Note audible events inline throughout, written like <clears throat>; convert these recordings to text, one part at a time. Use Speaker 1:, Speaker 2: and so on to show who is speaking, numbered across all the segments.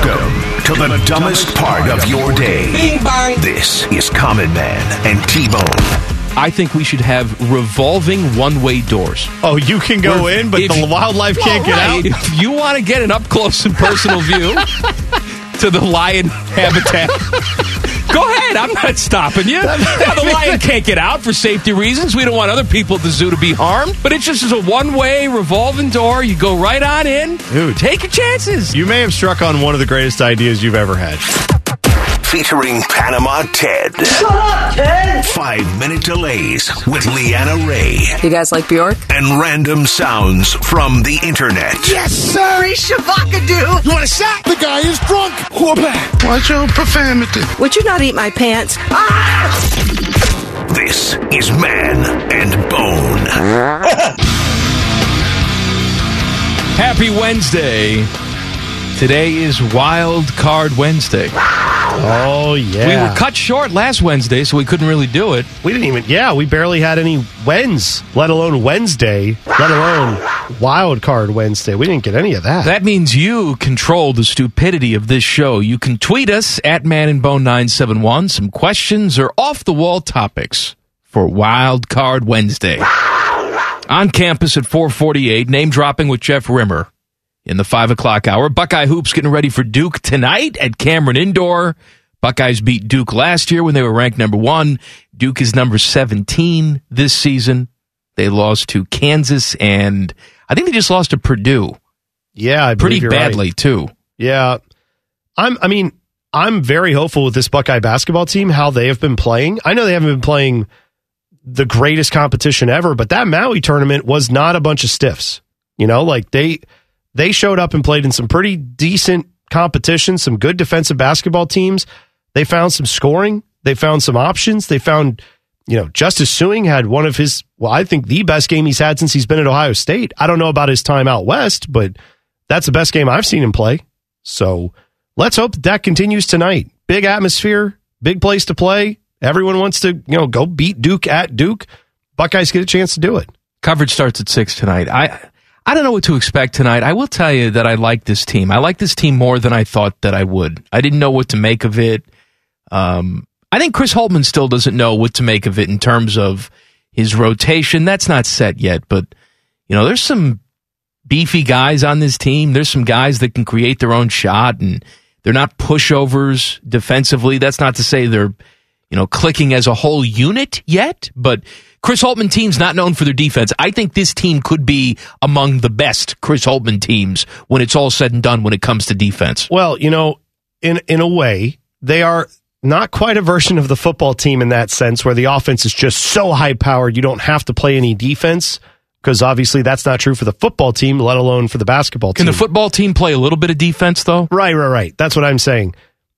Speaker 1: to the dumbest part of your day.
Speaker 2: Bing bang.
Speaker 1: This is Common Man and T Bone.
Speaker 3: I think we should have revolving one-way doors.
Speaker 4: Oh, you can go
Speaker 3: We're-
Speaker 4: in, but
Speaker 3: if-
Speaker 4: the wildlife can't get out.
Speaker 3: If you want to get an up close and personal
Speaker 4: <laughs>
Speaker 3: view to the lion habitat, go ahead. I'm not stopping you. Now, the lion can't get out for safety reasons. We don't want other people at the zoo to be harmed. But it's just as a one way revolving door. You go right on in.
Speaker 4: Dude.
Speaker 3: Take your chances.
Speaker 4: You may have struck on one of the greatest ideas you've ever had.
Speaker 1: Featuring Panama Ted. Shut up, Ted! Five minute delays with Leanna Ray
Speaker 5: You guys like Bjork?
Speaker 1: and random sounds from the internet.
Speaker 6: Yes, sir. He's Shavakadu. You want a shot? The guy is drunk. Watch your profanity.
Speaker 5: Would you not eat my pants?
Speaker 1: This is Man and Bone.
Speaker 3: Happy Wednesday. Today is Wild Card Wednesday.
Speaker 4: Oh yeah,
Speaker 3: We were cut short last Wednesday, so we couldn't really do it.
Speaker 4: We didn't even. Yeah, we barely had any Wednes, let alone Wednesday, let alone Wild Card Wednesday. We didn't get any of that.
Speaker 3: That means you control the stupidity of this show. You can tweet us at Man and Bone 971 some questions or off the wall topics for Wild Card Wednesday. On campus at 448, name dropping with Jeff Rimmer in the 5 o'clock hour. Buckeye Hoops getting ready for Duke tonight at Cameron Indoor. Buckeyes beat Duke last year when they were ranked number one. Duke is number 17 this season. They lost to Kansas and I think they just lost to Purdue
Speaker 4: yeah, I believe
Speaker 3: pretty
Speaker 4: you're right.
Speaker 3: badly too.
Speaker 4: Yeah, I'm. I mean, I'm very hopeful with this Buckeye basketball team. How they have been playing. I know they haven't been playing the greatest competition ever, but that Maui tournament was not a bunch of stiffs. You know, like they they showed up and played in some pretty decent competition, some good defensive basketball teams. They found some scoring. They found some options. They found, you know, Justice Suing had one of his, well, I think the best game he's had since he's been at Ohio State. I don't know about his time out west, but that's the best game I've seen him play. So let's hope that continues tonight. Big atmosphere, big place to play. Everyone wants to, you know, go beat Duke at Duke. Buckeyes get a chance to do it.
Speaker 3: Coverage starts at six tonight. I I don't know what to expect tonight. I will tell you that I like this team. I like this team more than I thought that I would. I didn't know what to make of it. Um, I think Chris Holtman still doesn't know what to make of it in terms of his rotation. That's not set yet, but you know, there's some beefy guys on this team. There's some guys that can create their own shot and they're not pushovers defensively. That's not to say they're, you know, clicking as a whole unit yet, but Chris Holtman team's not known for their defense. I think this team could be among the best Chris Holtman teams when it's all said and done when it comes to defense.
Speaker 4: Well, you know, in in a way, they are not quite a version of the football team in that sense, where the offense is just so high powered you don't have to play any defense. Because obviously that's not true for the football team, let alone for the basketball
Speaker 3: Can
Speaker 4: team.
Speaker 3: the football team play a little bit of defense though?
Speaker 4: Right, right, right. That's what I'm saying.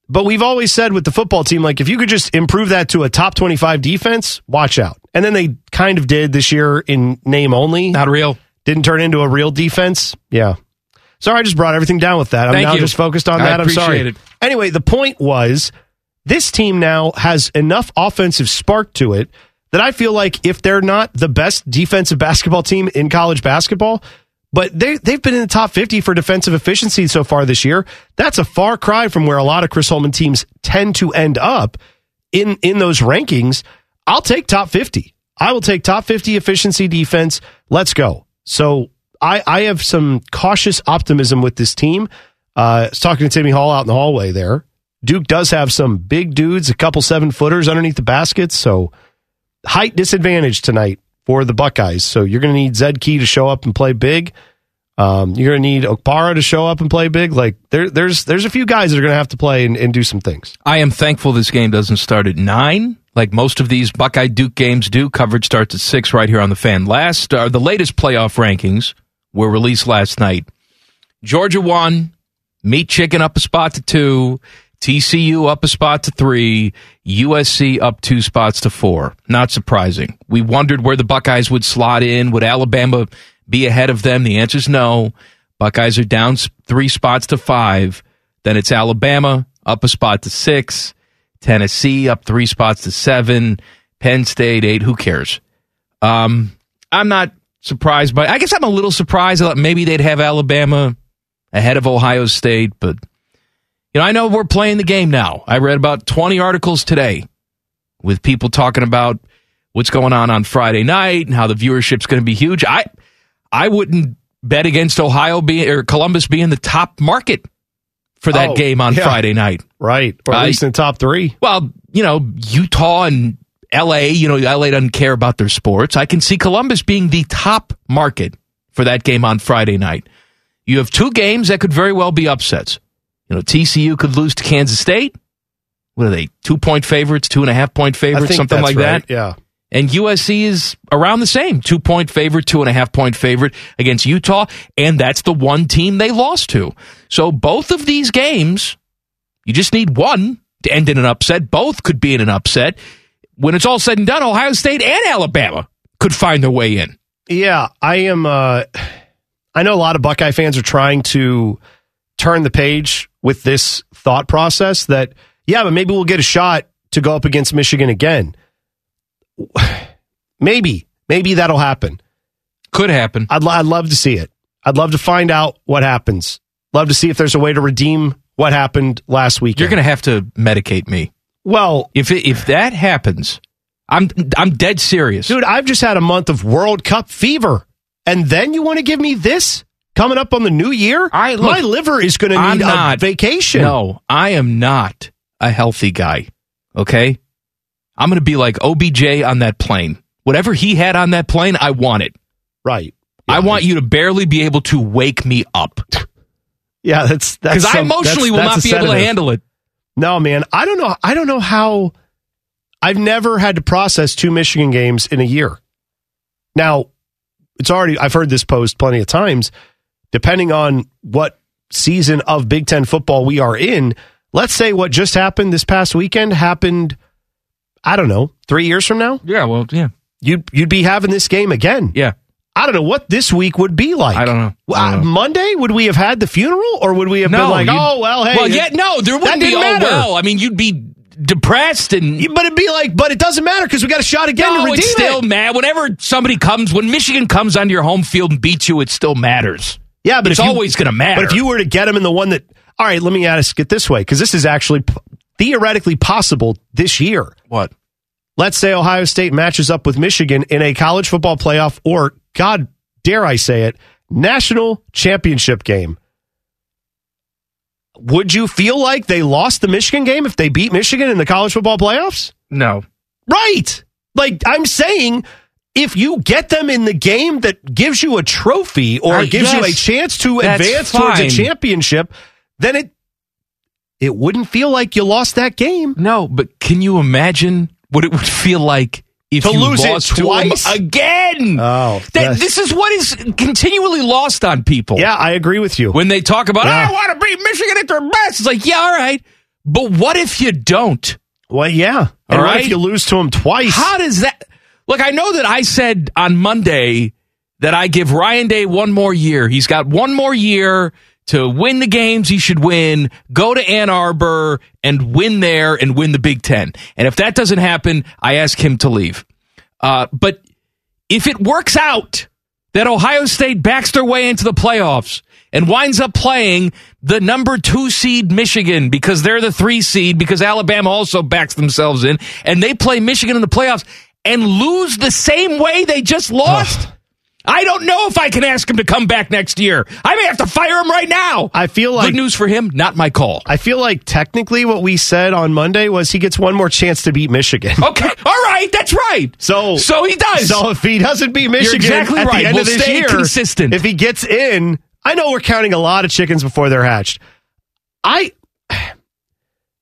Speaker 4: But we've always said with the football team, like if you could just improve that to a top 25 defense, watch out. And then they kind of did this year in name only.
Speaker 3: Not real.
Speaker 4: Didn't turn into a real defense. Yeah. Sorry, I just brought everything down with that. I'm
Speaker 3: Thank
Speaker 4: now
Speaker 3: you.
Speaker 4: just focused on
Speaker 3: I
Speaker 4: that. I'm sorry.
Speaker 3: appreciate it.
Speaker 4: Anyway, the point was this team now has enough offensive spark to it that I feel like if they're not the best defensive basketball team in college basketball, but they they've been in the top 50 for defensive efficiency so far this year. That's a far cry from where a lot of Chris Holman teams tend to end up in in those rankings. I'll take top 50. I will take top 50 efficiency defense. Let's go. So I I have some cautious optimism with this team. Uh, I was talking to Timmy Hall out in the hallway there. Duke does have some big dudes, a couple seven footers underneath the basket. So height disadvantage tonight for the Buckeyes. So you're going to need Zed Key to show up and play big. Um, you're going to need Okpara to show up and play big. Like there, there's there's a few guys that are going to have to play and, and do some things.
Speaker 3: I am thankful this game doesn't start at nine, like most of these Buckeye Duke games do. Coverage starts at six right here on the fan. Last, uh, the latest playoff rankings were released last night. Georgia one, Meat Chicken up a spot to two, TCU up a spot to three, USC up two spots to four. Not surprising. We wondered where the Buckeyes would slot in. Would Alabama be ahead of them? The answer is no. Buckeyes are down s- three spots to five. Then it's Alabama up a spot to six, Tennessee up three spots to seven, Penn State eight. Who cares? Um, I'm not surprised by. I guess I'm a little surprised that maybe they'd have Alabama ahead of Ohio State, but You know, I know we're playing the game now. I read about 20 articles today with people talking about what's going on on Friday night and how the viewership's going to be huge. I I wouldn't bet against Ohio being or Columbus being the top market for that
Speaker 4: Oh,
Speaker 3: game on
Speaker 4: yeah.
Speaker 3: Friday night.
Speaker 4: Right. Or at
Speaker 3: I-
Speaker 4: least in the top three.
Speaker 3: Well, you know, Utah and LA, you know, LA doesn't care about their sports. I can see Columbus being the top market for that game on Friday night. You have two games that could very well be upsets. You know, TCU could lose to Kansas State. What are they? Two point favorites, two and a half point
Speaker 4: I
Speaker 3: favorites,
Speaker 4: think
Speaker 3: something like
Speaker 4: that's right.
Speaker 3: that.
Speaker 4: Yeah.
Speaker 3: And USC is around the same two point favorite, two and a half point favorite against Utah. And that's the one team they lost to. So both of these games, you just need one to end in an upset. Both could be in an upset. When it's all said and done, Ohio State and Alabama could find their way in.
Speaker 4: Yeah, I am. Uh, I know a lot of Buckeye fans are trying to turn the page with this thought process that, yeah, but maybe we'll get a shot to go up against Michigan again. <sighs> maybe, maybe that'll happen.
Speaker 3: Could happen.
Speaker 4: I'd, lo- I'd love to see it. I'd love to find out what happens. Love to see if there's a way to redeem what happened last weekend.
Speaker 3: You're going to have to medicate me.
Speaker 4: well,
Speaker 3: If, it, if that happens, I'm, I'm dead serious.
Speaker 4: dude, I've just had a month of World Cup fever, and then you want to give me this coming up on the new year?
Speaker 3: I- look,
Speaker 4: my liver is going to
Speaker 3: I'm
Speaker 4: need a
Speaker 3: not.
Speaker 4: vacation.
Speaker 3: No, I am not a healthy guy. Okay? I'm going to be like OBJ on that plane. Whatever he had on that plane, I want it.
Speaker 4: right?
Speaker 3: I want you to barely be able to wake me up
Speaker 4: Yeah, that's that's
Speaker 3: because I
Speaker 4: some-
Speaker 3: emotionally
Speaker 4: that's-
Speaker 3: will
Speaker 4: that's
Speaker 3: not
Speaker 4: a
Speaker 3: be able to
Speaker 4: sedative.
Speaker 3: handle it.
Speaker 4: No, man, I don't know. I don't know how. I've never had to process two Michigan games in a year. Now, it's already. I've heard this posed plenty of times. Depending on what season of Big Ten football we are in, let's say what just happened this past weekend happened. I don't know. Three years from now,
Speaker 3: Yeah, well, yeah.
Speaker 4: you'd you'd be having this game again.
Speaker 3: Yeah.
Speaker 4: I don't know what this week would be like.
Speaker 3: I don't know.
Speaker 4: Well,
Speaker 3: I don't know.
Speaker 4: Monday, would we have had the funeral, or would we have been like,
Speaker 3: you'd-
Speaker 4: oh well, hey,
Speaker 3: Well,
Speaker 4: it-
Speaker 3: yeah, no, there wouldn't be.
Speaker 4: didn't
Speaker 3: Oh,
Speaker 4: matter.
Speaker 3: well, I mean, you'd be depressed and
Speaker 4: Yeah, but it'd be like, but it doesn't matter because we got a shot again
Speaker 3: no,
Speaker 4: to redeem
Speaker 3: it's still
Speaker 4: it.
Speaker 3: mad. Whenever somebody comes, when Michigan comes onto your home field and beats you, it still matters.
Speaker 4: Yeah, but
Speaker 3: it's
Speaker 4: if you-
Speaker 3: always going to matter.
Speaker 4: But if you were to get him in the one that, all right, let me ask it this way because this is actually p- theoretically possible this year.
Speaker 3: what?
Speaker 4: Let's say Ohio State matches up with Michigan in a college football playoff, or God dare I say it, national championship game. Would you feel like they lost the Michigan game if they beat Michigan in the college football playoffs?
Speaker 3: No,
Speaker 4: Right. Like I'm saying, if you get them in the game that gives you a trophy or
Speaker 3: I
Speaker 4: gives you a
Speaker 3: guess
Speaker 4: chance to
Speaker 3: Uh, that's
Speaker 4: advance towards a
Speaker 3: fine.
Speaker 4: championship, then it it wouldn't feel like you lost that game.
Speaker 3: No, but can you imagine what it would feel like if
Speaker 4: To
Speaker 3: you
Speaker 4: lose it
Speaker 3: lost to 'em
Speaker 4: twice?
Speaker 3: again?
Speaker 4: Oh,
Speaker 3: that,
Speaker 4: yes.
Speaker 3: this is what is continually lost on people.
Speaker 4: Yeah, I agree with you.
Speaker 3: when they talk about
Speaker 4: Yeah.
Speaker 3: I want to beat Michigan at their best, it's like yeah, all right, but what if you don't?
Speaker 4: Well, yeah. And
Speaker 3: All
Speaker 4: what if
Speaker 3: right.
Speaker 4: you lose to them twice?
Speaker 3: How does that look? I know that I said on Monday that I give Ryan Day one more year. He's got one more year to win the games he should win, go to Ann Arbor and win there and win the Big Ten. And if that doesn't happen, I ask him to leave. Uh, but if it works out that Ohio State backs their way into the playoffs and winds up playing the number two seed Michigan because they're the three seed because Alabama also backs themselves in and they play Michigan in the playoffs and lose the same way they just
Speaker 4: <sighs>
Speaker 3: lost. I don't know if I can ask him to come back next year. I may have to fire him right now.
Speaker 4: I feel like
Speaker 3: Good news for him, not my call.
Speaker 4: I feel like technically what we said on Monday was he gets one more chance to beat Michigan.
Speaker 3: Okay, all right, that's right.
Speaker 4: So
Speaker 3: so he does.
Speaker 4: So if he doesn't beat Michigan
Speaker 3: exactly
Speaker 4: at
Speaker 3: right.
Speaker 4: the end
Speaker 3: We'll
Speaker 4: of this
Speaker 3: stay
Speaker 4: year,
Speaker 3: consistent.
Speaker 4: If he gets in, I know we're counting a lot of chickens before they're hatched. I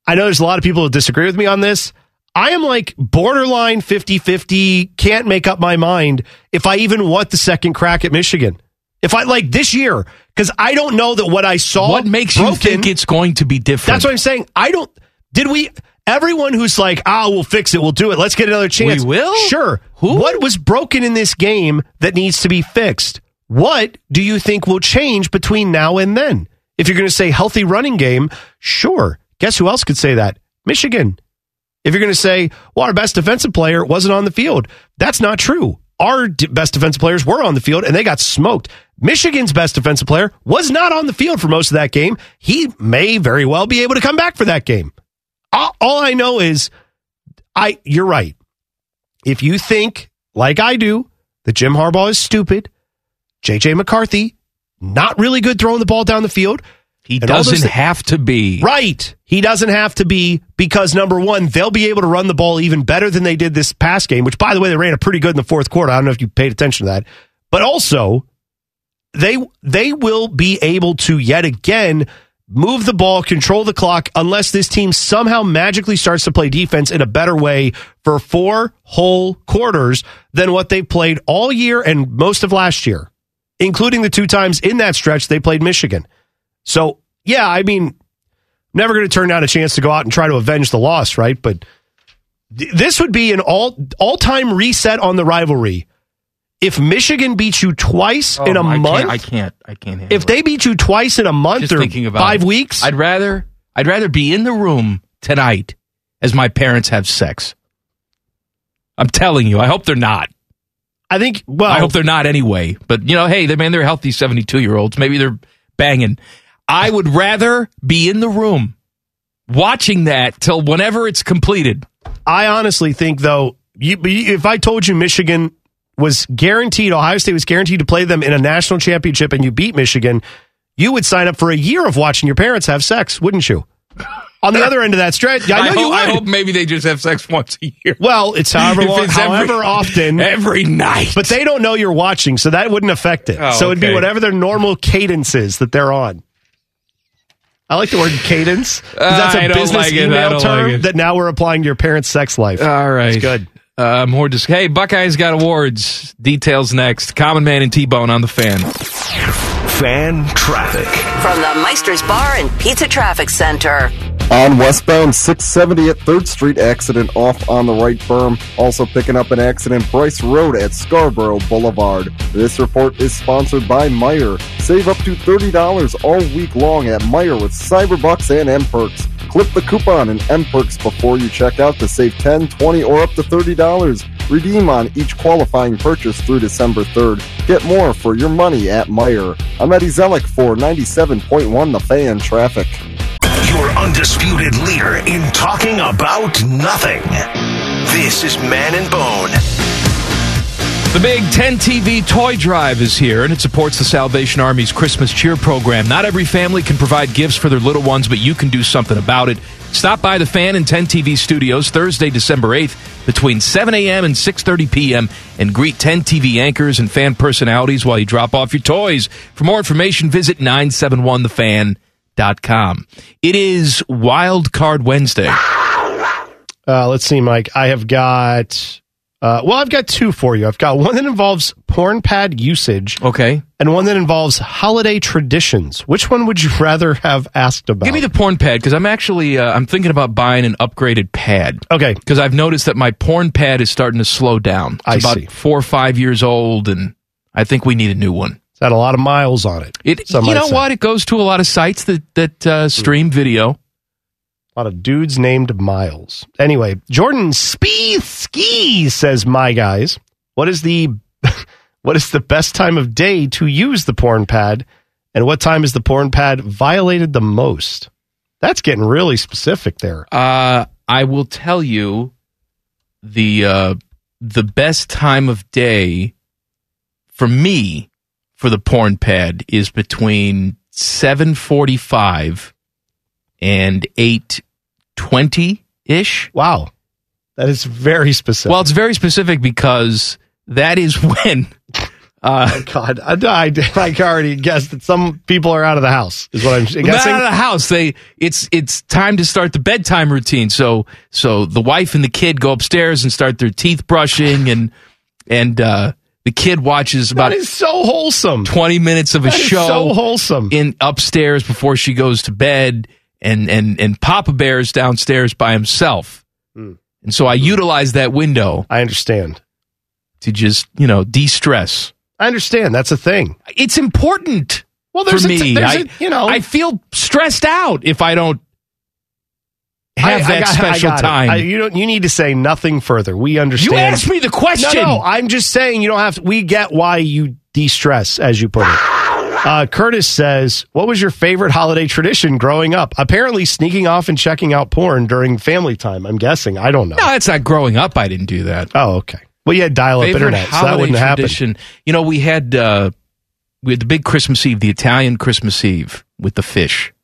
Speaker 4: I know there's a lot of people who disagree with me on this. I am like borderline 50-50, can't make up my mind if I even want the second crack at Michigan. If I like this year, because I don't know that what I saw
Speaker 3: what makes you
Speaker 4: broken,
Speaker 3: think it's going to be different?
Speaker 4: that's what I'm saying. I don't. Did we? Everyone who's like, ah, we'll fix it, we'll do it, let's get another chance.
Speaker 3: We will?
Speaker 4: Sure.
Speaker 3: Who?
Speaker 4: What was broken in this game that needs to be fixed? What do you think will change between now and then? If you're going to say healthy running game, sure. Guess who else could say that? Michigan. If you're going to say, well, our best defensive player wasn't on the field, that's not true. our d- best defensive players were on the field and they got smoked. Michigan's best defensive player was not on the field for most of that game. He may very well be able to come back for that game. All, all I know is, I you're right. If you think like I do that Jim Harbaugh is stupid, JJ McCarthy not really good throwing the ball down the field.
Speaker 3: He doesn't have to be.
Speaker 4: Right. He doesn't have to be because number one, they'll be able to run the ball even better than they did this past game, which by the way, they ran it pretty good in the fourth quarter. I don't know if you paid attention to that. But also, they they will be able to yet again move the ball, control the clock, unless this team somehow magically starts to play defense in a better way for four whole quarters than what they played all year and most of last year, including the two times in that stretch they played Michigan. So yeah, I mean, never going to turn down a chance to go out and try to avenge the loss, right? But th- this would be an all all time reset on the rivalry. If Michigan beats you twice in a
Speaker 3: Oh, I
Speaker 4: month,
Speaker 3: Can't, I can't. I can't handle
Speaker 4: if they beat you twice in a month
Speaker 3: Just
Speaker 4: or
Speaker 3: thinking about
Speaker 4: five
Speaker 3: it.
Speaker 4: weeks,
Speaker 3: I'd rather I'd rather be in the room tonight as my parents have sex. I'm telling you, I hope they're not.
Speaker 4: I think. Well,
Speaker 3: I hope they're not anyway. But you know, hey, they man, they're healthy 72 year olds. Maybe they're banging. I would rather be in the room watching that till whenever it's completed.
Speaker 4: I honestly think though, you, but you- if I told you Michigan was guaranteed, Ohio State was guaranteed to play them in a national championship, and you beat Michigan, you would sign up for a year of watching your parents have sex, wouldn't you? On the other end of that stretch, I know
Speaker 3: hope,
Speaker 4: you would.
Speaker 3: I hope maybe they just have sex once a year. <laughs>
Speaker 4: Well, it's however
Speaker 3: If
Speaker 4: long,
Speaker 3: it's every- <laughs>
Speaker 4: however often,
Speaker 3: every night.
Speaker 4: But they don't know you're watching, so that wouldn't affect it.
Speaker 3: Oh,
Speaker 4: so it'd
Speaker 3: okay.
Speaker 4: be whatever their normal cadence is that they're on. I like the word cadence. 'cause That's a
Speaker 3: I don't
Speaker 4: business
Speaker 3: like it. I
Speaker 4: email
Speaker 3: don't
Speaker 4: term
Speaker 3: like it.
Speaker 4: that now we're applying to your parents' sex life.
Speaker 3: All right.
Speaker 4: It's good.
Speaker 3: Uh, more dis- Hey, Buckeyes got awards. Details next. Common Man and T Bone on the fan.
Speaker 1: Fan traffic.
Speaker 5: From the Meister's Bar and Pizza Traffic Center.
Speaker 2: On westbound 670 at 3rd Street, accident off on the right berm. Also picking up an accident, Bryce Road at Scarborough Boulevard. This report is sponsored by Meyer. Save up to $30 all week long at Meyer with Cyberbucks and M Perks. Clip the coupon and M Perks before you check out to save 10, 20, or up to $30. Redeem on each qualifying purchase through December 3rd. Get more for your money at Meyer. I'm Eddie Zellick for 97.1 The Fan Traffic.
Speaker 1: Your undisputed leader in talking about nothing. This is Man and Bone.
Speaker 3: The big 10 TV toy drive is here, and it supports the Salvation Army's Christmas cheer program. Not every family can provide gifts for their little ones, but you can do something about it. Stop by the Fan and 10 TV studios Thursday, December 8th between 7 a.m. and 6.30 p.m. and greet 10 TV anchors and fan personalities while you drop off your toys. For more information, visit 971thefan.com. It is Wild Card Wednesday.
Speaker 4: Uh, let's see, Mike. I have got. Uh, well, I've got two for you. I've got one that involves porn pad usage
Speaker 3: Okay.
Speaker 4: and one that involves holiday traditions. Which one would you <laughs> rather have asked about?
Speaker 3: Give me the porn pad because I'm actually uh, I'm thinking about buying an upgraded pad.
Speaker 4: Okay.
Speaker 3: because I've noticed that my porn pad is starting to slow down. It's
Speaker 4: I
Speaker 3: about
Speaker 4: see.
Speaker 3: four or five years old, and I think we need a new one.
Speaker 4: It's had a lot of miles on it.
Speaker 3: It,
Speaker 4: Some
Speaker 3: you
Speaker 4: might Mm.
Speaker 3: know
Speaker 4: say.
Speaker 3: what? It goes to a lot of sites that that uh, stream video.
Speaker 4: A lot of dudes named Miles. Anyway, Jordan Spee Ski says, "My guys, what is the <laughs> what is the best time of day to use the porn pad, and what time is the porn pad violated the most?" That's getting really specific there.
Speaker 3: Uh, I will tell you the uh, the best time of day for me for the porn pad is between seven forty five and eight twenty ish.
Speaker 4: Wow, that is very specific.
Speaker 3: Well, it's very specific because that is <laughs> when. Uh,
Speaker 4: God, I, I, I already guessed that some people are out of the house. Is <laughs> what I'm
Speaker 3: not
Speaker 4: guessing.
Speaker 3: out of the house. They it's it's time to start the bedtime routine. So so the wife and the kid go upstairs and start their teeth brushing and and uh, the kid watches about
Speaker 4: That is so wholesome.
Speaker 3: twenty minutes of a
Speaker 4: That is
Speaker 3: show
Speaker 4: so wholesome.
Speaker 3: in upstairs before she goes to bed and and and Papa Bear's downstairs by himself.
Speaker 4: Hmm.
Speaker 3: And so I utilize that window
Speaker 4: I understand.
Speaker 3: to just you know de stress.
Speaker 4: I understand. That's a thing.
Speaker 3: It's important.
Speaker 4: Well, there's
Speaker 3: for
Speaker 4: a
Speaker 3: me.
Speaker 4: t- there's
Speaker 3: I-
Speaker 4: a- you know-
Speaker 3: I feel stressed out if I don't have that
Speaker 4: got-
Speaker 3: special
Speaker 4: got it.
Speaker 3: time.
Speaker 4: I- you don't. You need to say nothing further. We understand.
Speaker 3: You asked me the question.
Speaker 4: No, no, I'm just saying you don't have. to- we get why you de-stress, as you put it. Uh, Curtis says, "What was your favorite holiday tradition growing up? Apparently, sneaking off and checking out porn during family time. I'm guessing. I don't know.
Speaker 3: No, that's not growing up. I didn't do that.
Speaker 4: Oh, okay. Well, you had dial-up
Speaker 3: Favorite
Speaker 4: internet, so that
Speaker 3: holiday
Speaker 4: wouldn't happen.
Speaker 3: tradition. You know, we had uh, we had the big Christmas Eve, the Italian Christmas Eve with the fish.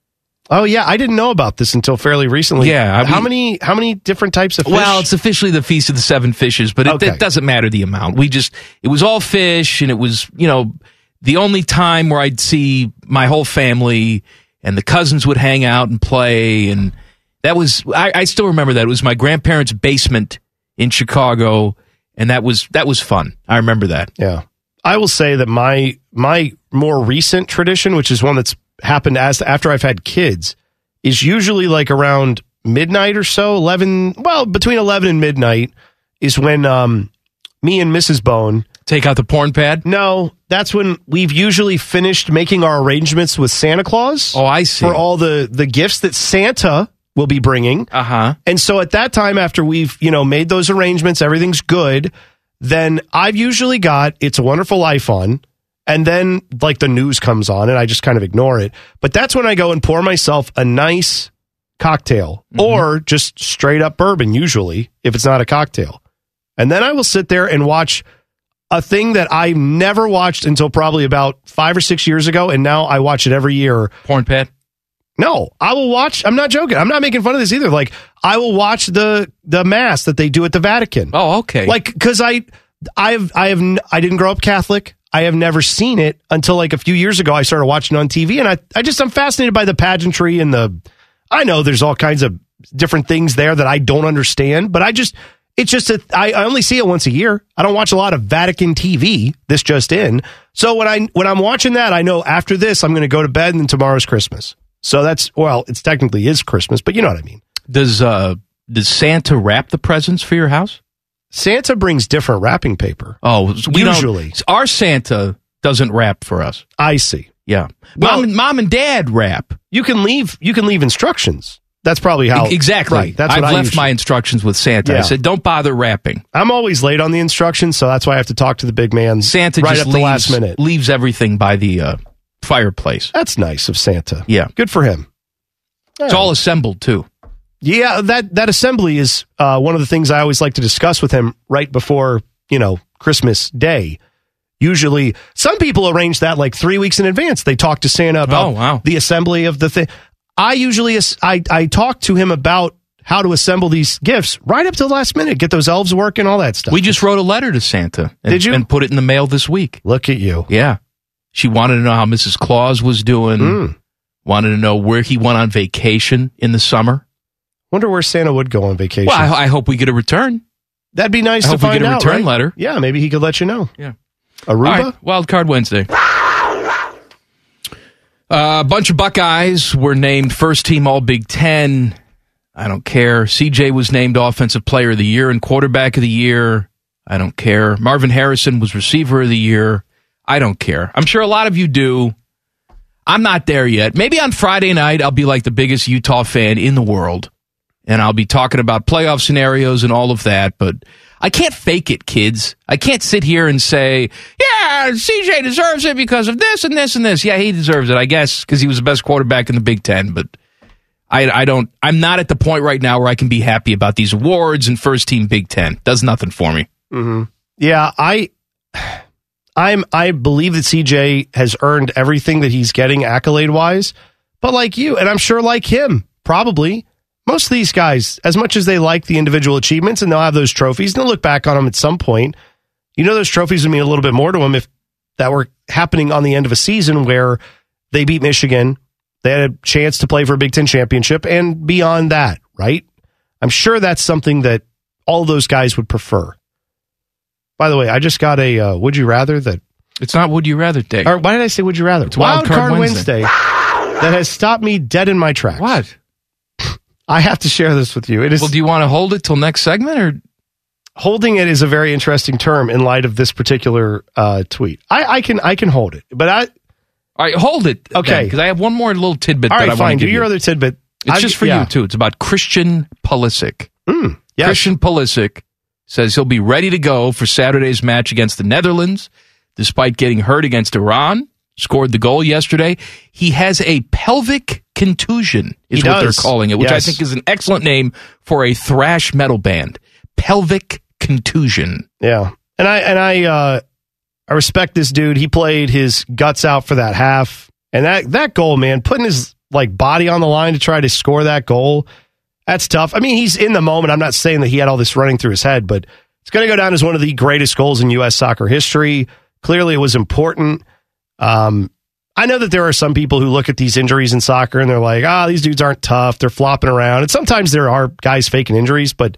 Speaker 4: Oh, yeah, I didn't know about this until fairly recently.
Speaker 3: Yeah, I-
Speaker 4: how
Speaker 3: we-
Speaker 4: many? How many different types of? Fish?
Speaker 3: Well, it's officially the Feast of the Seven Fishes, but it,
Speaker 4: Okay.
Speaker 3: it doesn't matter the amount. We just, it was all fish, and it was, you know, the only time where I'd see my whole family and the cousins would hang out and play. And that was, I, I still remember that. It was my grandparents' basement in Chicago, and that was, that was fun. I remember that.
Speaker 4: Yeah. I will say that my my more recent tradition, which is one that's happened as after I've had kids, is usually like around midnight or so, eleven well, between eleven and midnight is when um me and Mrs. Bone
Speaker 3: Take out the porn pad.
Speaker 4: no, that's when we've usually finished making our arrangements with Santa Claus
Speaker 3: Oh, I see.
Speaker 4: for all the the gifts that Santa will be bringing.
Speaker 3: uh huh.
Speaker 4: And so at that time, after we've, you know, made those arrangements, everything's good, then I've usually got It's a Wonderful Life on. And then like the news comes on and I just kind of ignore it. But that's when I go and pour myself a nice cocktail or just straight up bourbon, usually, if it's not a cocktail. And then I will sit there and watch a thing that I never watched until probably about five or six years ago. And now I watch it every year.
Speaker 3: Porn pad.
Speaker 4: No, I will watch. I'm not joking. I'm not making fun of this either. Like I will watch the the mass that they do at the Vatican.
Speaker 3: Oh, okay.
Speaker 4: Like because I I've I have n- I didn't grow up Catholic. I have never seen it until like a few years ago. I started watching it on TV, and I I just I'm fascinated by the pageantry and the. I know there's all kinds of different things there that I don't understand, but I just it's just a, I, I only see it once a year. I don't watch a lot of Vatican TV. This just in. So when I when I'm watching that, I know after this I'm going to go to bed, and then tomorrow's Christmas. So that's well, it's technically is Christmas, but you know what I mean.
Speaker 3: does, uh, does Santa wrap the presents for your house?
Speaker 4: Santa brings different wrapping paper.
Speaker 3: Oh, so we don't-
Speaker 4: Usually.
Speaker 3: our Santa doesn't wrap for us.
Speaker 4: I see.
Speaker 3: Yeah.
Speaker 4: Well-
Speaker 3: mom, and, mom and dad rap.
Speaker 4: you can leave you can leave instructions that's probably how
Speaker 3: E-, exactly.
Speaker 4: right that's
Speaker 3: I've
Speaker 4: what I
Speaker 3: left
Speaker 4: usually-
Speaker 3: my instructions with Santa. I
Speaker 4: Yeah.
Speaker 3: said, don't bother rapping.
Speaker 4: i'm always late on the instructions so that's why i have to talk to the big man
Speaker 3: Santa
Speaker 4: right
Speaker 3: just
Speaker 4: up
Speaker 3: leaves,
Speaker 4: the last minute
Speaker 3: leaves everything by the uh, fireplace.
Speaker 4: that's nice of santa
Speaker 3: Yeah.
Speaker 4: good for him
Speaker 3: It's all assembled, too.
Speaker 4: yeah that that assembly is uh, one of the things i always like to discuss with him right before you know christmas day usually some people arrange that like three weeks in advance they talk to santa about
Speaker 3: Oh, wow.
Speaker 4: the assembly of the thing i usually as- I, I talk to him about how to assemble these gifts right up to the last minute get those elves working all that stuff
Speaker 3: We just wrote a letter to Santa. And,
Speaker 4: Did you?
Speaker 3: And put it in the mail this week.
Speaker 4: Look at you.
Speaker 3: Yeah. She wanted to know how Mrs. Claus was doing,
Speaker 4: Mm.
Speaker 3: wanted to know where he went on vacation in the summer.
Speaker 4: Wonder where Santa would go on vacation.
Speaker 3: Well, I, I hope we get a return.
Speaker 4: That'd be nice
Speaker 3: I
Speaker 4: to
Speaker 3: hope we
Speaker 4: find
Speaker 3: get a
Speaker 4: out.
Speaker 3: return
Speaker 4: right?
Speaker 3: letter.
Speaker 4: Yeah, maybe he could let you know.
Speaker 3: Yeah.
Speaker 4: Aruba.
Speaker 3: All right, Wild Card Wednesday. Uh, a bunch of Buckeyes were named first team All Big Ten. I don't care. CJ was named Offensive Player of the Year and Quarterback of the Year. I don't care. Marvin Harrison was Receiver of the Year. I don't care. I'm sure a lot of you do. I'm not there yet. Maybe on Friday night, I'll be like the biggest Utah fan in the world. And I'll be talking about playoff scenarios and all of that. But I can't fake it, kids. I can't sit here and say, yeah, CJ deserves it because of this and this and this. Yeah, he deserves it, I guess, because he was the best quarterback in the Big Ten. But I, I don't, I'm not at the point right now where I can be happy about these awards and first team Big Ten. Does nothing for me.
Speaker 4: Yeah, I I'm I believe that CJ has earned everything that he's getting accolade wise, but like you, and I'm sure like him, probably. Most of these guys, as much as they like the individual achievements and they'll have those trophies and they'll look back on them at some point, you know those trophies would mean a little bit more to them if that were happening on the end of a season where they beat Michigan, they had a chance to play for a Big Ten championship, and beyond that, right? I'm sure that's something that all those guys would prefer. By the way, I just got a uh, would you rather that.
Speaker 3: It's not would you rather, Dick.
Speaker 4: Or why did I say would you rather? It's
Speaker 3: Wild Card Wednesday.
Speaker 4: Wednesday. that has stopped me dead in my tracks.
Speaker 3: What?
Speaker 4: I have to share this with you. It is
Speaker 3: Well, do you want to hold it till next segment or?
Speaker 4: holding it is a very interesting term in light of this particular uh, tweet. I, I can I can hold it, but I
Speaker 3: All right, hold it.
Speaker 4: Okay.
Speaker 3: Because I have one more little tidbit
Speaker 4: all
Speaker 3: that I
Speaker 4: right
Speaker 3: want
Speaker 4: fine.
Speaker 3: to
Speaker 4: Do
Speaker 3: give you.
Speaker 4: your other tidbit
Speaker 3: It's
Speaker 4: I've-
Speaker 3: just for
Speaker 4: yeah. Hmm,
Speaker 3: you too. It's about Christian Pulisic.
Speaker 4: yes.
Speaker 3: Christian Pulisic says he'll be ready to go for Saturday's match against the Netherlands, despite getting hurt against Iran. Scored the goal yesterday. He has a pelvic contusion, is
Speaker 4: He
Speaker 3: what
Speaker 4: does.
Speaker 3: they're calling it, which
Speaker 4: Yes.
Speaker 3: I think is an excellent name for a thrash metal band. Pelvic contusion.
Speaker 4: Yeah. And I and I uh I respect this dude. He played his guts out for that half. And that that goal, man, putting his like body on the line to try to score that goal, that's tough. I mean, he's in the moment. I'm not saying that he had all this running through his head, but it's going to go down as one of the greatest goals in US soccer history. Clearly it was important. Um I know that there are some people who look at these injuries in soccer and they're like, "Ah, these dudes aren't tough. They're flopping around." And sometimes there are guys faking injuries, but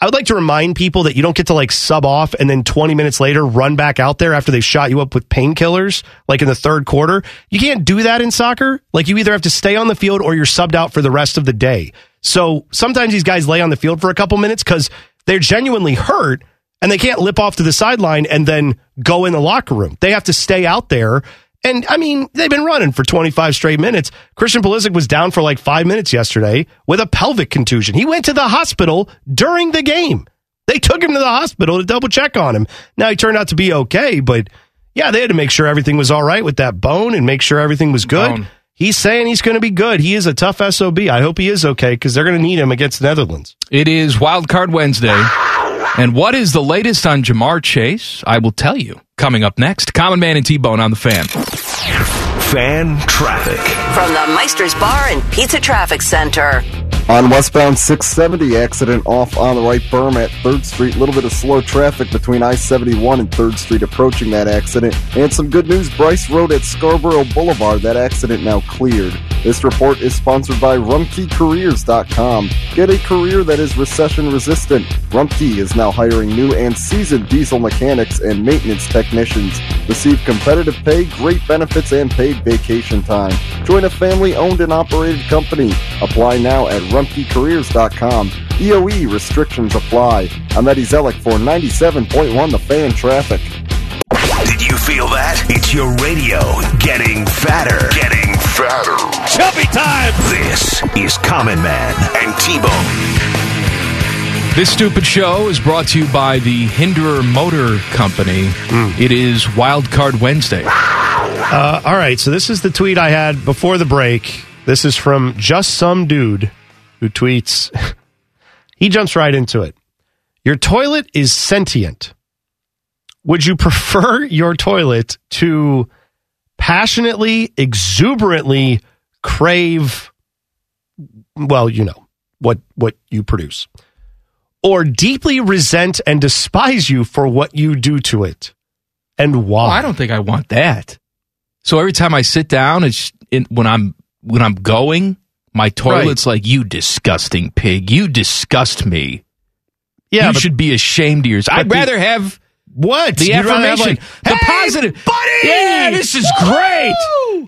Speaker 4: I would like to remind people that you don't get to like sub off and then 20 minutes later run back out there after they've shot you up with painkillers, like in the third quarter. You can't do that in soccer. Like you either have to stay on the field or you're subbed out for the rest of the day. So sometimes these guys lay on the field for a couple minutes because they're genuinely hurt and they can't lip off to the sideline and then go in the locker room. They have to stay out there. And I mean, they've been running for 25 straight minutes. Christian Pulisic was down for like five minutes yesterday with a pelvic contusion. He went to the hospital during the game. They took him to the hospital to double check on him. Now he turned out to be okay, but yeah, they had to make sure everything was all right with that bone and make sure everything was good.
Speaker 3: Bone.
Speaker 4: He's saying he's going to be good. He is a tough SOB. I hope he is okay because they're going to need him against the Netherlands.
Speaker 3: It is Wild Card Wednesday. And what is the latest on Jamar Chase? I will tell you. Coming up next, Common Man and T Bone on the fan.
Speaker 1: Fan traffic.
Speaker 5: From the Meister's Bar and Pizza Traffic Center.
Speaker 2: On westbound 670, accident off on the right berm at 3rd Street. A little bit of slow traffic between I 71 and 3rd Street approaching that accident. And some good news Bryce Road at Scarborough Boulevard, that accident now cleared. This report is sponsored by RumkeyCareers.com. Get a career that is recession resistant. Rumpke is now hiring new and seasoned diesel mechanics and maintenance technicians. Receive competitive pay, great benefits, and paid vacation time. Join a family owned and operated company. Apply now at rumpkecareers.com. EOE E restrictions apply. I'm Eddie Zellick for 97.1 The Fan Traffic.
Speaker 1: Did you feel that? It's your radio getting fatter. Getting fatter. Chubby time. This is Common Man and T-Bone.
Speaker 3: This stupid show is brought to you by the Hinderer Motor Company.
Speaker 4: Hmm.
Speaker 3: It is Wild Card Wednesday.
Speaker 4: Uh, all right, so this is the tweet I had before the break. This is from just some dude who tweets. <laughs> he jumps right into it. Your toilet is sentient. Would you prefer your toilet to passionately, exuberantly crave, well, you know, what, what you produce, or deeply resent and despise you for what you do to it? And why?
Speaker 3: Oh, I don't think I want that. So every time I sit down, it's in, when I'm when I'm going, my toilet's like, "You disgusting pig! You disgust me!
Speaker 4: yeah,
Speaker 3: you
Speaker 4: but
Speaker 3: should be ashamed of yourself." I'd
Speaker 4: the-
Speaker 3: rather have
Speaker 4: What?
Speaker 3: the
Speaker 4: You'd rather have,
Speaker 3: affirmation,
Speaker 4: like,
Speaker 3: the
Speaker 4: "Hey,
Speaker 3: positive,
Speaker 4: buddy!
Speaker 3: Yeah, this is
Speaker 4: Woo!
Speaker 3: great.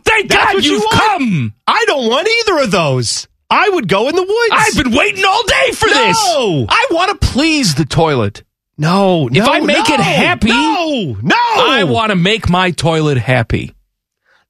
Speaker 3: Thank
Speaker 4: That's
Speaker 3: God
Speaker 4: what you
Speaker 3: you've
Speaker 4: want.
Speaker 3: come.
Speaker 4: I don't want either of those. I would go in the woods.
Speaker 3: I've been waiting all day for this.
Speaker 4: No.
Speaker 3: I want to please the toilet.
Speaker 4: no,
Speaker 3: If
Speaker 4: no,
Speaker 3: I make
Speaker 4: no,
Speaker 3: it happy-
Speaker 4: no, no.
Speaker 3: I want to make my toilet happy.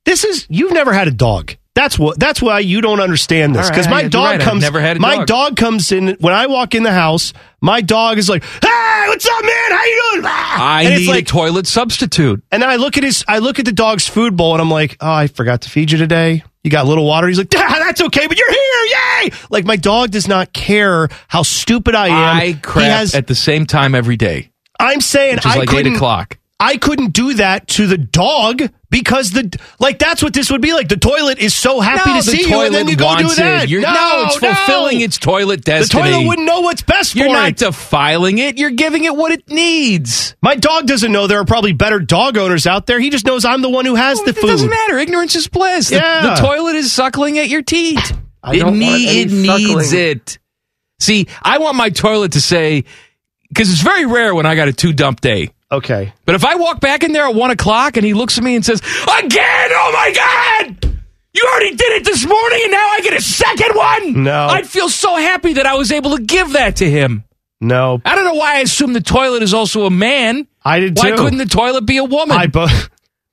Speaker 4: This is you've never had a dog. That's what. That's why you don't understand this.
Speaker 3: All right,
Speaker 4: Because my
Speaker 3: you're
Speaker 4: dog
Speaker 3: right, I've
Speaker 4: comes.
Speaker 3: never had a
Speaker 4: my
Speaker 3: dog.
Speaker 4: comes in when I walk in the house. My dog is like, "Hey, what's up, man? How you doing?" Ah!
Speaker 3: I
Speaker 4: and
Speaker 3: need
Speaker 4: it's like,
Speaker 3: a toilet substitute.
Speaker 4: and then I look at his. I look at the dog's food bowl, and I'm like, "Oh, I forgot to feed you today. You got little water." He's like, <laughs> "Ah, "That's okay, but you're here, yay!" Like my dog does not care how stupid I am.
Speaker 3: I crap
Speaker 4: He has-
Speaker 3: at the same time every day,
Speaker 4: I'm saying
Speaker 3: which is
Speaker 4: I
Speaker 3: like eight
Speaker 4: couldn't.
Speaker 3: o'clock.
Speaker 4: I couldn't do that to the dog because the like that's what this would be like. The toilet is so happy to see you, and then you go do
Speaker 3: wants
Speaker 4: that.
Speaker 3: It. You're, no, it's fulfilling its toilet
Speaker 4: The
Speaker 3: destiny.
Speaker 4: toilet wouldn't know what's best
Speaker 3: You're
Speaker 4: for
Speaker 3: not
Speaker 4: it.
Speaker 3: defiling it. You're giving it what it needs.
Speaker 4: My dog doesn't know there are probably better dog owners out there. He just knows I'm the one who has the
Speaker 3: it
Speaker 4: food.
Speaker 3: doesn't matter. Ignorance is bliss. The- The,
Speaker 4: Yeah.
Speaker 3: toilet is suckling at your teeth.
Speaker 7: I
Speaker 3: it
Speaker 7: don't want
Speaker 3: nee-
Speaker 7: any
Speaker 3: it
Speaker 7: suckling.
Speaker 3: needs it. See, I want my toilet to say because it's very rare when I got a two dump day.
Speaker 4: Okay.
Speaker 3: But if I walk back in there at one o'clock and he looks at me and says, "Again, oh my god, you already did it this morning, and now I get a second one,"
Speaker 4: No.
Speaker 3: I'd feel so happy that I was able to give that to him.
Speaker 4: No,
Speaker 3: I don't know why I assume the toilet is also a man.
Speaker 4: I did
Speaker 3: Why
Speaker 4: too.
Speaker 3: couldn't the toilet be a woman?
Speaker 4: I both.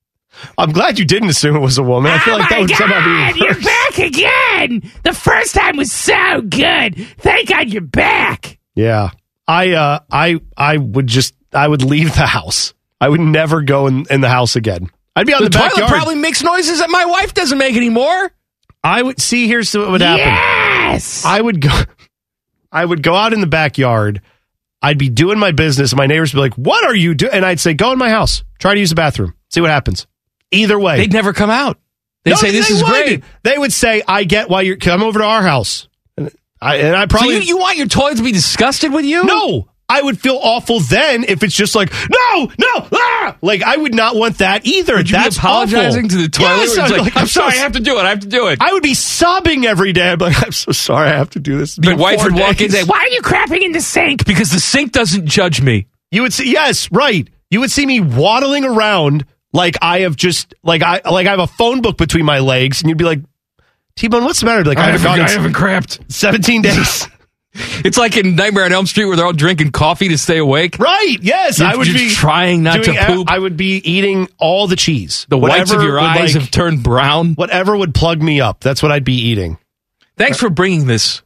Speaker 4: <laughs> I'm glad you didn't assume it was a
Speaker 3: Oh
Speaker 4: woman. I feel like that would somehow be
Speaker 7: you're
Speaker 4: worse.
Speaker 7: back again. The first time was so good. Thank God you're back.
Speaker 4: <laughs> Yeah. I uh I I would just I would leave the house. I would never go in, in the house again. I'd be out in
Speaker 3: The,
Speaker 4: the,
Speaker 3: toilet
Speaker 4: backyard.
Speaker 3: probably makes noises that my wife doesn't make anymore.
Speaker 4: I would see here's what would happen.
Speaker 7: Yes.
Speaker 4: I would go <laughs> I would go out in the backyard. I'd be doing my business and my neighbors would be like, "What are you doing?" And I'd say, "Go in my house. Try to use the bathroom. See what happens." Either way.
Speaker 3: They'd never come out. They'd
Speaker 4: No,
Speaker 3: say this
Speaker 4: they
Speaker 3: is
Speaker 4: would.
Speaker 3: great.
Speaker 4: They would say, "I get why you're come over to our house." And I and I
Speaker 3: So
Speaker 4: probably
Speaker 3: you, you want your toilet to be disgusted with you?
Speaker 4: No, I would feel awful then if it's just like no, no, ah! like I would not want that either.
Speaker 3: Would you
Speaker 4: That's
Speaker 3: be apologizing
Speaker 4: awful.
Speaker 3: to the toilet?
Speaker 4: Yes,
Speaker 3: It's
Speaker 4: I'd be
Speaker 3: like,
Speaker 4: like,
Speaker 3: I'm sorry,
Speaker 4: so
Speaker 3: I have to do it. I have to do it.
Speaker 4: I would be sobbing every day. I'd be like, I'm so sorry, I have to do this. It's
Speaker 3: the
Speaker 4: been
Speaker 3: wife
Speaker 4: four
Speaker 3: would walk in and
Speaker 4: days.
Speaker 3: say, "Why are you crapping in the sink?" Because the sink doesn't judge me.
Speaker 4: You would see, yes, right. You would see me waddling around like I have just like I like I have a phone book between my legs, and you'd be like, T Bone, what's the matter? I'd be like, I, haven't gone in s-
Speaker 3: crapped.
Speaker 4: seventeen days.
Speaker 3: It's like in Nightmare on Elm Street where they're all drinking coffee to stay awake.
Speaker 4: right? Yes,
Speaker 3: You're
Speaker 4: I would
Speaker 3: just
Speaker 4: be
Speaker 3: trying not to
Speaker 4: doing-
Speaker 3: poop.
Speaker 4: I would be eating all the cheese.
Speaker 3: The whites of
Speaker 4: Whatever
Speaker 3: your
Speaker 4: would,
Speaker 3: eyes
Speaker 4: like-
Speaker 3: have turned brown.
Speaker 4: whatever would plug me up. That's what I'd be eating.
Speaker 3: Thanks for bringing this.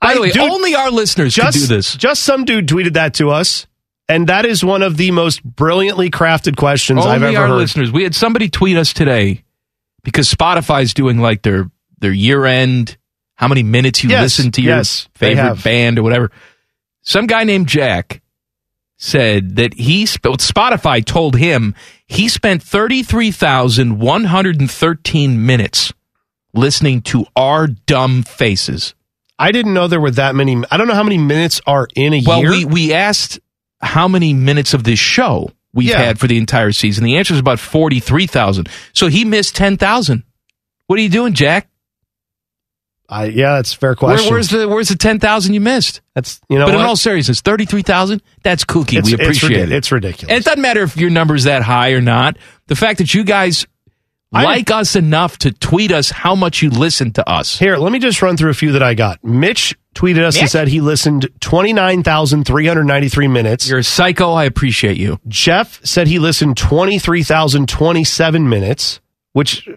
Speaker 3: By
Speaker 4: I-
Speaker 3: the way,
Speaker 4: dude,
Speaker 3: only our listeners can
Speaker 4: Just
Speaker 3: do this.
Speaker 4: Just some dude tweeted that to us, and that is one of the most brilliantly crafted questions
Speaker 3: Only
Speaker 4: I've ever
Speaker 3: our
Speaker 4: heard.
Speaker 3: listeners. We had somebody tweet us today because Spotify's doing like their their year end, how many minutes you
Speaker 4: Yes,
Speaker 3: listen to
Speaker 4: yes,
Speaker 3: your
Speaker 4: they
Speaker 3: favorite
Speaker 4: have.
Speaker 3: band or whatever. Some guy named Jack said that he sp- Spotify told him he spent thirty three thousand one hundred and thirteen minutes listening to our dumb faces.
Speaker 4: I didn't know there were that many. I don't know how many minutes are in a
Speaker 3: Well,
Speaker 4: year.
Speaker 3: we we asked how many minutes of this show we've
Speaker 4: Yeah.
Speaker 3: had for the entire season. The answer is about forty three thousand. So he missed ten thousand. What are you doing, Jack?
Speaker 4: I, yeah, that's a fair
Speaker 3: Where,
Speaker 4: question.
Speaker 3: where's the where's the ten thousand you missed?
Speaker 4: that's you know,
Speaker 3: but
Speaker 4: what?
Speaker 3: in all seriousness, thirty three thousand. That's kooky.
Speaker 4: it's,
Speaker 3: we
Speaker 4: it's
Speaker 3: appreciate
Speaker 4: ridi-
Speaker 3: it.
Speaker 4: It's ridiculous.
Speaker 3: And it doesn't matter if your number's that high or not. The fact that you guys
Speaker 4: I-
Speaker 3: like us enough to tweet us how much you listen to us.
Speaker 4: Here, let me just run through a few that I got. Mitch tweeted us and
Speaker 3: Mitch?
Speaker 4: said he listened twenty nine thousand three hundred ninety three minutes.
Speaker 3: You're a psycho. I appreciate you.
Speaker 4: Jeff said he listened 23,027 minutes, which,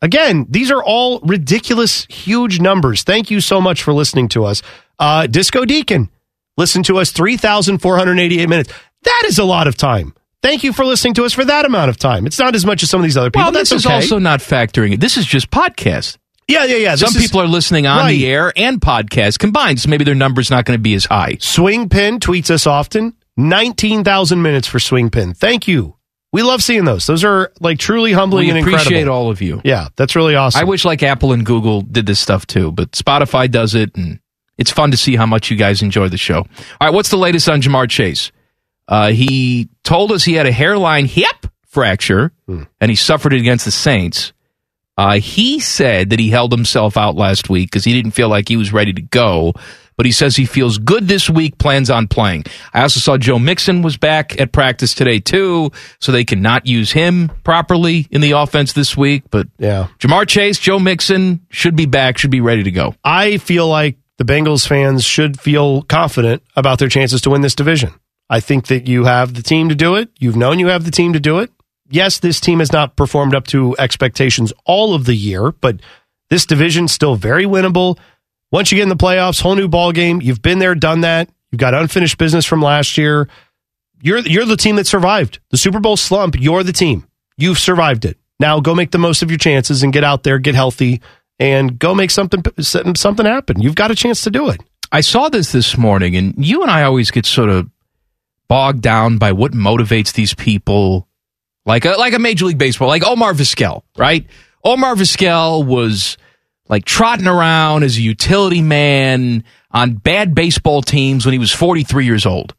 Speaker 4: again, these are all ridiculous, huge numbers. Thank you so much for listening to us. Uh, Disco Deacon listened to us 3,488 minutes. That is a lot of time. Thank you for listening to us for that amount of time. It's not as much as some of these other people.
Speaker 3: Well,
Speaker 4: That's
Speaker 3: this is
Speaker 4: okay.
Speaker 3: also not factoring it. This is just podcast.
Speaker 4: yeah, yeah, yeah.
Speaker 3: Some people are listening on
Speaker 4: Uh, Right.
Speaker 3: the air and podcast combined, so maybe their number's not going to be as high.
Speaker 4: Swing Pin tweets us often. 19,000 minutes for Swing Pin. Thank you. We love seeing those. Those are like truly humbling
Speaker 3: We
Speaker 4: and
Speaker 3: appreciate
Speaker 4: incredible.
Speaker 3: all of you.
Speaker 4: Yeah, that's really awesome.
Speaker 3: I wish like Apple and Google did this stuff too, but Spotify does it, and it's fun to see how much you guys enjoy the show. All right, what's the latest on Jamar Chase? Uh, he told us he had a hairline hip fracture, and he suffered it against the Saints. Uh, he said that he held himself out last week because he didn't feel like he was ready to go, but he says he feels good this week, plans on playing. I also saw Joe Mixon was back at practice today, too, so they cannot use him properly in the offense this week, but
Speaker 4: yeah.
Speaker 3: Jamar Chase, Joe Mixon should be back, should be ready to go.
Speaker 4: I feel like the Bengals fans should feel confident about their chances to win this division. I think that you have the team to do it. You've known you have the team to do it. Yes, this team has not performed up to expectations all of the year, but this division's still very winnable. Once you get in the playoffs, whole new ball game. You've been there, done that. You've got unfinished business from last year. You're you're the team that survived the Super Bowl slump. You're the team. You've survived it. Now go make the most of your chances and get out there, get healthy, and go make something something happen. You've got a chance to do it.
Speaker 3: I saw this this morning, and you and I always get sort of bogged down by what motivates these people, like a, like a Major League Baseball, like Omar Vizquel, right? Omar Vizquel was like trotting around as a utility man on bad baseball teams when he was 43 years old.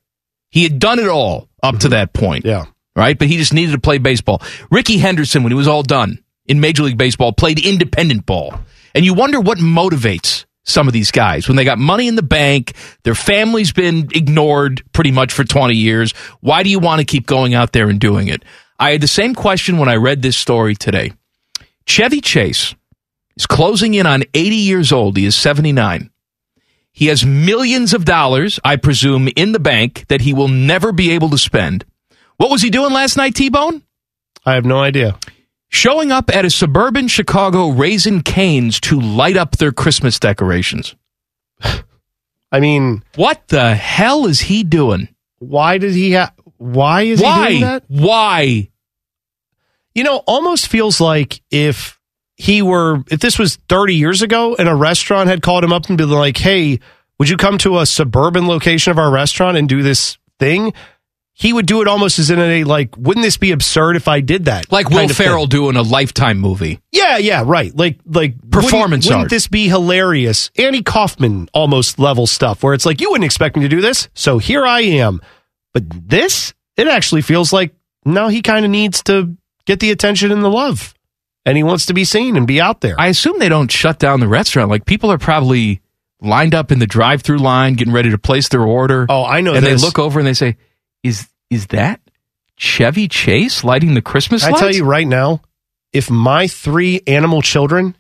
Speaker 3: He had done it all up to that point.
Speaker 4: Yeah.
Speaker 3: right? But he just needed to play baseball. Ricky Henderson, when he was all done in Major League Baseball, played independent ball. And you wonder what motivates some of these guys when they got money in the bank, their family's been ignored pretty much for 20 years. Why do you want to keep going out there and doing it? I had the same question when I read this story today. Chevy Chase is closing in on 80 years old. He is 79. He has millions of dollars, I presume, in the bank that he will never be able to spend. What was he doing last night, T Bone?
Speaker 4: I have no idea.
Speaker 3: showing up at a suburban Chicago Raisin Canes to light up their Christmas decorations.
Speaker 4: I mean,
Speaker 3: what the hell is he doing?
Speaker 4: Why did he have? Why is
Speaker 3: Why?
Speaker 4: he doing that?
Speaker 3: Why?
Speaker 4: You know, almost feels like if he were, if this was 30 years ago, and a restaurant had called him up and been like, "Hey, would you come to a suburban location of our restaurant and do this thing?" He would do it almost as in a like, "Wouldn't this be absurd if I did that?"
Speaker 3: Like Will
Speaker 4: kind of thing.
Speaker 3: Ferrell doing a Lifetime movie.
Speaker 4: Yeah, yeah, right. Like, like wouldn't-
Speaker 3: Performance
Speaker 4: Wouldn't,
Speaker 3: art.
Speaker 4: this be hilarious? Annie Kaufman almost level stuff, where it's like you wouldn't expect me to do this, so here I am. But this, it actually feels like no, he kind of needs to get the attention and the love, and he wants to be seen and be out there.
Speaker 3: I assume they don't shut down the restaurant. Like people are probably lined up in the drive-through line, getting ready to place their order.
Speaker 4: oh, I know.
Speaker 3: and
Speaker 4: this.
Speaker 3: they look over and they say, "Is is that Chevy Chase lighting the Christmas
Speaker 4: I
Speaker 3: lights?"
Speaker 4: tell you right now, if my three animal children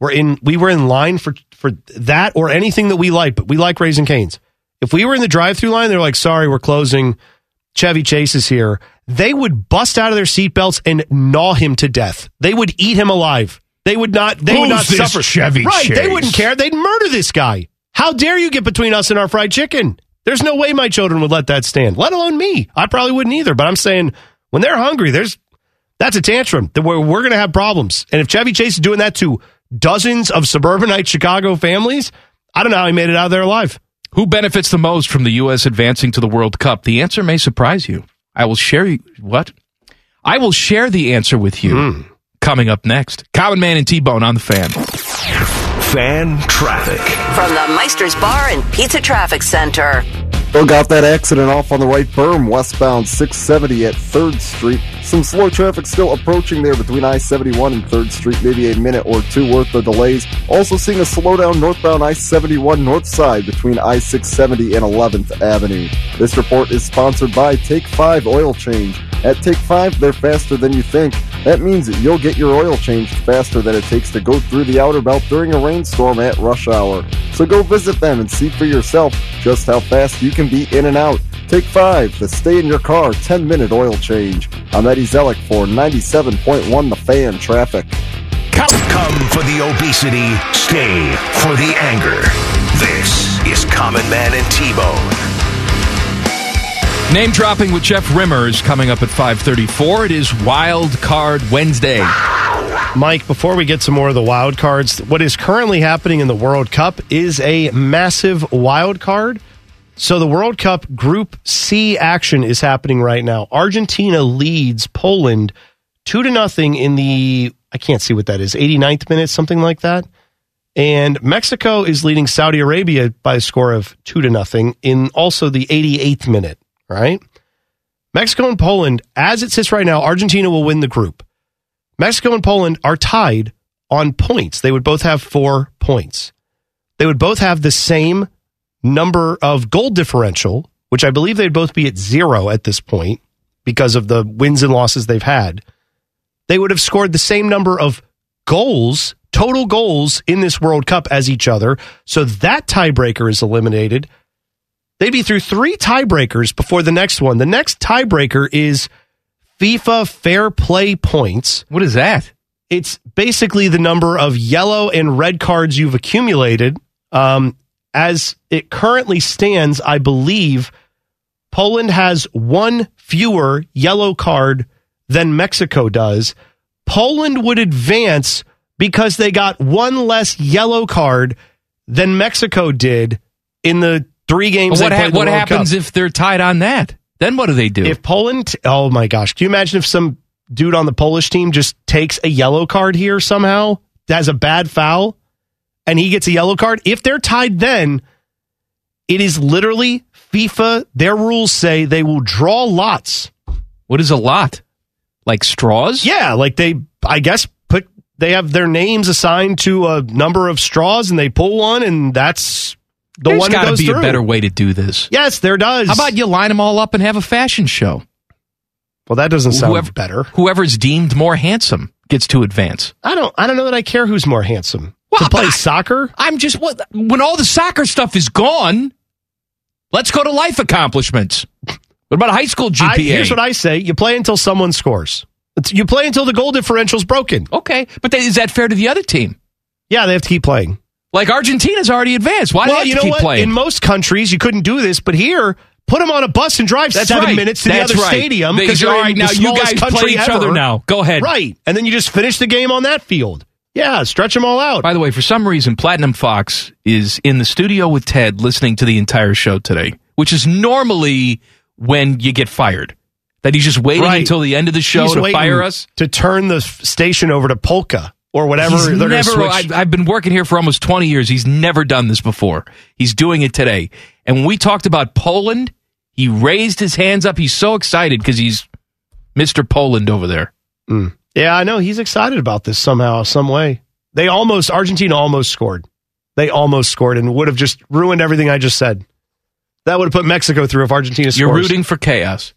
Speaker 4: were in, we were in line for for that or anything that we like, but we like raising canes. If we were in the drive-through line, they're like, "Sorry, we're closing. Chevy Chase is here." They would bust out of their seatbelts and gnaw him to death. They would eat him alive. They would not. They
Speaker 8: Who's
Speaker 4: would not
Speaker 8: this
Speaker 4: suffer.
Speaker 8: Chevy
Speaker 4: right? They
Speaker 8: Chase?
Speaker 4: wouldn't care. They'd murder this guy. How dare you get between us and our fried chicken? There's no way my children would let that stand. Let alone me. I probably wouldn't either. But I'm saying when they're hungry, there's that's a tantrum. That We're, we're going to have problems. And if Chevy Chase is doing that to dozens of suburbanite Chicago families, I don't know how he made it out of there alive.
Speaker 3: Who benefits the most from the U.S. advancing to the World Cup? The answer may surprise you. I will share you what? I will share the answer with you
Speaker 4: Hmm.
Speaker 3: coming up next. Common Man and T Bone on the fan.
Speaker 1: Fan traffic.
Speaker 5: From the Meister's Bar and Pizza Traffic Center.
Speaker 2: Still got that accident off on the right berm, westbound 670 at 3rd Street. Some slow traffic still approaching there between I 71 and 3rd Street, maybe a minute or two worth of delays. Also seeing a slowdown northbound I 71 north side between I 670 and 11th Avenue. This report is sponsored by Take 5 Oil Change. At Take 5, they're faster than you think. That means that you'll get your oil changed faster than it takes to go through the outer belt during a rainstorm at rush hour. So go visit them and see for yourself just how fast you can be in and out. Take 5, the stay in your car 10 minute oil change. I'm Eddie Zellick for 97.1 The Fan Traffic.
Speaker 1: Come, come for the obesity, stay for the anger. This is Common Man and T-Bone.
Speaker 3: Name dropping with Jeff Rimmer is coming up at 5:34. It is Wild Card Wednesday.
Speaker 4: Mike, before we get some more of the wild cards, what is currently happening in the World Cup is a massive wild card. So the World Cup Group C action is happening right now. Argentina leads Poland two to nothing in the I can't see what that is, 89th minute, something like that. And Mexico is leading Saudi Arabia by a score of two to nothing in also the 88th minute, right? Mexico and Poland, as it sits right now, Argentina will win the group. Mexico and Poland are tied on points. They would both have four points. They would both have the same number of goal differential, which I believe they'd both be at zero at this point because of the wins and losses they've had. They would have scored the same number of goals, total goals in this World Cup as each other. So that tiebreaker is eliminated. They'd be through three tiebreakers before the next one. The next tiebreaker is FIFA fair play points
Speaker 3: What is that?
Speaker 4: it's basically the number of yellow and red cards you've accumulated. Um, as it currently stands, I believe Poland has one fewer yellow card than Mexico does. Poland would advance because they got one less yellow card than Mexico did in the three games.
Speaker 3: what
Speaker 4: they
Speaker 3: ha-
Speaker 4: played in the
Speaker 3: what
Speaker 4: World
Speaker 3: happens
Speaker 4: Cup.
Speaker 3: if they're tied on that? Then what do they do?
Speaker 4: If Poland, oh my gosh, can you imagine if some dude on the Polish team just takes a yellow card here somehow, has a bad foul, and he gets a yellow card? If they're tied, then it is literally FIFA. Their rules say they will draw lots.
Speaker 3: what is a lot? Like straws?
Speaker 4: Yeah, like they, I guess, put they have their names assigned to a number of straws, and they pull one, and that's the
Speaker 3: There's
Speaker 4: one that
Speaker 3: got to
Speaker 4: goes
Speaker 3: be
Speaker 4: through.
Speaker 3: a better way to do this.
Speaker 4: Yes, there does.
Speaker 3: How about you line them all up and have a fashion show?
Speaker 4: Well, that doesn't sound
Speaker 3: Whoever-
Speaker 4: better.
Speaker 3: Whoever's deemed more handsome gets to advance.
Speaker 4: I don't. I don't know that I care who's more handsome. to
Speaker 3: Well,
Speaker 4: play
Speaker 3: I-
Speaker 4: soccer.
Speaker 3: I'm just what when all the soccer stuff is gone, let's go to life accomplishments. What about high school GPA?
Speaker 4: I, here's what I say: you play until someone scores. It's- You play until the goal differential's broken.
Speaker 3: Okay, but then, is that fair to the other team?
Speaker 4: Yeah, they have to keep playing.
Speaker 3: Like Argentina's already advanced. Why do they
Speaker 4: well,
Speaker 3: have
Speaker 4: you
Speaker 3: to
Speaker 4: know
Speaker 3: keep
Speaker 4: what?
Speaker 3: playing?
Speaker 4: In most countries, you couldn't do this, but here, put them on a bus and drive
Speaker 3: That's
Speaker 4: seven
Speaker 3: right.
Speaker 4: minutes to
Speaker 3: That's
Speaker 4: the other
Speaker 3: right.
Speaker 4: stadium
Speaker 3: They
Speaker 4: because
Speaker 3: go,
Speaker 4: you're
Speaker 3: "All right,
Speaker 4: in
Speaker 3: now
Speaker 4: the
Speaker 3: you
Speaker 4: smallest
Speaker 3: guys play
Speaker 4: country
Speaker 3: each
Speaker 4: ever."
Speaker 3: other now. Go ahead.
Speaker 4: right? And then you just finish the game on that field. Yeah, stretch them all out.
Speaker 3: By the way, for some reason, Platinum Fox is in the studio with Ted listening to the entire show today, which is normally when you get fired. That he's just waiting
Speaker 4: Right.
Speaker 3: until the end of the show
Speaker 4: He's
Speaker 3: to
Speaker 4: waiting
Speaker 3: fire us.
Speaker 4: to turn the f- station over to Polka or whatever
Speaker 3: He's
Speaker 4: they're going to
Speaker 3: never,
Speaker 4: switch.
Speaker 3: I've, I've been working here for almost 20 years. He's never done this before. He's doing it today. And when we talked about Poland, he raised his hands up. He's so excited because he's Mr. Poland over there.
Speaker 4: Yeah, I know. He's excited about this somehow, some way. They almost, Argentina almost scored. They almost scored and would have just ruined everything I just said. That would have put Mexico through if Argentina scores.
Speaker 3: You're rooting for chaos.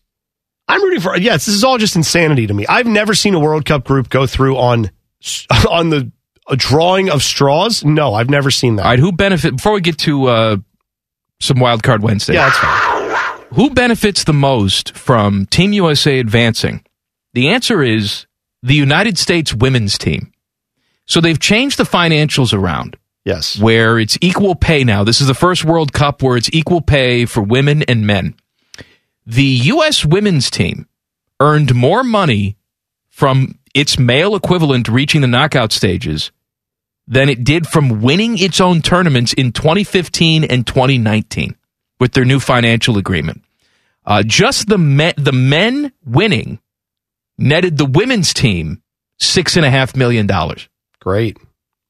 Speaker 4: I'm rooting for. Yes, this is all just insanity to me. I've never seen a World Cup group go through on <laughs> on the a drawing of straws. No, I've never seen that.
Speaker 3: All right, who benefit before we get to uh, some wild card Wednesday?
Speaker 4: yeah, that's fine.
Speaker 3: Who benefits the most from Team USA advancing? The answer is the United States women's team. So they've changed the financials around
Speaker 4: Yes,
Speaker 3: where it's equal pay now. This is the first World Cup where it's equal pay for women and men. The U.S. women's team earned more money from its male equivalent reaching the knockout stages than it did from winning its own tournaments in 2015 and 2019 with their new financial agreement. Uh, just the men, the men winning netted the women's team six and a half million dollars.
Speaker 4: great.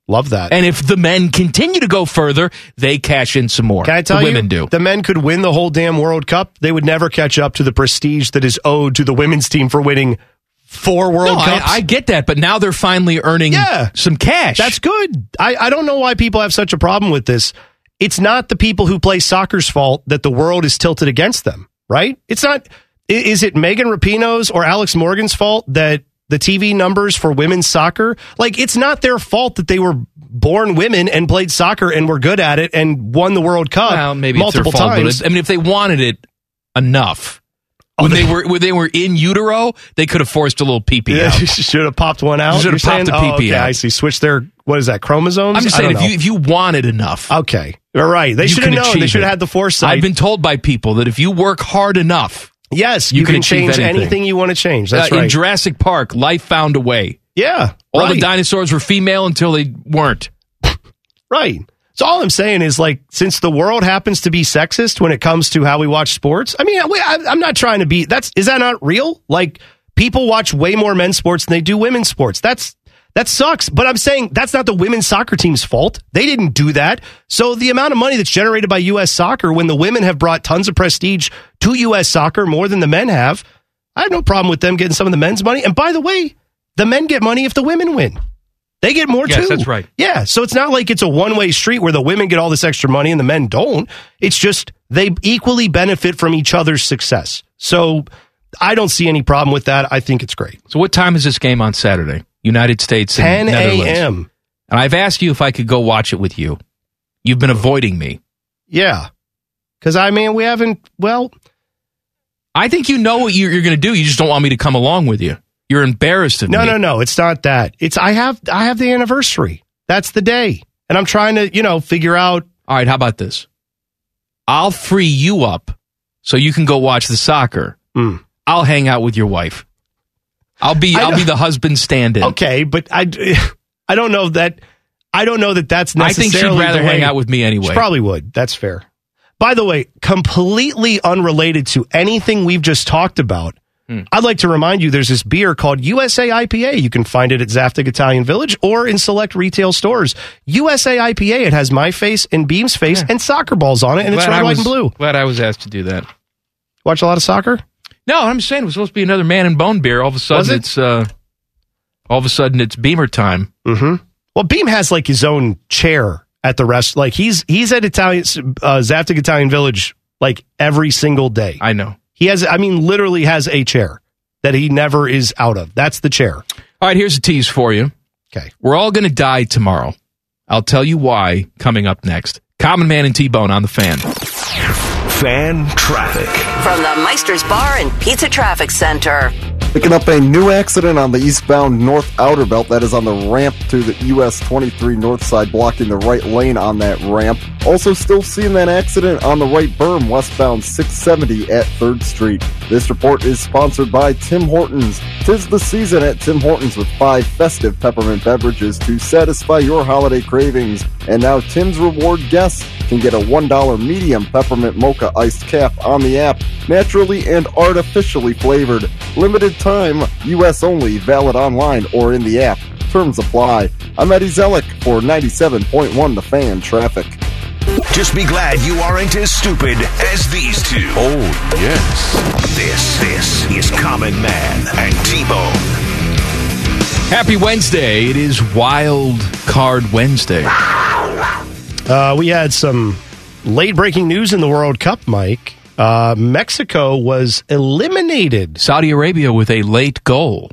Speaker 4: Love that.
Speaker 3: And if the men continue to go further, they cash in some more.
Speaker 4: Can I tell
Speaker 3: the
Speaker 4: you,
Speaker 3: women do.
Speaker 4: the men could win the whole damn World Cup. They would never catch up to the prestige that is owed to the women's team for winning four World
Speaker 3: no, I,
Speaker 4: Cups.
Speaker 3: I get that, but now they're finally earning
Speaker 4: Yeah.
Speaker 3: some cash.
Speaker 4: That's good. I, I don't know why people have such a problem with this. It's not the people who play soccer's fault that the world is tilted against them, right? It's not. i- Is it Megan Rapinoe's or Alex Morgan's fault that the TV numbers for women's soccer, like, it's not their fault that they were born women and played soccer and were good at it and won the World Cup
Speaker 3: well, maybe
Speaker 4: multiple
Speaker 3: it's their fault, but
Speaker 4: times.
Speaker 3: it-
Speaker 4: Oh,
Speaker 3: I mean, if they wanted it enough, when they, were when they were in utero, they could have forced a little pee pee
Speaker 4: Yeah,
Speaker 3: E out.
Speaker 4: <laughs> should have popped one out.
Speaker 3: Should have
Speaker 4: You're
Speaker 3: popped
Speaker 4: saying?
Speaker 3: a
Speaker 4: Oh,
Speaker 3: PP
Speaker 4: okay,
Speaker 3: E out.
Speaker 4: I see. Switch their what is that chromosomes?
Speaker 3: I'm just
Speaker 4: I
Speaker 3: saying,
Speaker 4: don't
Speaker 3: if you if you wanted enough,
Speaker 4: know. okay, all right. They
Speaker 3: You
Speaker 4: should have
Speaker 3: can
Speaker 4: known. They
Speaker 3: achieve
Speaker 4: should
Speaker 3: it.
Speaker 4: have had the foresight.
Speaker 3: I've been told by people that if you work hard enough,
Speaker 4: Yes,
Speaker 3: You
Speaker 4: you,
Speaker 3: can
Speaker 4: can,
Speaker 3: achieve
Speaker 4: change
Speaker 3: anything.
Speaker 4: anything. you want to change. That's
Speaker 3: uh, in
Speaker 4: right.
Speaker 3: Jurassic Park, life found a way.
Speaker 4: yeah,
Speaker 3: All
Speaker 4: right.
Speaker 3: the dinosaurs were female until they weren't.
Speaker 4: right. So all I'm saying is, like, since the world happens to be sexist when it comes to how we watch sports, I mean, I, I, I'm not trying to be. That's is that not real? Like, people watch way more men's sports than they do women's sports. That's that sucks. But I'm saying that's not the women's soccer team's fault. They didn't do that. So the amount of money that's generated by U.S. soccer, when the women have brought tons of prestige to U.S. soccer more than the men have, I have no problem with them getting some of the men's money. And by the way, the men get money if the women win. They get more
Speaker 3: Yes,
Speaker 4: too.
Speaker 3: that's right.
Speaker 4: Yeah. So it's not like it's a one way street where the women get all this extra money and the men don't. It's just they equally benefit from each other's success. So I don't see any problem with that. I think it's great.
Speaker 3: So, what time is this game on Saturday? United States and
Speaker 4: 10
Speaker 3: Netherlands.
Speaker 4: a.m.
Speaker 3: And I've asked you if I could go watch it with you. You've been avoiding me.
Speaker 4: Yeah. Because I mean, we haven't, well,
Speaker 3: I think you know what you're, you're going to do. You just don't want me to come along with you. You're embarrassed of
Speaker 4: no,
Speaker 3: me.
Speaker 4: no, no. It's not that. It's, I have, I have the anniversary. That's the day. And I'm trying to, you know, figure out
Speaker 3: All right, how about this? I'll free you up so you can go watch the soccer.
Speaker 4: Mm.
Speaker 3: I'll hang out with your wife. I'll be
Speaker 4: I
Speaker 3: I'll
Speaker 4: don't-
Speaker 3: be the husband stand-in.
Speaker 4: Okay, but I, <laughs> I don't know that. I don't know that that's
Speaker 3: I think
Speaker 4: necessarily.
Speaker 3: she'd rather
Speaker 4: the way-
Speaker 3: hang out with me anyway.
Speaker 4: She probably would. That's fair. By the way, completely unrelated to anything we've just talked about.
Speaker 3: Hmm.
Speaker 4: I'd like to remind you there's this beer called USA IPA. You can find it at Zaftig Italian Village or in select retail stores. USA IPA, it has my face and Beam's face and soccer balls on it, and it's
Speaker 3: Hmm. Glad
Speaker 4: red,
Speaker 3: I
Speaker 4: white,
Speaker 3: was-
Speaker 4: and blue.
Speaker 3: Glad I was asked to do that.
Speaker 4: Watch a lot of soccer?
Speaker 3: No, I'm saying it was supposed to be another man and bone beer. All of a
Speaker 4: Was
Speaker 3: sudden,
Speaker 4: it?
Speaker 3: it's uh, all of a sudden it's Beamer time.
Speaker 4: Well, Beam has like his own chair at the rest. Like he's he's at Italian uh, Zaptic Italian Village like every single day.
Speaker 3: I know.
Speaker 4: He has, I mean, literally has a chair that he never is out of. That's the chair.
Speaker 3: All right, here's a tease for you.
Speaker 4: Okay.
Speaker 3: We're all going to die tomorrow. I'll tell you why coming up next. Common Man and T Bone on the fan.
Speaker 1: Fan traffic.
Speaker 5: From the Meister's Bar and Pizza Traffic Center.
Speaker 2: Picking up a new accident on the eastbound north outer belt that is on the ramp to the US 23 north side, blocking the right lane on that ramp. Also, still seeing that accident on the right berm westbound 670 at 3rd Street. This report is sponsored by Tim Hortons. Tis the season at Tim Hortons with five festive peppermint beverages to satisfy your holiday cravings. And now, Tim's reward guests can get a $1 medium peppermint mocha iced cap on the app, naturally and artificially flavored. Limited time, U.S. only, valid online or in the app. Terms apply. I'm Eddie Zellick for 97.1 The Fan Traffic.
Speaker 1: Just be glad you aren't as stupid as these two. Oh, yes. This, this is Common Man and T-Bone.
Speaker 3: Happy Wednesday. It is Wild Card Wednesday.
Speaker 4: Uh, we had some late breaking news in the World Cup, Mike. Uh, Mexico was eliminated.
Speaker 3: Saudi Arabia with a late goal.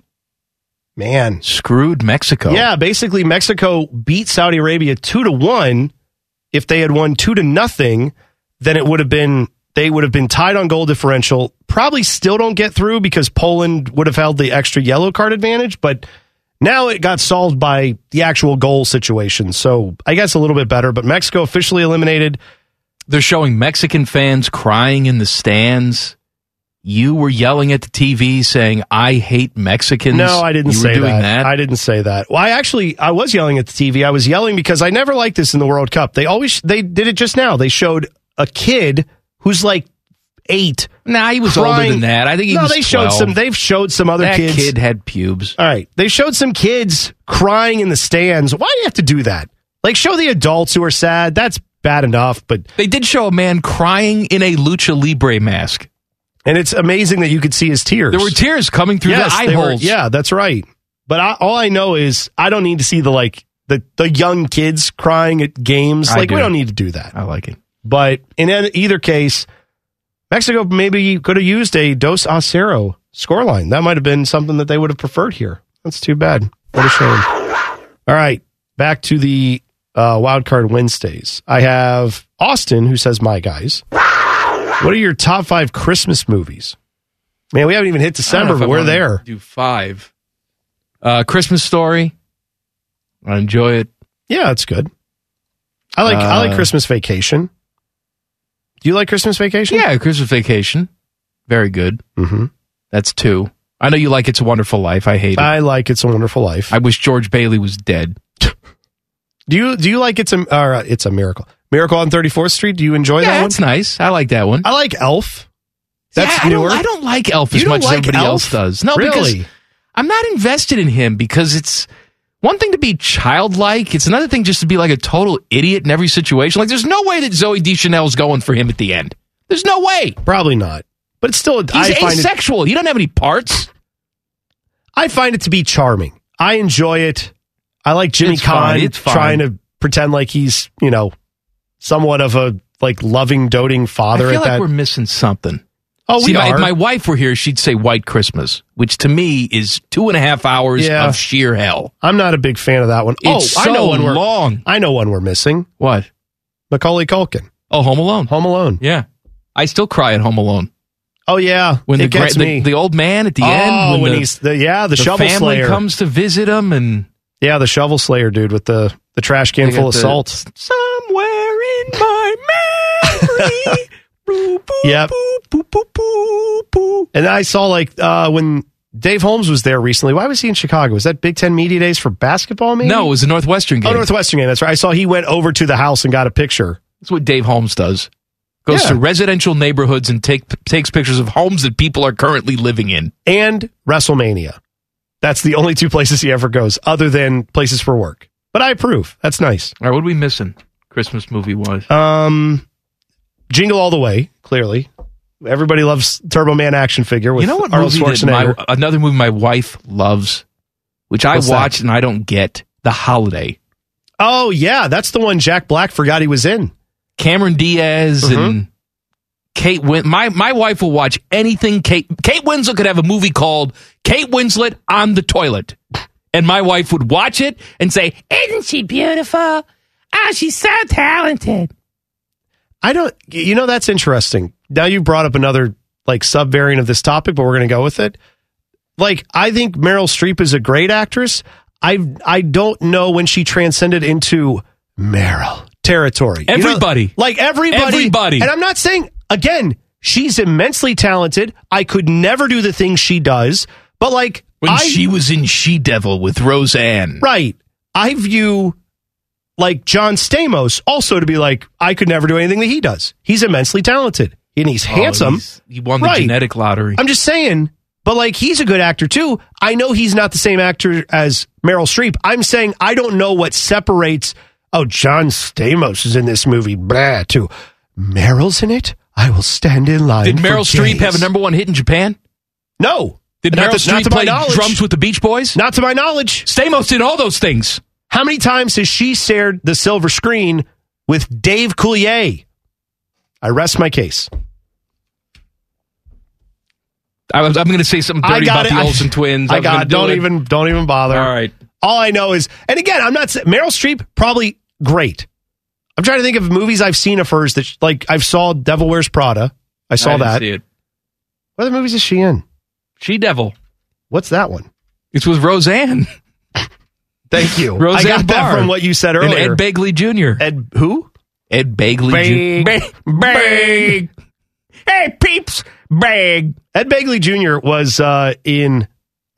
Speaker 4: Man.
Speaker 3: Screwed Mexico.
Speaker 4: Yeah, basically Mexico beat Saudi Arabia two to one. If they had won two to nothing, then it would have been they would have been tied on goal differential. Probably still don't get through because Poland would have held the extra yellow card advantage, but now it got solved by the actual goal situation. So I guess a little bit better, but Mexico officially eliminated.
Speaker 3: They're showing Mexican fans crying in the stands. You were yelling at the TV saying, I hate Mexicans.
Speaker 4: No, I didn't
Speaker 3: you
Speaker 4: say
Speaker 3: were doing that.
Speaker 4: I didn't say that. Well, I actually I was yelling at the TV. I was yelling because I never liked this in the World Cup. They always they did it just now. They showed a kid who's like eight.
Speaker 3: Nah, he was older than that. I think he
Speaker 4: no.
Speaker 3: was
Speaker 4: they showed
Speaker 3: 12.
Speaker 4: some. They've showed some other
Speaker 3: that
Speaker 4: kids.
Speaker 3: kid had pubes.
Speaker 4: All right, they showed some kids crying in the stands. Why do you have to do that? Like show the adults who are sad. That's bad enough, but
Speaker 3: They did show a man crying in a lucha libre mask.
Speaker 4: and it's amazing that you could see his tears.
Speaker 3: There were tears coming through
Speaker 4: Yes,
Speaker 3: the eye
Speaker 4: they were-
Speaker 3: holes.
Speaker 4: yeah, that's right. But I, all I know is I don't need to see the like the the young kids crying at games.
Speaker 3: I
Speaker 4: like we
Speaker 3: do.
Speaker 4: don't need to do that.
Speaker 3: I like it.
Speaker 4: But in an- either case, Mexico maybe could have used a dos a cero scoreline. That might have been something that they would have preferred here. That's too bad. What a shame. All right, back to the uh, wild card Wednesdays. I have Austin who says, "My guys, what are your top five Christmas movies?" Man, we haven't even hit
Speaker 3: I don't know
Speaker 4: December,
Speaker 3: if I
Speaker 4: but we're
Speaker 3: wanna
Speaker 4: there.
Speaker 3: Do five. Uh, Christmas Story. I enjoy it.
Speaker 4: Yeah, it's good. I like I like
Speaker 3: Uh,
Speaker 4: Christmas Vacation. Do you like Christmas Vacation?
Speaker 3: Yeah, Christmas Vacation. Very good.
Speaker 4: Mhm.
Speaker 3: That's two. I know you like It's a Wonderful Life. I hate it.
Speaker 4: I like It's a Wonderful Life.
Speaker 3: I wish George Bailey was dead.
Speaker 4: do you do you like It's a or, uh, It's a Miracle Miracle on Thirty Fourth Street? Do you enjoy
Speaker 3: yeah,
Speaker 4: that one?
Speaker 3: that's nice. I like that one. Uh,
Speaker 4: I like Elf. That's
Speaker 3: yeah, I
Speaker 4: newer.
Speaker 3: don't, I don't like Elf
Speaker 4: You
Speaker 3: as
Speaker 4: don't
Speaker 3: much
Speaker 4: like
Speaker 3: as everybody
Speaker 4: Elf?
Speaker 3: else does. No,
Speaker 4: Really?
Speaker 3: because I'm not invested in him because it's one thing to be childlike. It's another thing just to be like a total idiot in every situation. Like, there's no way that Zoe Deschanel's going for him at the end. There's no way.
Speaker 4: Probably not. But it's still, I
Speaker 3: He's
Speaker 4: find it,
Speaker 3: asexual. he doesn't have any parts.
Speaker 4: I find it to be charming. I enjoy it. I like Jimmy
Speaker 3: It's
Speaker 4: Kahn
Speaker 3: fine, it's fine.
Speaker 4: trying to pretend like he's you know somewhat of a like loving, doting
Speaker 3: I
Speaker 4: father
Speaker 3: feel
Speaker 4: at
Speaker 3: like
Speaker 4: that.
Speaker 3: we're missing something.
Speaker 4: oh, we
Speaker 3: See, my-
Speaker 4: are.
Speaker 3: if my wife were here, she'd say White Christmas, which to me is two and a half hours
Speaker 4: Yeah.
Speaker 3: of sheer hell.
Speaker 4: I'm not a big fan of that one.
Speaker 3: It's
Speaker 4: oh, I know
Speaker 3: so
Speaker 4: one we're
Speaker 3: long.
Speaker 4: I know one we're missing.
Speaker 3: What?
Speaker 4: Macaulay Culkin,
Speaker 3: Oh, Home Alone.
Speaker 4: Home Alone.
Speaker 3: Yeah. I still cry at Home Alone.
Speaker 4: Oh yeah,
Speaker 3: When
Speaker 4: it
Speaker 3: the, gra-
Speaker 4: gets
Speaker 3: the,
Speaker 4: me.
Speaker 3: the old man at the
Speaker 4: oh,
Speaker 3: end,
Speaker 4: when,
Speaker 3: the,
Speaker 4: he's the yeah the,
Speaker 3: the
Speaker 4: shovel
Speaker 3: family
Speaker 4: slayer.
Speaker 3: comes to visit him and
Speaker 4: yeah, the shovel slayer dude with the the trash
Speaker 3: they
Speaker 4: can
Speaker 3: got
Speaker 4: full of
Speaker 3: the-
Speaker 4: salt.
Speaker 3: Somewhere in my
Speaker 4: <laughs>
Speaker 3: memory. boo, boo,
Speaker 4: Yep.
Speaker 3: boo, boo, boo, boo, boo.
Speaker 4: And I saw like uh, when Dave Holmes was there recently. Why was he in Chicago? Was that Big Ten Media Days for basketball? Maybe
Speaker 3: No, it was a Northwestern game.
Speaker 4: Oh, Northwestern game. That's right. I saw he went over to the house and got a picture.
Speaker 3: That's what Dave Holmes does. Goes
Speaker 4: Yeah.
Speaker 3: to residential neighborhoods and take takes pictures of homes that people are currently living in.
Speaker 4: and WrestleMania. That's the only two places he ever goes, other than places for work. But I approve. That's nice.
Speaker 3: All right, what are we missing? Christmas movie wise.
Speaker 4: Um, Jingle All the Way, clearly. Everybody loves Turbo Man action figure with
Speaker 3: you know what
Speaker 4: Arnold
Speaker 3: movie that
Speaker 4: Schwarzenegger.
Speaker 3: my- another movie my wife loves, which I
Speaker 4: What's that?
Speaker 3: watched and I don't get. The Holiday.
Speaker 4: oh yeah, that's the one Jack Black forgot he was in.
Speaker 3: Cameron Diaz and Kate Win. My my wife will watch anything. Kate Kate Winslet could have a movie called Kate Winslet on the toilet, and my wife would watch it and say,
Speaker 7: Isn't she beautiful?
Speaker 3: Ah,
Speaker 7: Oh, she's so talented.
Speaker 4: I don't. You know that's interesting. Now you brought up another like sub variant of this topic, but we're going to go with it. Like I think Meryl Streep is a great actress. I I don't know when she transcended into Meryl territory. You know,
Speaker 3: Everybody.
Speaker 4: like everybody,
Speaker 3: Everybody.
Speaker 4: And I'm not saying again she's immensely talented. I could never do the things she does, but like
Speaker 3: When
Speaker 4: I,
Speaker 3: she was in She Devil with Roseanne.
Speaker 4: right, I view like John Stamos also to be like I could never do anything that he does. He's immensely talented and he's
Speaker 3: Oh,
Speaker 4: handsome.
Speaker 3: he's- He won the
Speaker 4: Right.
Speaker 3: genetic lottery.
Speaker 4: I'm just saying, but like he's a good actor too. I know he's not the same actor as Meryl Streep. I'm saying I don't know what separates. Oh, John Stamos is in this movie. Blah. Too. Meryl's in it. I will stand in line.
Speaker 3: Did
Speaker 4: for
Speaker 3: Meryl Streep
Speaker 4: days.
Speaker 3: have a number one hit in Japan?
Speaker 4: No.
Speaker 3: Did
Speaker 4: Not
Speaker 3: Meryl
Speaker 4: to- not
Speaker 3: Streep
Speaker 4: to my
Speaker 3: play
Speaker 4: knowledge.
Speaker 3: drums with the Beach Boys?
Speaker 4: Not to my knowledge.
Speaker 3: Stamos did all those things.
Speaker 4: How many times has she shared the silver screen with Dave Coulier? I rest my case.
Speaker 3: I was, I'm going to say something dirty
Speaker 4: I
Speaker 3: about
Speaker 4: got it.
Speaker 3: the
Speaker 4: <laughs> I-
Speaker 3: Olsen twins.
Speaker 4: I
Speaker 3: was
Speaker 4: got.
Speaker 3: gonna
Speaker 4: it.
Speaker 3: do
Speaker 4: Don't
Speaker 3: it.
Speaker 4: even. Don't even bother.
Speaker 3: All right.
Speaker 4: All I know is, and again, I'm not saying- Meryl Streep probably great. I'm trying to think of movies I've seen of hers that like I've saw Devil Wears Prada. I saw
Speaker 3: I didn't
Speaker 4: that.
Speaker 3: see it.
Speaker 4: What other movies is she in?
Speaker 3: She Devil.
Speaker 4: What's that one?
Speaker 3: It's with Roseanne. <laughs>
Speaker 4: Thank you.
Speaker 3: Roseanne
Speaker 4: I got
Speaker 3: Barr.
Speaker 4: that from what you said
Speaker 3: And
Speaker 4: earlier.
Speaker 3: Ed Begley Jr.
Speaker 4: Ed who?
Speaker 3: Ed Begley Jr.
Speaker 7: Big. Hey, peeps. Big.
Speaker 4: Ed Begley Jr. was uh, in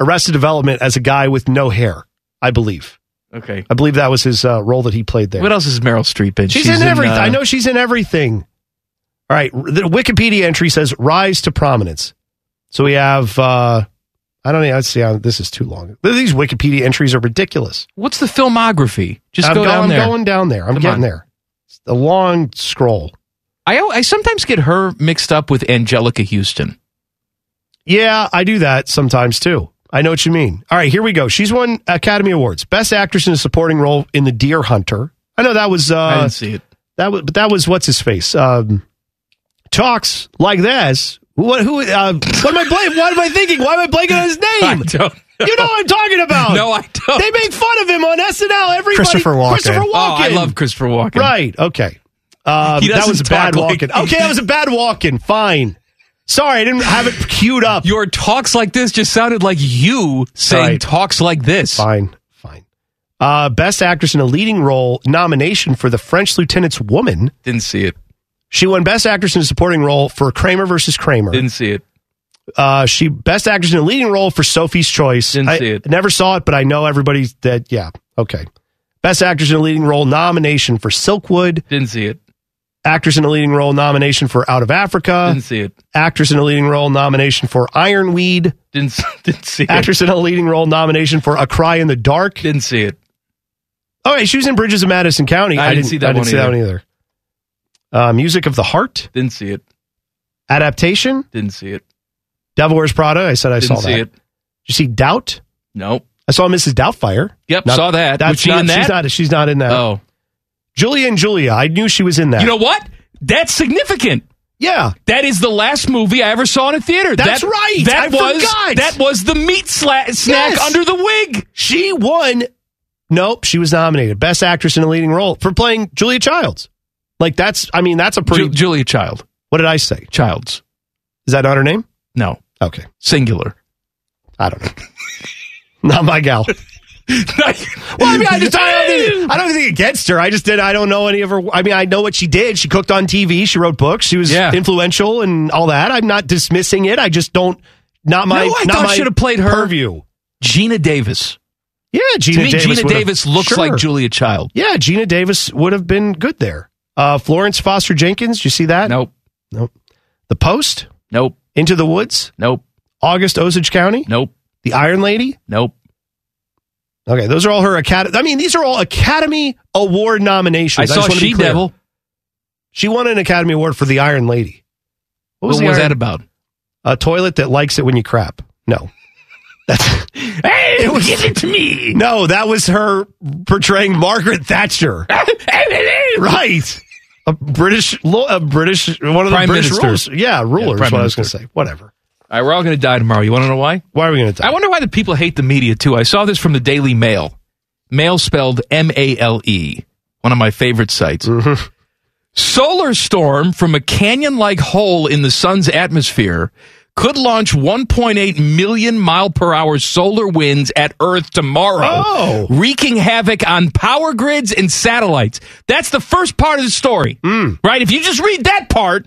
Speaker 4: Arrested Development as a guy with no hair. I believe.
Speaker 3: Okay.
Speaker 4: I believe that was his uh, role that he played there.
Speaker 3: What else is Meryl Streep in?
Speaker 4: She's, in, everything.
Speaker 3: uh,
Speaker 4: I know she's in everything. All right. The Wikipedia entry says rise to prominence. So we have, uh, I don't know. Let's see. uh, This is too long. These Wikipedia entries are ridiculous.
Speaker 3: What's the filmography? Just
Speaker 4: I'm,
Speaker 3: go
Speaker 4: go-
Speaker 3: down
Speaker 4: I'm
Speaker 3: there.
Speaker 4: going down there. I'm
Speaker 3: Come
Speaker 4: getting
Speaker 3: on.
Speaker 4: there. It's a long scroll.
Speaker 3: I I sometimes get her mixed up with Angelica Houston.
Speaker 4: Yeah, I do that sometimes too. I know what you mean. All right, here we go. She's won Academy Awards, Best Actress in a Supporting Role in The Deer Hunter. I know that was
Speaker 3: I
Speaker 4: uh,
Speaker 3: didn't see it.
Speaker 4: That was, but that was what's his face. Um, talks like this. What? Who? Uh, what am I blaming? What am I thinking? Why am I blanking on his
Speaker 3: <laughs> I
Speaker 4: name?
Speaker 3: don't. Know.
Speaker 4: You know what I'm talking about.
Speaker 3: No, I don't.
Speaker 4: They make fun of him on SNL. Everybody.
Speaker 2: Christopher Walken.
Speaker 4: Christopher Walken.
Speaker 3: Oh, I love Christopher Walken.
Speaker 4: Right. Okay. Um,
Speaker 3: He
Speaker 4: that
Speaker 3: doesn't
Speaker 4: was a bad
Speaker 3: talk like-
Speaker 4: walking. okay, that was a bad walking. Fine. Sorry, I didn't have it queued up.
Speaker 3: Your talks like this just sounded like you saying
Speaker 4: Right.
Speaker 3: talks like this.
Speaker 4: Fine, fine. Uh, best actress in a leading role nomination for the French Lieutenant's Woman.
Speaker 3: Didn't see it.
Speaker 4: She won Best Actress in a Supporting Role for Kramer versus Kramer.
Speaker 3: Didn't see it.
Speaker 4: Uh, she Best Actress in a Leading Role for Sophie's Choice.
Speaker 3: Didn't
Speaker 4: I
Speaker 3: see it.
Speaker 4: Never saw it, but I know everybody's that. Yeah, okay. Best Actress in a Leading Role nomination for Silkwood.
Speaker 3: Didn't see it.
Speaker 4: Actress in a Leading Role nomination for Out of Africa.
Speaker 3: Didn't see it.
Speaker 4: Actress in a Leading Role nomination for Ironweed.
Speaker 3: Didn't see, <laughs> didn't see it.
Speaker 4: Actress in a Leading Role nomination for A Cry in the Dark.
Speaker 3: Didn't see it.
Speaker 4: Oh, right, she was in Bridges of Madison County.
Speaker 3: I didn't see that
Speaker 4: I didn't
Speaker 3: one
Speaker 4: see that one either. Uh, Music of the Heart
Speaker 3: Didn't see it.
Speaker 4: adaptation.
Speaker 3: Didn't see it.
Speaker 4: Devil Wears Prada. I said I
Speaker 3: Didn't
Speaker 4: saw
Speaker 3: see
Speaker 4: that.
Speaker 3: it.
Speaker 4: Did you see Doubt?
Speaker 3: No.
Speaker 4: I saw Mrs. Doubtfire.
Speaker 3: Yep.
Speaker 4: Not-
Speaker 3: saw that.
Speaker 4: That's
Speaker 3: Was she
Speaker 4: not,
Speaker 3: in that?
Speaker 4: She's not. She's not in that.
Speaker 3: oh.
Speaker 4: Julia and Julia. I knew she was in that.
Speaker 3: You know what? That's significant.
Speaker 4: yeah.
Speaker 3: That is the last movie I ever saw in a theater.
Speaker 4: That's
Speaker 3: That-
Speaker 4: right.
Speaker 3: That
Speaker 4: I
Speaker 3: was
Speaker 4: forgot.
Speaker 3: that was the meat sla- snack
Speaker 4: Yes.
Speaker 3: under the wig.
Speaker 4: She won. Nope. She was nominated best actress in a leading role for playing Julia Childs. Like that's. I mean, that's a pretty.
Speaker 3: Ju- Julia Child.
Speaker 4: what did I say?
Speaker 3: Childs.
Speaker 4: Is that not her name?
Speaker 3: No.
Speaker 4: Okay.
Speaker 3: <laughs> Singular.
Speaker 4: I don't know. <laughs> not my gal.
Speaker 3: well,
Speaker 4: Well, I mean, I just I don't, think, I don't think against her. I just did. I don't know any of her. I mean, I know what she did. She cooked on TV. She wrote books. She was
Speaker 3: Yeah.
Speaker 4: influential and all that. I'm not dismissing it. I just don't. Not my.
Speaker 3: You know who I
Speaker 4: not
Speaker 3: thought
Speaker 4: my
Speaker 3: should have played her?
Speaker 4: Purview.
Speaker 3: Gina Davis.
Speaker 4: Yeah, Gina
Speaker 3: to me,
Speaker 4: Davis.
Speaker 3: Gina
Speaker 4: would have-
Speaker 3: Davis looks
Speaker 4: Sure.
Speaker 3: like Julia Child.
Speaker 4: Yeah, Gina Davis would have been good there. Uh, Florence Foster Jenkins. You see that?
Speaker 3: Nope.
Speaker 4: The Post.
Speaker 3: Nope.
Speaker 4: Into the Woods.
Speaker 3: Nope.
Speaker 4: August Osage County.
Speaker 3: Nope.
Speaker 4: The Iron Lady.
Speaker 3: Nope.
Speaker 4: Okay, those are all her academy. I mean, these are all Academy Award nominations.
Speaker 3: I
Speaker 4: just
Speaker 3: saw
Speaker 4: want to be
Speaker 3: She
Speaker 4: clear.
Speaker 3: Devil.
Speaker 4: She won an Academy Award for The Iron Lady.
Speaker 3: What was,
Speaker 4: the
Speaker 3: that <laughs>
Speaker 4: Iron-
Speaker 3: about?
Speaker 4: A toilet that likes it when you crap. No.
Speaker 3: <laughs>
Speaker 4: That's,
Speaker 7: Hey, give it to me.
Speaker 4: no, that was her portraying Margaret
Speaker 3: <laughs>
Speaker 4: Thatcher. right. A British, lo- a British, one of the
Speaker 3: Prime
Speaker 4: British
Speaker 3: Minister.
Speaker 4: rulers. Yeah,
Speaker 3: Yeah,
Speaker 4: rulers.
Speaker 3: Prime
Speaker 4: what I was going to
Speaker 3: Minister.
Speaker 4: say. Whatever.
Speaker 3: All right, we're all going to die tomorrow. You want to know why?
Speaker 4: Why are we going to
Speaker 3: I
Speaker 4: talk?
Speaker 3: wonder why the people hate the media too. I saw this from the Daily Mail. Mail spelled M A L E, one of my favorite sites. Solar storm from a canyon like hole in the sun's atmosphere could launch 1.8 million mile per hour solar winds at Earth tomorrow,
Speaker 4: Oh.
Speaker 3: wreaking havoc on power grids and satellites. That's the first part of the story, right? If you just read that part,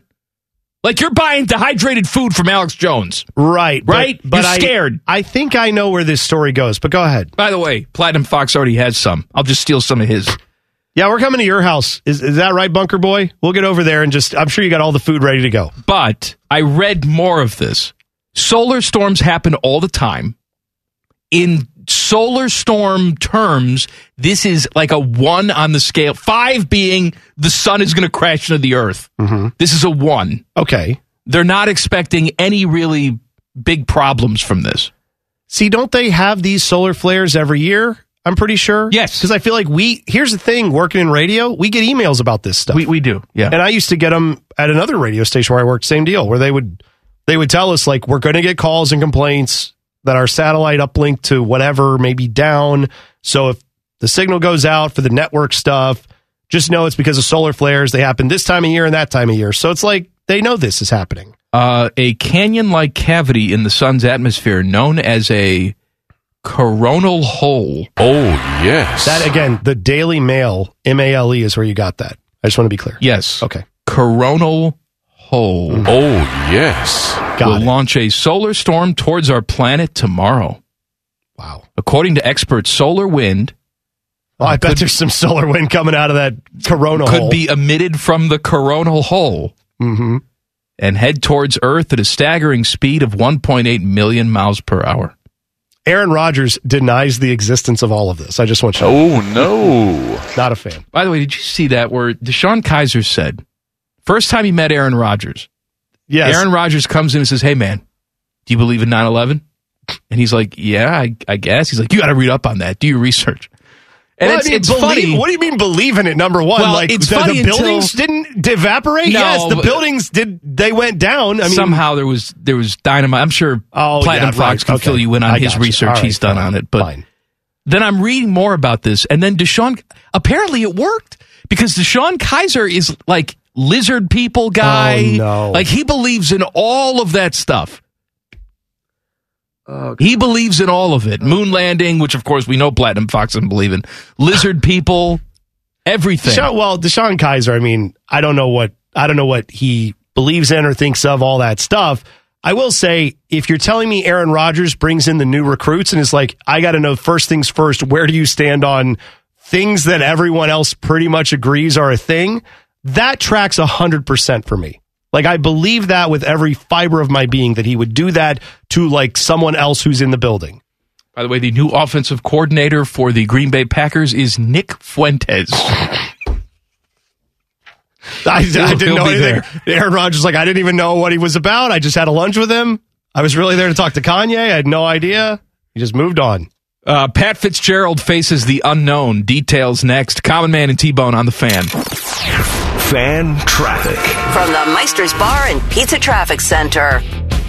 Speaker 3: like you're buying dehydrated food from Alex Jones.
Speaker 4: Right.
Speaker 3: Right?
Speaker 4: But, but
Speaker 3: You're
Speaker 4: I-
Speaker 3: scared.
Speaker 4: I think I know where this story goes, but go ahead.
Speaker 3: By the way, Platinum Fox already has some. I'll just steal some of his.
Speaker 4: Yeah, we're coming to your house. Is, is that right, Bunker Boy? We'll get over there and just, I'm sure you got all the food ready to go.
Speaker 3: But I read more of this. Solar storms happen all the time. In solar storm terms, this is like a one on the scale. Five being the sun is going to crash into the earth. This is a one.
Speaker 4: Okay.
Speaker 3: They're not expecting any really big problems from this.
Speaker 4: See, don't they have these solar flares every year? I'm pretty sure.
Speaker 3: Yes.
Speaker 4: Because I feel like we, here's the thing working in radio, we get emails about this stuff.
Speaker 3: We, we do. Yeah.
Speaker 4: and I used to get them at another radio station where I worked, same deal, where they would, they would tell us like, we're going to get calls and complaints that our satellite uplink to whatever may be down. So if the signal goes out for the network stuff, just know it's because of solar flares. They happen this time of year and that time of year. So it's like they know this is happening.
Speaker 3: uh, a canyon like cavity in the sun's atmosphere known as a coronal hole.
Speaker 1: Oh,
Speaker 4: That again, the Daily Mail, M A L E, is where you got that. I just want to be clear.
Speaker 3: Yes.
Speaker 4: Okay.
Speaker 3: Coronal
Speaker 4: Oh
Speaker 3: hole.
Speaker 1: Oh,
Speaker 4: Got
Speaker 3: will
Speaker 4: it.
Speaker 3: launch a solar storm towards our planet tomorrow.
Speaker 4: wow.
Speaker 3: According to experts, solar wind
Speaker 4: Well, Oh, I bet there's some solar wind coming out of that corona hole.
Speaker 3: could be emitted from the coronal hole
Speaker 4: Mhm.
Speaker 3: and head towards Earth at a staggering speed of 1.8 million miles per hour.
Speaker 4: Aaron Rodgers denies the existence of all of this. I just want you. to Oh no. Not a fan.
Speaker 3: By the way, did you see that where Deshaun Kaiser said, first time he met Aaron Rodgers,
Speaker 4: Yes.
Speaker 3: Aaron Rodgers comes in and says, Hey, man, do you believe in 9 11? And he's like, Yeah, I, I guess. He's like, You got to read up on that. Do your research. And
Speaker 4: Well, I
Speaker 3: it's,
Speaker 4: mean,
Speaker 3: it's
Speaker 4: believe-
Speaker 3: funny.
Speaker 4: What do you mean believe in it? Number one,
Speaker 3: Well,
Speaker 4: like
Speaker 3: it's
Speaker 4: the,
Speaker 3: funny
Speaker 4: the
Speaker 3: until-
Speaker 4: buildings didn't d- evaporate.
Speaker 3: No,
Speaker 4: yes, the
Speaker 3: but-
Speaker 4: buildings did. They went down. I mean,
Speaker 3: somehow there was there was dynamite. I'm sure
Speaker 4: Oh,
Speaker 3: Platinum
Speaker 4: yeah,
Speaker 3: Fox
Speaker 4: right.
Speaker 3: can
Speaker 4: Okay.
Speaker 3: fill you in on
Speaker 4: I
Speaker 3: his
Speaker 4: gotcha.
Speaker 3: research
Speaker 4: All right,
Speaker 3: he's done
Speaker 4: fine.
Speaker 3: on it. But
Speaker 4: Fine.
Speaker 3: then I'm reading more about this, and then Deshaun apparently it worked because Deshaun Kaiser is like lizard people guy.
Speaker 4: Oh, no.
Speaker 3: Like he believes in all of that stuff. He believes in all of it. Moon landing, which of course we know Platinum Fox doesn't believe in. Lizard people, everything.
Speaker 4: Deshaun, well, Deshaun Kaiser. I mean, I don't know what I don't know what he believes in or thinks of all that stuff. I will say, if you're telling me Aaron Rodgers brings in the new recruits and is like, I got to know first things first. Where do you stand on things that everyone else pretty much agrees are a thing? That tracks hundred percent for me. Like I believe that with every fiber of my being that he would do that to like someone else who's in the building.
Speaker 3: By the way, the new offensive coordinator for the Green Bay Packers is Nick
Speaker 4: <laughs>
Speaker 3: Fuentes.
Speaker 4: I, I
Speaker 3: <laughs>
Speaker 4: didn't
Speaker 3: he'll
Speaker 4: know
Speaker 3: be
Speaker 4: anything. Aaron Rodgers, like, I didn't even know what he was about. I just had a lunch with him. I was really there to talk to Kanye. I had no idea. He just moved on.
Speaker 3: Uh, Pat Fitzgerald faces the unknown. Details next. Common Man and T Bone on the fan.
Speaker 1: Fan traffic.
Speaker 5: From the Meister's Bar and Pizza Traffic Center.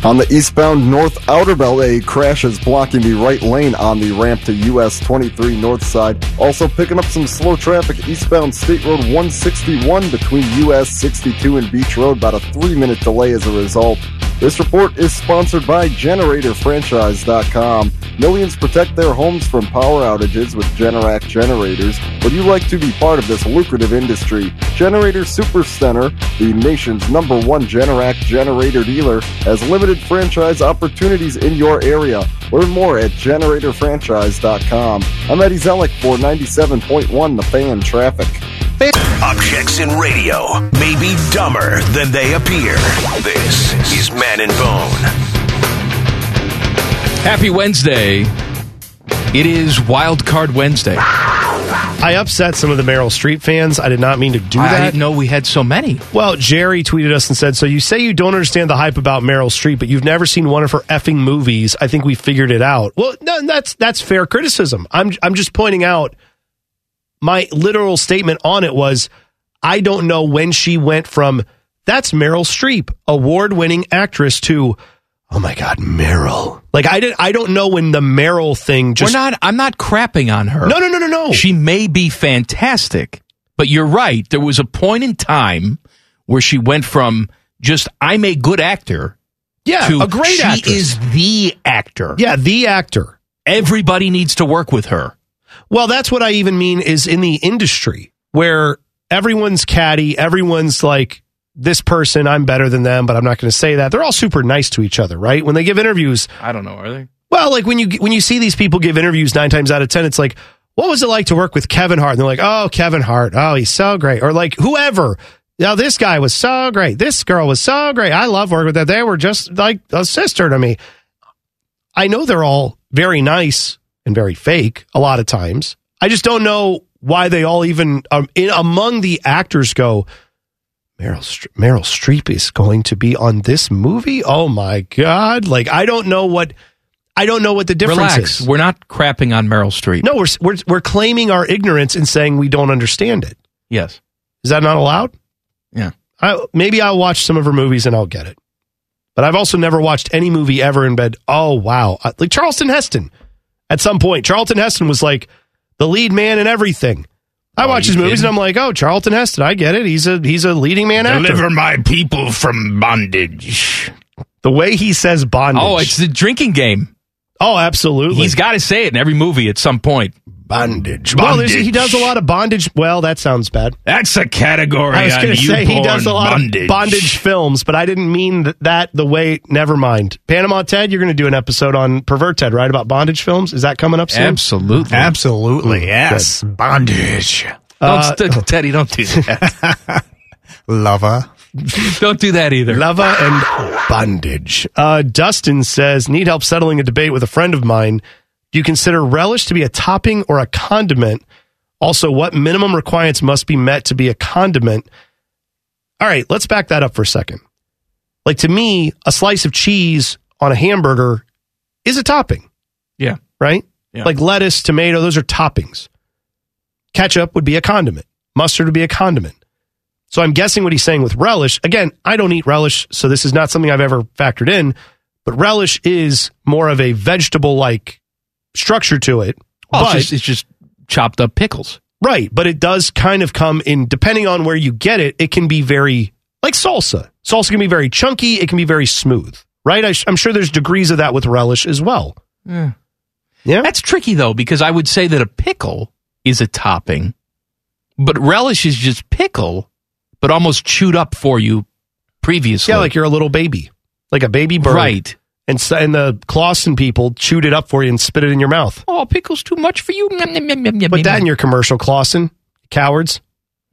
Speaker 2: On the eastbound north outer belt, a crash is blocking the right lane on the ramp to US 23 north side. Also picking up some slow traffic eastbound State Road 161 between US 62 and Beach Road, about a three minute delay as a result. This report is sponsored by GeneratorFranchise.com. Millions protect their homes from power outages with Generac generators. Would you like to be part of this lucrative industry? Generator Supercenter, the nation's number one Generac generator dealer, has limited franchise opportunities in your area. Learn more at generatorfranchise.com. I'm Eddie Zellick for 97.1 The Fan Traffic.
Speaker 1: Objects in radio may be dumber than they appear. This is Man and Bone.
Speaker 3: Happy Wednesday. It is Wild Card Wednesday.
Speaker 4: I upset some of the Meryl Streep fans. I did not mean to do
Speaker 3: I
Speaker 4: that.
Speaker 3: didn't know we had so many.
Speaker 4: Well, Jerry tweeted us and said, So you say you don't understand the hype about Meryl Streep, but you've never seen one of her effing movies. I think we figured it out. Well, no, that's that's fair criticism. I'm I'm just pointing out my literal statement on it was I don't know when she went from that's Meryl Streep, award winning actress, to oh my god, Meryl. Like I did I don't know when the Meryl thing just
Speaker 3: We're not. I'm not crapping on her.
Speaker 4: No no no no no.
Speaker 3: She may be fantastic, but you're right. There was a point in time where she went from just I'm a good actor
Speaker 4: Yeah,
Speaker 3: to
Speaker 4: a great
Speaker 3: she
Speaker 4: actress.
Speaker 3: is the actor.
Speaker 4: Yeah, the actor.
Speaker 3: Everybody needs to work with her.
Speaker 4: Well, that's what I even mean is in the industry where everyone's catty, everyone's like, this person, I'm better than them, but I'm not going to say that. They're all super nice to each other, right? When they give interviews,
Speaker 3: I don't know, are they?
Speaker 4: well, like when you when you see these people give interviews nine times out of ten, it's like, what was it like to work with Kevin Hart? And they're like, oh, Kevin Hart, oh, he's so great, or like whoever. Now this guy was so great. This girl was so great. I love working with them. They were just like a sister to me. I know they're all very nice and very fake a lot of times. I just don't know why they all even um, in, among the actors go. Meryl Str- Meryl Streep is going to be on this movie. Oh my god! Like I don't know what I don't know what the difference
Speaker 3: Relax.
Speaker 4: is.
Speaker 3: We're not crapping on Meryl Streep.
Speaker 4: No, we're, we're we're claiming our ignorance and saying we don't understand it.
Speaker 3: Yes.
Speaker 4: Is that not allowed?
Speaker 3: Yeah.
Speaker 4: I, maybe I'll watch some of her movies and I'll get it. But I've also never watched any movie ever and bed. Oh wow! Uh, Like Charlton Heston. At some point, Charlton Heston was like the lead man in everything. I
Speaker 3: Oh,
Speaker 4: watch
Speaker 3: you
Speaker 4: his movies
Speaker 3: kidding?
Speaker 4: and I'm like, oh, Charlton Heston. I get it. He's a he's a leading man actor.
Speaker 7: my people from bondage.
Speaker 4: The way he says bondage.
Speaker 3: Oh, it's the drinking game.
Speaker 4: oh, absolutely.
Speaker 3: He's got to say it in every movie at some point.
Speaker 4: bondage. Well, there's- he does a lot of bondage. Well, that sounds bad.
Speaker 7: That's a category
Speaker 4: I was
Speaker 7: on
Speaker 4: going to say he
Speaker 7: YouPorn
Speaker 4: does a lot of bondage films, but I didn't mean th- that the way. Never mind. Panama Ted, you're going to do an episode on Pervert Ted, right? About bondage films. Is that coming up soon?
Speaker 3: Absolutely.
Speaker 4: Mm,
Speaker 8: Absolutely, yes. Bondage.
Speaker 3: Don't, st- Teddy, don't do that. <laughs>
Speaker 8: Lover.
Speaker 3: don't do that either.
Speaker 4: Lava and bondage. Uh, Dustin says, need help settling a debate with a friend of mine. Do you consider relish to be a topping or a condiment? Also, what minimum requirements must be met to be a condiment? All right, let's back that up for a second. Like to me, a slice of cheese on a hamburger is a topping.
Speaker 3: Yeah.
Speaker 4: right?
Speaker 3: Yeah.
Speaker 4: Like lettuce, tomato, those are toppings. Ketchup would be a condiment. Mustard would be a condiment. So I'm guessing what he's saying with relish. Again, I don't eat relish, so this is not something I've ever factored in, but relish is more of a vegetable like structure to it.
Speaker 3: Well,
Speaker 4: but,
Speaker 3: it's, just, it's just chopped up pickles.
Speaker 4: right, but it does kind of come in depending on where you get it, it can be very like salsa. Salsa can be very chunky, it can be very smooth, right? I, am sure there's degrees of that with relish as well.
Speaker 3: Hmm.
Speaker 4: Yeah.
Speaker 3: That's tricky, though, because I would say that a pickle is a topping, but relish is just pickle, but almost chewed up for you previously.
Speaker 4: Yeah, like you're a little baby, like a baby bird,
Speaker 3: Right.
Speaker 4: And s- and the Clausen people chewed it up for you and spit it in your mouth.
Speaker 3: Oh, pickle's too much for you.
Speaker 4: Put
Speaker 3: But
Speaker 4: that in your commercial, Clausen. Cowards,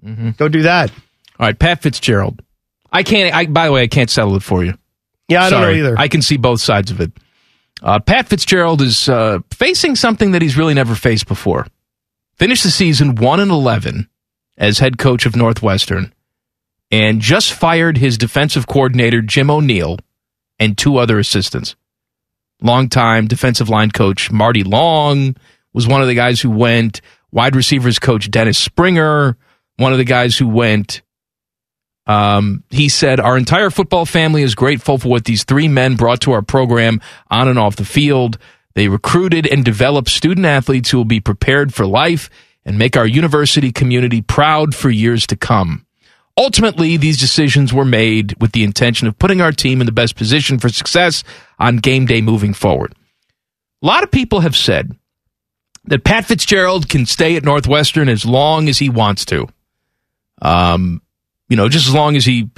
Speaker 3: Mm-hmm.
Speaker 4: go do that.
Speaker 3: All right, Pat Fitzgerald. I can't. I, by the way, I can't settle it for you.
Speaker 4: Yeah,
Speaker 3: Sorry.
Speaker 4: I don't know either.
Speaker 3: I can see both sides of it. Uh, Pat Fitzgerald is uh, facing something that he's really never faced before. Finished the season one and eleven as head coach of Northwestern, and just fired his defensive coordinator Jim O'Neill and two other assistants. Longtime defensive line coach Marty Long was one of the guys who went. Wide receivers coach Dennis Springer, one of the guys who went. Um, he said, Our entire football family is grateful for what these three men brought to our program on and off the field. They recruited and developed student athletes who will be prepared for life and make our university community proud for years to come. Ultimately, these decisions were made with the intention of putting our team in the best position for success on game day moving forward. A lot of people have said that Pat Fitzgerald can stay at Northwestern as long as he wants to. Um, you know, just as long as he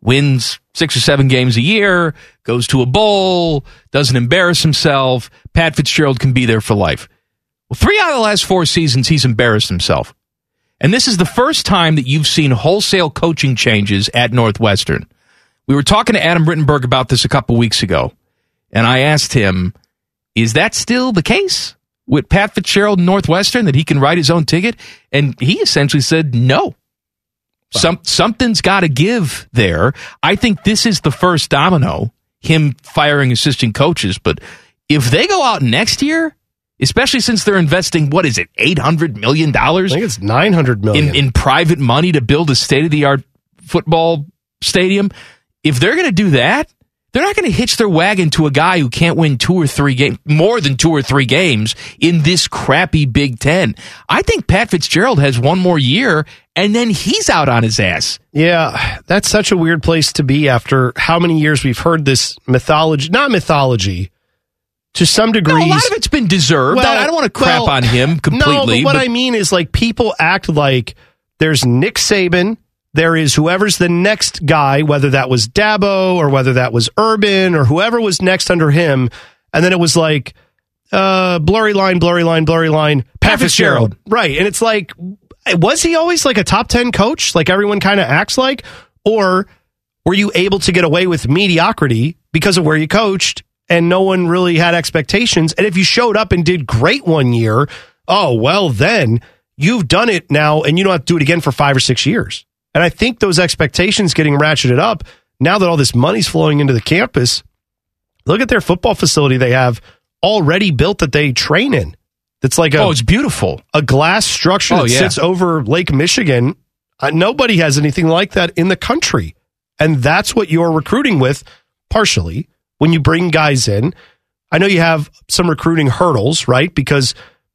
Speaker 3: wins six or seven games a year, goes to a bowl, doesn't embarrass himself, Pat Fitzgerald can be there for life. Well, three out of the last four seasons, he's embarrassed himself. And this is the first time that you've seen wholesale coaching changes at Northwestern. We were talking to Adam Rittenberg about this a couple weeks ago, and I asked him, is that still the case with Pat Fitzgerald and Northwestern that he can write his own ticket? And he essentially said no. Some something's got to give there. I think this is the first domino. Him firing assistant coaches, but if they go out next year, especially since they're investing what is it, eight hundred million
Speaker 4: I
Speaker 3: dollars
Speaker 4: think it's nine hundred million.
Speaker 3: in, in private money to build a state of the art football stadium. If they're going to do that, They're not going to hitch their wagon to a guy who can't win two or three games, more than two or three games in this crappy Big Ten. I think Pat Fitzgerald has one more year, and then he's out on his ass.
Speaker 4: Yeah, that's such a weird place to be after how many years we've heard this mythology, not mythology, to some degree.
Speaker 3: a lot of it's been deserved. I- I don't wanna crap on <laughs> him
Speaker 4: <laughs> No,
Speaker 3: completely,
Speaker 4: but what
Speaker 3: but-
Speaker 4: I mean is like people act like there's Nick Saban, there is whoever's the next guy, whether that was Dabo or whether that was Urban or whoever was next under him, and then it was like uh, blurry line, blurry line, blurry line, Pat,
Speaker 3: Pat
Speaker 4: Fitzgerald.
Speaker 3: Fitzgerald.
Speaker 4: Right. And it's like, was he always like a top 10 coach, like everyone kind of acts like? Or were you able to get away with mediocrity because of where you coached and no one really had expectations? And if you showed up and did great one year, oh, well, then you've done it now and you don't have to do it again for five or six years. And I think those expectations getting ratcheted up now that all this money's flowing into the campus look at their football facility they have already built that they train in. It's like a,
Speaker 3: Oh, it's beautiful.
Speaker 4: a glass structure
Speaker 3: Oh,
Speaker 4: that
Speaker 3: yeah.
Speaker 4: sits over Lake Michigan. Uh, nobody has anything like that in the country. And that's what you're recruiting with, partially, when you bring guys in. I know you have some recruiting hurdles, right? Because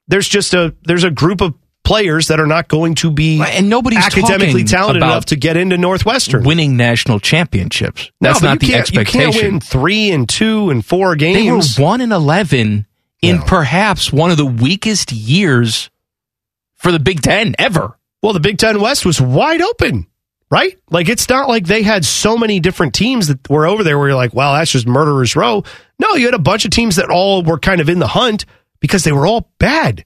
Speaker 4: there's just a there's a group of players that are not going to be
Speaker 3: Right, and nobody's
Speaker 4: academically
Speaker 3: talking
Speaker 4: talented
Speaker 3: about
Speaker 4: enough to get into Northwestern.
Speaker 3: Winning national championships.
Speaker 4: No,
Speaker 3: That's
Speaker 4: but
Speaker 3: not
Speaker 4: you
Speaker 3: the
Speaker 4: can't- You can't
Speaker 3: expectation.
Speaker 4: win three and two and four
Speaker 3: They were
Speaker 4: games.
Speaker 3: one and eleven in perhaps one of the weakest years for the Big Ten ever.
Speaker 4: Well, the Big Ten West was wide open, right? Like it's not like they had so many different teams that were over there where you're like, wow, that's just murderer's row. No, you had a bunch of teams that all were kind of in the hunt because they were all bad.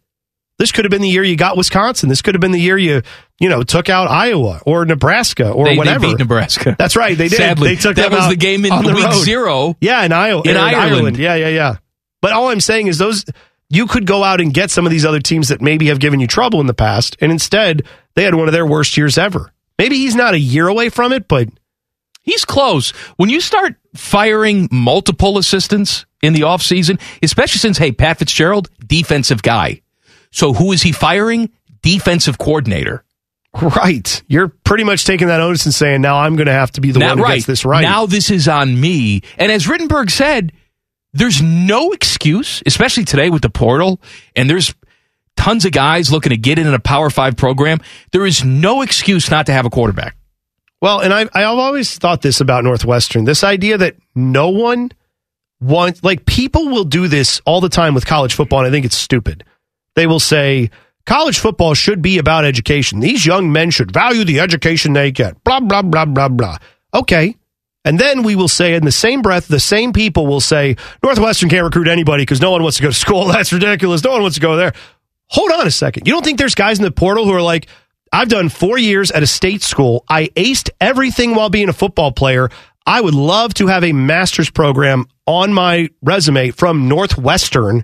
Speaker 4: This could have been the year you got Wisconsin. This could have been the year you, you know, took out Iowa or Nebraska or
Speaker 3: They- they,
Speaker 4: whatever.
Speaker 3: beat Nebraska.
Speaker 4: That's right. They did.
Speaker 3: Sadly,
Speaker 4: they took
Speaker 3: that
Speaker 4: them
Speaker 3: was
Speaker 4: out
Speaker 3: the game in
Speaker 4: on the
Speaker 3: week
Speaker 4: road.
Speaker 3: zero.
Speaker 4: Yeah, in Iowa.
Speaker 3: In
Speaker 4: or
Speaker 3: Ireland.
Speaker 4: Yeah, yeah, yeah. But all I'm saying is those you could go out and get some of these other teams that maybe have given you trouble in the past, and instead they had one of their worst years ever. Maybe he's not a year away from
Speaker 3: <laughs>
Speaker 4: it, but
Speaker 3: He's close. When you start firing multiple assistants in the offseason, especially since, hey, Pat Fitzgerald, defensive guy. So who is he firing? Defensive coordinator.
Speaker 4: right. You're pretty much taking that onus and saying, now I'm gonna have to be the
Speaker 3: Now-
Speaker 4: one who gets this right.
Speaker 3: Now this is on me. And as Rittenberg said, there's no excuse, especially today with the portal, and there's tons of guys looking to get in a Power Five program. There is no excuse not to have a quarterback.
Speaker 4: Well, and I, I've always thought this about Northwestern this idea that no one wants, like, people will do this all the time with college football, and I think it's stupid. They will say, college football should be about education. These young men should value the education they get. Blah, blah, blah, blah, blah. Okay. And then we will say, in the same breath, the same people will say, Northwestern can't recruit anybody because no one wants to go to school. <laughs> That's ridiculous. No one wants to go there. Hold on a second. You don't think there's guys in the portal who are like, I've done four years at a state school. I aced everything while being a football player. I would love to have a master's program on my resume from Northwestern.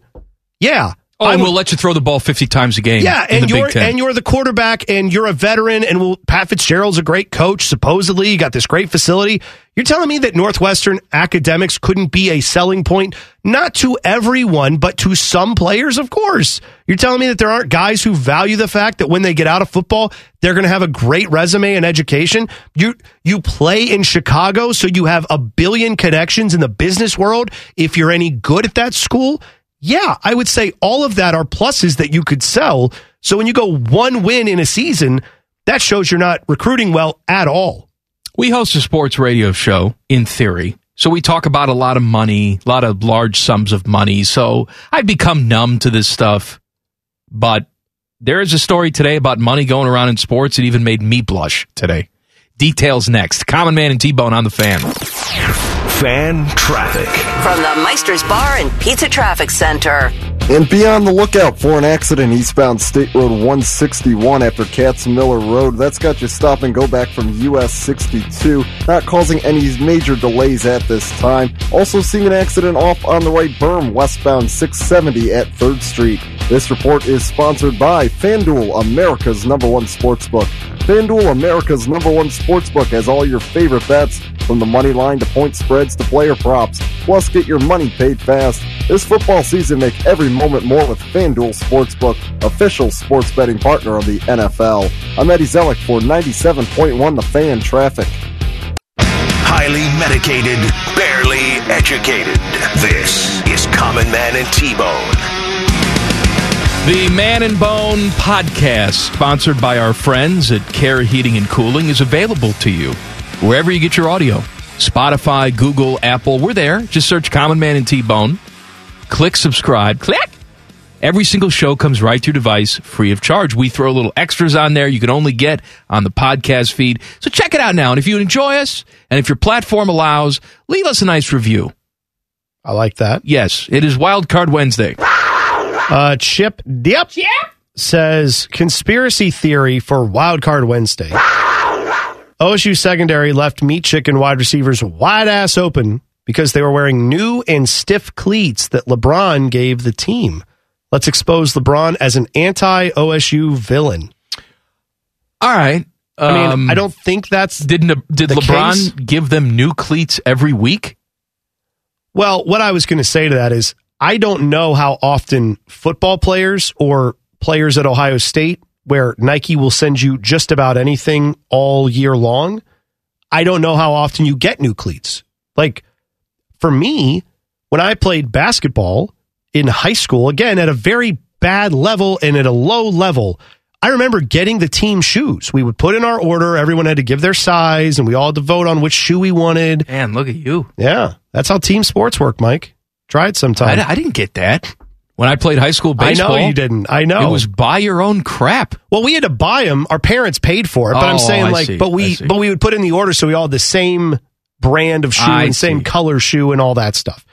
Speaker 4: Yeah.
Speaker 3: Oh,
Speaker 4: I
Speaker 3: and
Speaker 4: would
Speaker 3: we'll let you throw the ball 50 times a game.
Speaker 4: yeah,
Speaker 3: in
Speaker 4: and
Speaker 3: the
Speaker 4: you're
Speaker 3: Big Ten.
Speaker 4: and you're the quarterback, and you're a veteran, and well, Pat Fitzgerald's a great coach. Supposedly, you got this great facility. You're telling me that Northwestern academics couldn't be a selling point, not to everyone, but to some players, of course. You're telling me that there aren't guys who value the fact that when they get out of football, they're going to have a great resume and education. You you play in Chicago, so you have a billion connections in the business world. If you're any good at that school. Yeah, I would say all of that are pluses that you could sell. So when you go one win in a season, that shows you're not recruiting well at all.
Speaker 3: We host a sports radio show, in theory. So we talk about a lot of money, a lot of large sums of money. So I've become numb to this stuff. But there is a story today about money going around in sports. It even made me blush today. Details next. Common Man and T Bone on the fan.
Speaker 1: Fan traffic.
Speaker 5: From the Meister's Bar and Pizza Traffic Center.
Speaker 2: And be on the lookout for an accident eastbound State Road 161 after Katz Miller Road. That's got you stop and go back from US 62, not causing any major delays at this time. Also seeing an accident off on the right berm westbound 670 at 3rd Street. This report is sponsored by FanDuel, America's number one sportsbook. FanDuel, America's number one sportsbook, has all your favorite bets from the money line to point spreads to player props. Plus, get your money paid fast. This football season, make every moment more with FanDuel Sportsbook, official sports betting partner of the NFL. I'm Eddie Zellick for 97.1 The Fan Traffic.
Speaker 1: High Highly medicated, barely educated. This is Common Man and T Bone.
Speaker 3: The Man and Bone podcast, sponsored by our friends at Care Heating and Cooling, is available to you wherever you get your audio Spotify, Google, Apple. We're there. Just search Common Man and T Bone. Click subscribe. Click! Every single show comes right to your device free of charge. We throw little extras on there you can only get on the podcast feed. So check it out now. And if you enjoy us and if your platform allows, leave us a nice review.
Speaker 4: I like that.
Speaker 3: Yes, it is Wild Card Wednesday.
Speaker 4: Uh, Chip Dip says conspiracy theory for Wild Card Wednesday. OSU secondary left meat chicken wide receivers wide ass open because they were wearing new and stiff cleats that LeBron gave the team. Let's expose LeBron as an anti OSU villain.
Speaker 3: All right.
Speaker 4: I mean,
Speaker 3: Um,
Speaker 4: I don't think that's
Speaker 3: Didn't did
Speaker 4: The
Speaker 3: LeBron
Speaker 4: case?
Speaker 3: give them new cleats every week?
Speaker 4: Well, what I was going to say to that is I don't know how often football players or players at Ohio State, where Nike will send you just about anything all year long, I don't know how often you get new cleats. Like for me, when I played basketball in high school, again, at a very bad level and at a low level, I remember getting the team shoes. We would put in our order, everyone had to give their size, and we all had to vote on which shoe we wanted.
Speaker 3: Man, look at you.
Speaker 4: Yeah, that's how team sports work, Mike. Try it sometime.
Speaker 3: I, I didn't get that. When I played high school
Speaker 4: Um, I
Speaker 3: baseball,
Speaker 4: know you didn't. I know.
Speaker 3: It was buy your own crap.
Speaker 4: well, we had to buy them. Our parents paid for it, but I'm
Speaker 3: Oh,
Speaker 4: saying
Speaker 3: I
Speaker 4: like,
Speaker 3: see,
Speaker 4: but
Speaker 3: I
Speaker 4: we
Speaker 3: see.
Speaker 4: but we would put in the order so we all had the same brand of shoe
Speaker 3: I
Speaker 4: and same
Speaker 3: see.
Speaker 4: color shoe and all that stuff.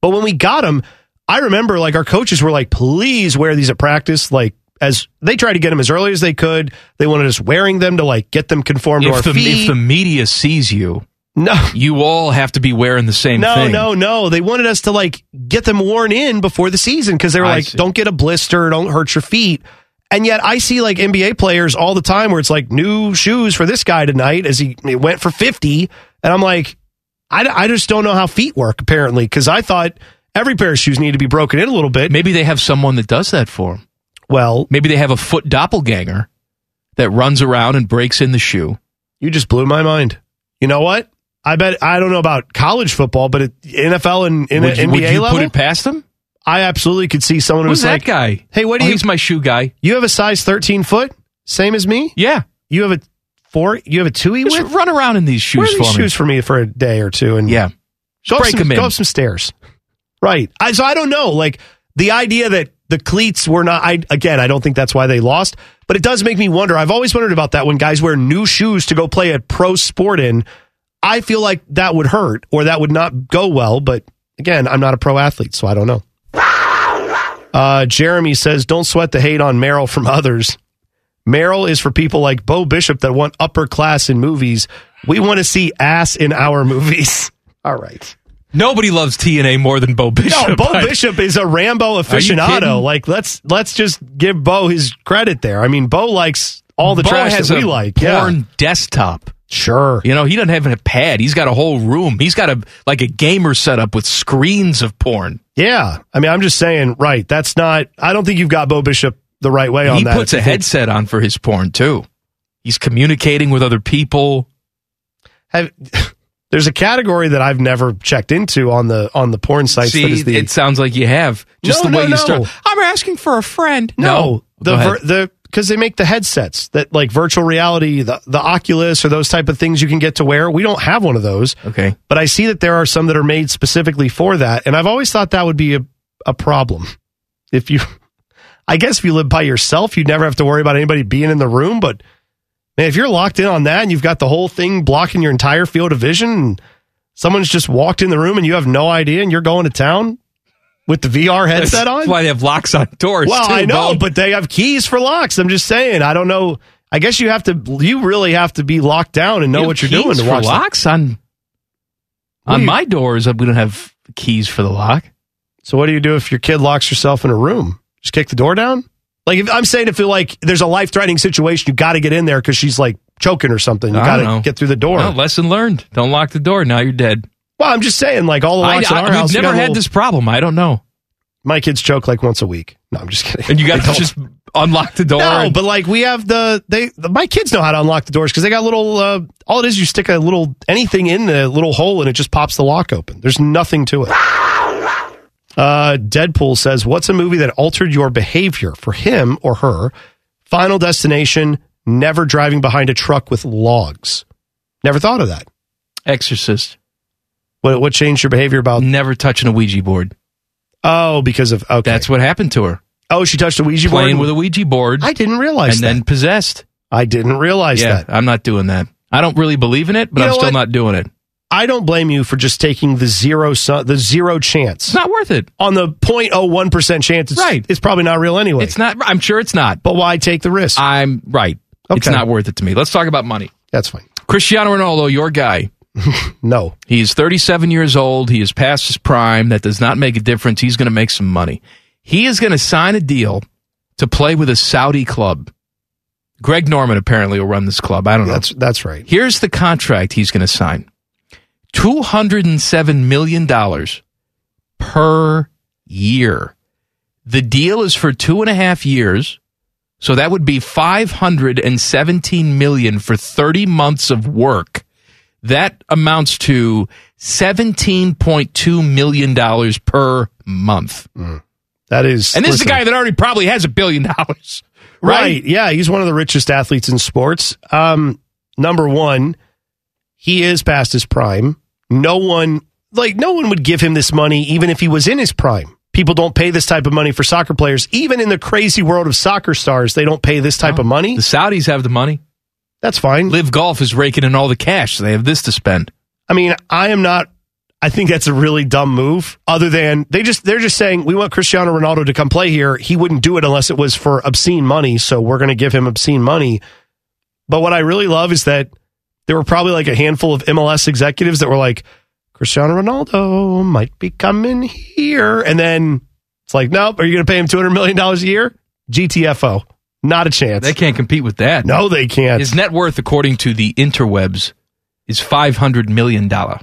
Speaker 4: But when we got them, I remember like our coaches were like, please wear these at practice, like. As they tried to get them as early as they could, they wanted us wearing them to like get them conformed
Speaker 3: If
Speaker 4: to
Speaker 3: the,
Speaker 4: our
Speaker 3: if
Speaker 4: feet.
Speaker 3: the media sees you,
Speaker 4: no,
Speaker 3: you all have to be wearing the same
Speaker 4: No,
Speaker 3: thing.
Speaker 4: no, no. They wanted us to like get them worn in before the season because they were
Speaker 3: I
Speaker 4: like,
Speaker 3: see.
Speaker 4: don't get a blister, don't hurt your feet. And yet I see like NBA players all the time where it's like new shoes for this guy tonight as he it went for 50. And I'm like, I, I just don't know how feet work apparently because I thought every pair of shoes needed to be broken in a little bit.
Speaker 3: Maybe they have someone that does that for them.
Speaker 4: Well,
Speaker 3: Maybe they have a foot doppelganger that runs around and breaks in the shoe.
Speaker 4: you just blew my mind. You know what? I bet I don't know about college football, but it, NFL and in
Speaker 3: would, you-
Speaker 4: NBA
Speaker 3: would you
Speaker 4: level,
Speaker 3: put it past them?
Speaker 4: I absolutely could see someone who
Speaker 3: Who's
Speaker 4: was
Speaker 3: that
Speaker 4: like,
Speaker 3: guy?
Speaker 4: "Hey, what do
Speaker 3: Oh,
Speaker 4: you
Speaker 3: He's my shoe guy.
Speaker 4: You have a size 13 foot, same as me.
Speaker 3: Yeah,
Speaker 4: You have a four. You have a two E
Speaker 3: just
Speaker 4: width.
Speaker 3: run around in these shoes
Speaker 4: Wear these
Speaker 3: for me.
Speaker 4: shoes for me for a day or two, and
Speaker 3: Yeah,
Speaker 4: go up
Speaker 3: break
Speaker 4: some,
Speaker 3: 'em in.
Speaker 4: Go up some stairs. Right. I, so I don't know. Like the idea that the cleats were not. I again, I don't think that's why they lost. But it does make me wonder. I've always wondered about that when guys wear new shoes to go play a pro sport in. I feel like that would hurt or that would not go well. But again, I'm not a pro athlete, so I don't know. Uh, Jeremy says, "Don't sweat the hate on Meryl from others. Meryl is for people like Bo Bishop that want upper class in movies. We want to see ass in our movies." <laughs> All right.
Speaker 3: nobody loves TNA more than Bo Bishop.
Speaker 4: No, Bo
Speaker 3: I-
Speaker 4: Bishop is a Rambo aficionado.
Speaker 3: kidding?
Speaker 4: Like let's let's just give Bo his credit there. I mean, Bo likes all the
Speaker 3: Bo
Speaker 4: trash
Speaker 3: has
Speaker 4: that we
Speaker 3: a
Speaker 4: like.
Speaker 3: porn
Speaker 4: Yeah,
Speaker 3: desktop.
Speaker 4: sure.
Speaker 3: You know, he doesn't have a pad. He's got a whole room. He's got a like a gamer setup with screens of porn.
Speaker 4: Yeah, I mean, I'm just saying. Right, that's not. I don't think you've got Bo Bishop the right way on
Speaker 3: he
Speaker 4: that.
Speaker 3: puts a headset on for his porn too. He's communicating with other people.
Speaker 4: Have, <laughs> there's a category that I've never checked into on the on the porn sites. that
Speaker 3: See,
Speaker 4: is the
Speaker 3: it sounds like you have just
Speaker 4: No,
Speaker 3: the way
Speaker 4: no,
Speaker 3: you
Speaker 4: no.
Speaker 3: start. I'm asking for a friend.
Speaker 4: No,
Speaker 3: Go
Speaker 4: the
Speaker 3: ahead.
Speaker 4: vir- the because they make the headsets that like virtual reality, the the Oculus or those type of things you can get to wear. We don't have one of those,
Speaker 3: okay.
Speaker 4: but I see that there are some that are made specifically for that, and I've always thought that would be a a problem if you. <laughs> I guess if you live by yourself, you'd never have to worry about anybody being in the room. But man, if you're locked in on that and you've got the whole thing blocking your entire field of vision, and someone's just walked in the room and you have no idea, and you're going to town with the VR headset on.
Speaker 3: That's why they have locks on doors.
Speaker 4: Well,
Speaker 3: too,
Speaker 4: I know,
Speaker 3: Bo.
Speaker 4: but they have keys for locks. I'm just saying. I don't know. I guess you have to. You really have to be locked down and know
Speaker 3: You
Speaker 4: what
Speaker 3: have
Speaker 4: you're doing
Speaker 3: keys
Speaker 4: to
Speaker 3: for
Speaker 4: watch. them.
Speaker 3: locks on
Speaker 4: do
Speaker 3: on
Speaker 4: you-
Speaker 3: my doors. We don't have keys for the lock.
Speaker 4: So what do you do if your kid locks herself in a room? Just kick the door down. Like if, I'm saying, if you like, there's a life threatening situation, you got to get in there because she's like choking or something. You
Speaker 3: I
Speaker 4: got
Speaker 3: don't
Speaker 4: to
Speaker 3: know.
Speaker 4: get through the door.
Speaker 3: No, lesson learned. Don't lock the door. Now you're dead.
Speaker 4: well, I'm just saying, like all the
Speaker 3: I,
Speaker 4: locks in our
Speaker 3: I,
Speaker 4: house.
Speaker 3: we've
Speaker 4: you
Speaker 3: never
Speaker 4: got
Speaker 3: had
Speaker 4: little-
Speaker 3: this problem. I don't know.
Speaker 4: My kids choke like once a week. No, I'm just kidding.
Speaker 3: And you got
Speaker 4: They
Speaker 3: to
Speaker 4: don't.
Speaker 3: just unlock the door.
Speaker 4: No,
Speaker 3: and-
Speaker 4: but like we have the they the, my kids know how to unlock the doors because they got little. Uh, all it is, you stick a little anything in the little hole and it just pops the lock open. There's nothing to it. Uh, Deadpool says, "What's a movie that altered your behavior for him or her?" Final Destination, never driving behind a truck with logs. Never thought of that.
Speaker 3: Exorcist.
Speaker 4: What what changed your behavior about?
Speaker 3: Never touching a Ouija board.
Speaker 4: Oh, because of okay.
Speaker 3: That's what happened to her.
Speaker 4: oh, she touched a Ouija board.
Speaker 3: Playing
Speaker 4: and-
Speaker 3: with a Ouija board
Speaker 4: I didn't realize
Speaker 3: and
Speaker 4: that.
Speaker 3: then possessed.
Speaker 4: I didn't realize
Speaker 3: yeah,
Speaker 4: that.
Speaker 3: I'm not doing that. I don't really believe in it, but
Speaker 4: You
Speaker 3: I'm
Speaker 4: know
Speaker 3: still
Speaker 4: what?
Speaker 3: not doing it.
Speaker 4: I don't blame you for just taking the zero su- the zero chance.
Speaker 3: It's not worth it.
Speaker 4: on the 0.01% chance it's,
Speaker 3: Right.
Speaker 4: it's probably not real anyway.
Speaker 3: It's not. I'm sure it's not.
Speaker 4: but why take the risk?
Speaker 3: I'm right. It's
Speaker 4: Okay.
Speaker 3: not worth it to me. Let's talk about money.
Speaker 4: That's fine.
Speaker 3: Cristiano Ronaldo, your guy.
Speaker 4: No.
Speaker 3: He is 37 years old. He is past his prime. That does not make a difference. He's going to make some money. He is going to sign a deal to play with a Saudi club. Greg Norman apparently will run this club. I don't know.
Speaker 4: That's that's right.
Speaker 3: Here's the contract he's going to sign $207 million per year. The deal is for two and a half years. So that would be 517 million for 30 months of work. That amounts to 17.2 million dollars per month.
Speaker 4: That is
Speaker 3: And this is the
Speaker 4: listen,
Speaker 3: guy that already probably has a billion dollars.
Speaker 4: right. Yeah, he's one of the richest athletes in sports. Um number 1, he is past his prime. No one like no one would give him this money even if he was in his prime. People don't pay this type of money for soccer players. Even in the crazy world of soccer stars, they don't pay this type of money.
Speaker 3: The Saudis have the money.
Speaker 4: That's fine.
Speaker 3: Live Golf is raking in all the cash, so they have this to spend.
Speaker 4: I mean, I am not. I think that's a really dumb move. Other than they just they're just saying we want Cristiano Ronaldo to come play here. He wouldn't do it unless it was for obscene money, so we're going to give him obscene money. But what I really love is that there were probably like a handful of MLS executives that were like Cristiano Ronaldo might be coming here, and then it's like, nope. Are you going to pay him two hundred million dollars a year? GTFO, not a chance.
Speaker 3: They can't compete with that.
Speaker 4: no, they can't.
Speaker 3: His net worth, according to the interwebs, is five hundred million dollar.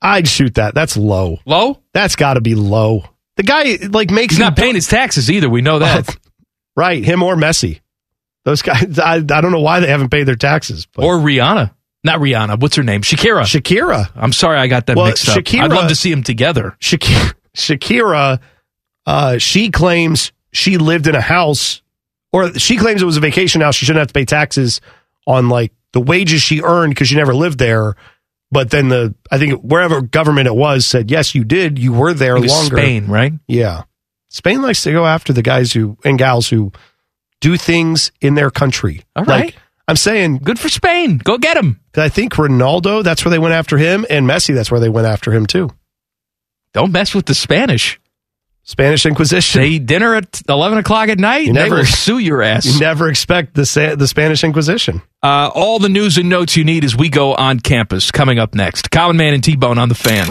Speaker 4: I'd shoot that. That's low.
Speaker 3: Low?
Speaker 4: That's got to be low. The guy like makes
Speaker 3: He's not paying his taxes either. We know that.
Speaker 4: <laughs> right him or Messi. Those guys, <laughs> I, I don't know why they haven't paid their taxes. But
Speaker 3: Or Rihanna, not Rihanna. What's her name? Shakira.
Speaker 4: Shakira,
Speaker 3: I'm sorry, I got that
Speaker 4: Well,
Speaker 3: mixed up.
Speaker 4: Shakira-
Speaker 3: I'd love to see them together.
Speaker 4: Shakira, <laughs> Shakira. Uh, she claims she lived in a house, or she claims it was a vacation house. She shouldn't have to pay taxes on like the wages she earned because she never lived there. But then the I think wherever government it was said yes, you did. You were there
Speaker 3: It was
Speaker 4: longer.
Speaker 3: Spain, right?
Speaker 4: Yeah. Spain likes to go after the guys who and gals who do things in their country.
Speaker 3: All right.
Speaker 4: Like, I'm saying,
Speaker 3: Good for Spain. Go get him.
Speaker 4: 'cause I think Ronaldo, that's where they went after him, and Messi, that's where they went after him too.
Speaker 3: Don't mess with the Spanish.
Speaker 4: Spanish Inquisition.
Speaker 3: They eat dinner at eleven o'clock at night.
Speaker 4: You
Speaker 3: they
Speaker 4: never-
Speaker 3: will sue your ass.
Speaker 4: <laughs> you never expect the Sa- the Spanish Inquisition.
Speaker 3: Uh, all the news and notes you need as we go on campus. Coming up next, Common Man and T Bone on the Fan.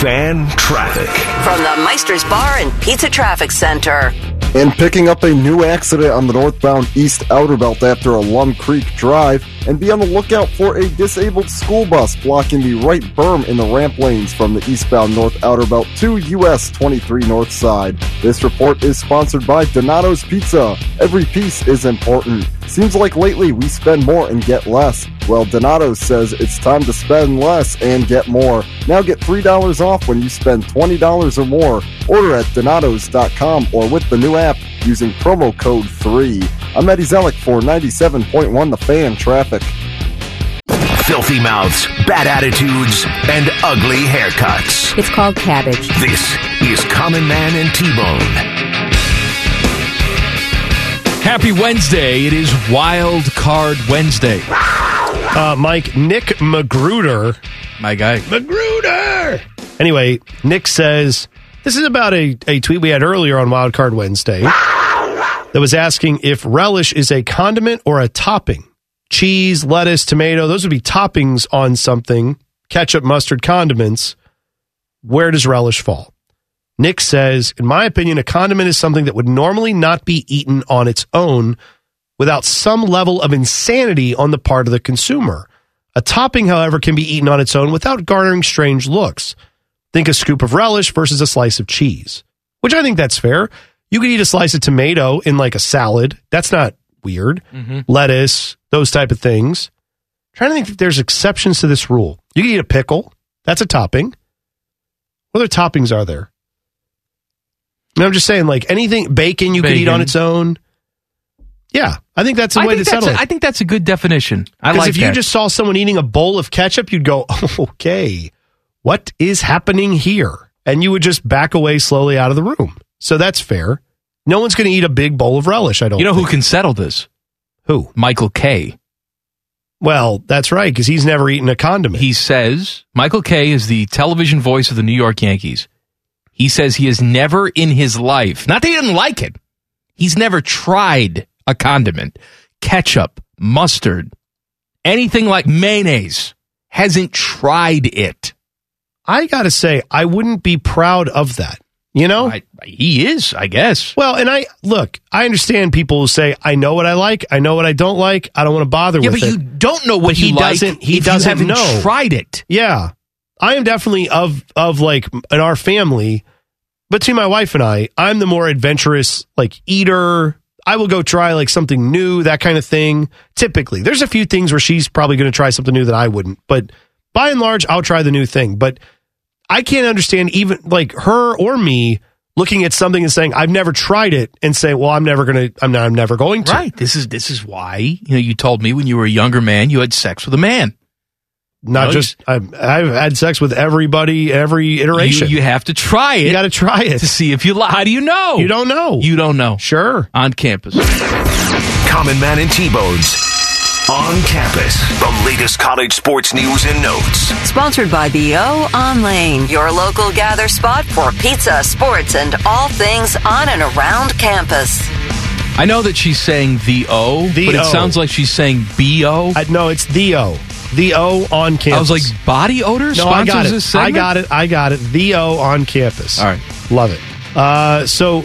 Speaker 1: Fan traffic.
Speaker 5: From the Meister's Bar and Pizza Traffic Center.
Speaker 2: and picking up a new accident on the northbound east outer belt after a Lum Creek drive, and be on the lookout for a disabled school bus blocking the right berm in the ramp lanes from the eastbound north outer belt to US 23 north side. This report is sponsored by Donato's Pizza. Every piece is important. Seems like lately we spend more and get less. Well, Donato says it's time to spend less and get more. Now get $3 off when you spend $20 or more. Order at Donatos.com or with the new app using promo code 3. I'm Eddie Zellick for 97.1 The Fan Traffic.
Speaker 1: Filthy mouths, bad attitudes, and ugly haircuts.
Speaker 9: It's called cabbage.
Speaker 1: This is Common Man and T-Bone.
Speaker 3: Happy Wednesday. It is Wild Card Wednesday.
Speaker 4: Uh, Mike, Nick Magruder.
Speaker 3: My guy.
Speaker 4: Magruder! Anyway, Nick says this is about a, a tweet we had earlier on Wild Card Wednesday that was asking if relish is a condiment or a topping. Cheese, lettuce, tomato, those would be toppings on something. Ketchup, mustard, condiments. Where does relish fall? Nick says, in my opinion, a condiment is something that would normally not be eaten on its own without some level of insanity on the part of the consumer. A topping, however, can be eaten on its own without garnering strange looks. Think a scoop of relish versus a slice of cheese. which I think that's fair. You could eat a slice of tomato in like a salad. That's not weird. Lettuce, those type of things. trying to think if there's exceptions to this rule. You can eat a pickle. That's a topping. What other toppings are there? And I'm just saying, like anything bacon you could eat on
Speaker 3: Bacon.
Speaker 4: its own. Yeah, I think that's a
Speaker 3: I
Speaker 4: way to
Speaker 3: think that's
Speaker 4: settle
Speaker 3: a-
Speaker 4: it.
Speaker 3: I think that's a good definition. I
Speaker 4: 'Cause
Speaker 3: like
Speaker 4: if
Speaker 3: that.
Speaker 4: you just saw someone eating a bowl of ketchup, you'd go, <laughs> okay, what is happening here? And you would just back away slowly out of the room. So that's fair. No one's going to eat a big bowl of relish, I don't
Speaker 3: you know who
Speaker 4: think.
Speaker 3: can settle this?
Speaker 4: Who?
Speaker 3: Michael K.
Speaker 4: Well, that's right, because he's never eaten a condiment.
Speaker 3: He says Michael K is the television voice of the New York Yankees. He says he has never in his life, not that he didn't like it, he's never tried a condiment, ketchup, mustard, anything like mayonnaise. Hasn't tried it.
Speaker 4: I got to say, I wouldn't be proud of that. You know?
Speaker 3: I, he is, I guess.
Speaker 4: Well, and I look, I understand people who say, I know what I like, I know what I don't like, I don't want to bother
Speaker 3: Yeah,
Speaker 4: with
Speaker 3: but
Speaker 4: it.
Speaker 3: you don't know what
Speaker 4: But
Speaker 3: you
Speaker 4: he
Speaker 3: like
Speaker 4: doesn't- he
Speaker 3: if
Speaker 4: doesn't
Speaker 3: you haven't
Speaker 4: know.
Speaker 3: tried it.
Speaker 4: Yeah. I am definitely of of like in our family, but to my wife and I, I'm the more adventurous like eater. I will go try like something new, that kind of thing. Typically, there's a few things where she's probably going to try something new that I wouldn't, but by and large, I'll try the new thing. But I can't understand even like her or me looking at something and saying I've never tried it and say, well, I'm never going to, I'm not, I'm never going to.
Speaker 3: Right. This is this is why you know you told me when you were a younger man you had sex with a man.
Speaker 4: Not
Speaker 3: No,
Speaker 4: just I've, I've had sex with everybody, every
Speaker 3: You,
Speaker 4: iteration.
Speaker 3: you have to try it
Speaker 4: got to try it.
Speaker 3: to see if you li How do you know?
Speaker 4: You don't know.
Speaker 3: You don't know.
Speaker 4: Sure.
Speaker 3: On campus.
Speaker 1: Common Man and T Bones. On campus, the latest college sports news and notes.
Speaker 5: Sponsored by the O on Lane, your local gather spot for pizza, sports, and all things on and around campus.
Speaker 3: I know that she's saying the O,
Speaker 4: The
Speaker 3: but it
Speaker 4: O.
Speaker 3: sounds like she's saying B O. I
Speaker 4: I, no, it's the O. The O on campus.
Speaker 3: was like body odor.
Speaker 4: no,
Speaker 3: sponsors
Speaker 4: I got
Speaker 3: This
Speaker 4: it. I
Speaker 3: segment?
Speaker 4: got it. I got it. The O on campus.
Speaker 3: All right.
Speaker 4: Love it. Uh, so,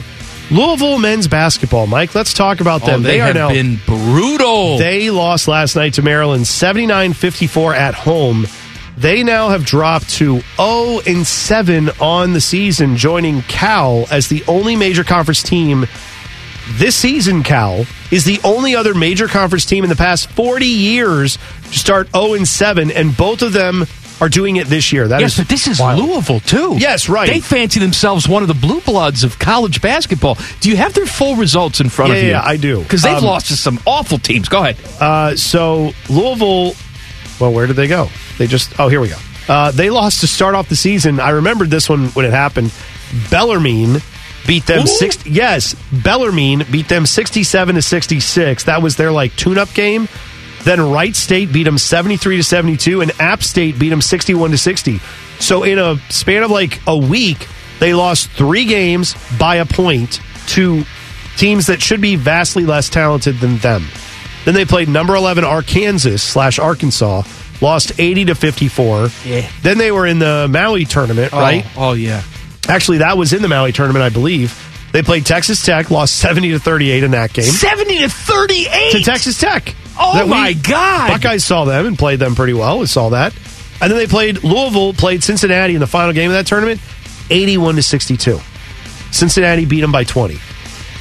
Speaker 4: Louisville men's basketball, Mike, let's talk about
Speaker 3: Oh,
Speaker 4: them.
Speaker 3: they,
Speaker 4: are
Speaker 3: have
Speaker 4: now.
Speaker 3: been brutal.
Speaker 4: They lost last night to Maryland 79 54 at home. They now have dropped to 0 and 7 on the season, joining Cal as the only major conference team. This season, Cal is the only other major conference team in the past 40 years to start 0 and 7, and both of them are doing it this year. That is
Speaker 3: yes, but this is
Speaker 4: wild.
Speaker 3: Louisville too.
Speaker 4: Yes, right.
Speaker 3: They fancy themselves one of the blue bloods of college basketball. Do you have their full results in front
Speaker 4: Yeah,
Speaker 3: of you?
Speaker 4: yeah, I do.
Speaker 3: Because they've
Speaker 4: Um,
Speaker 3: lost to some awful teams. Go ahead.
Speaker 4: Uh, so Louisville, well, where did they go? They just, oh, here we go. Uh, they lost to start off the season. I remembered this one when it happened. Bellarmine beat them
Speaker 3: Ooh.
Speaker 4: six. Yes, Bellarmine beat them sixty-seven to sixty-six. That was their like tune-up game. Then Wright State beat them seventy-three to seventy-two, and App State beat them sixty-one to sixty. So in a span of like a week, they lost three games by a point to teams that should be vastly less talented than them. Then they played number 11 Arkansas slash Arkansas, lost 80 to 54.
Speaker 3: Yeah.
Speaker 4: Then they were in the Maui tournament, right?
Speaker 3: Oh, oh, yeah.
Speaker 4: Actually, that was in the Maui tournament, I believe. They played Texas Tech, lost 70 to 38 in that game.
Speaker 3: Seventy to thirty-eight
Speaker 4: To Texas Tech.
Speaker 3: Oh
Speaker 4: That we-
Speaker 3: my God!
Speaker 4: Buckeyes saw them and played them pretty well. We saw that. And then they played Louisville, played Cincinnati in the final game of that tournament, 81 to 62. Cincinnati beat them by 20.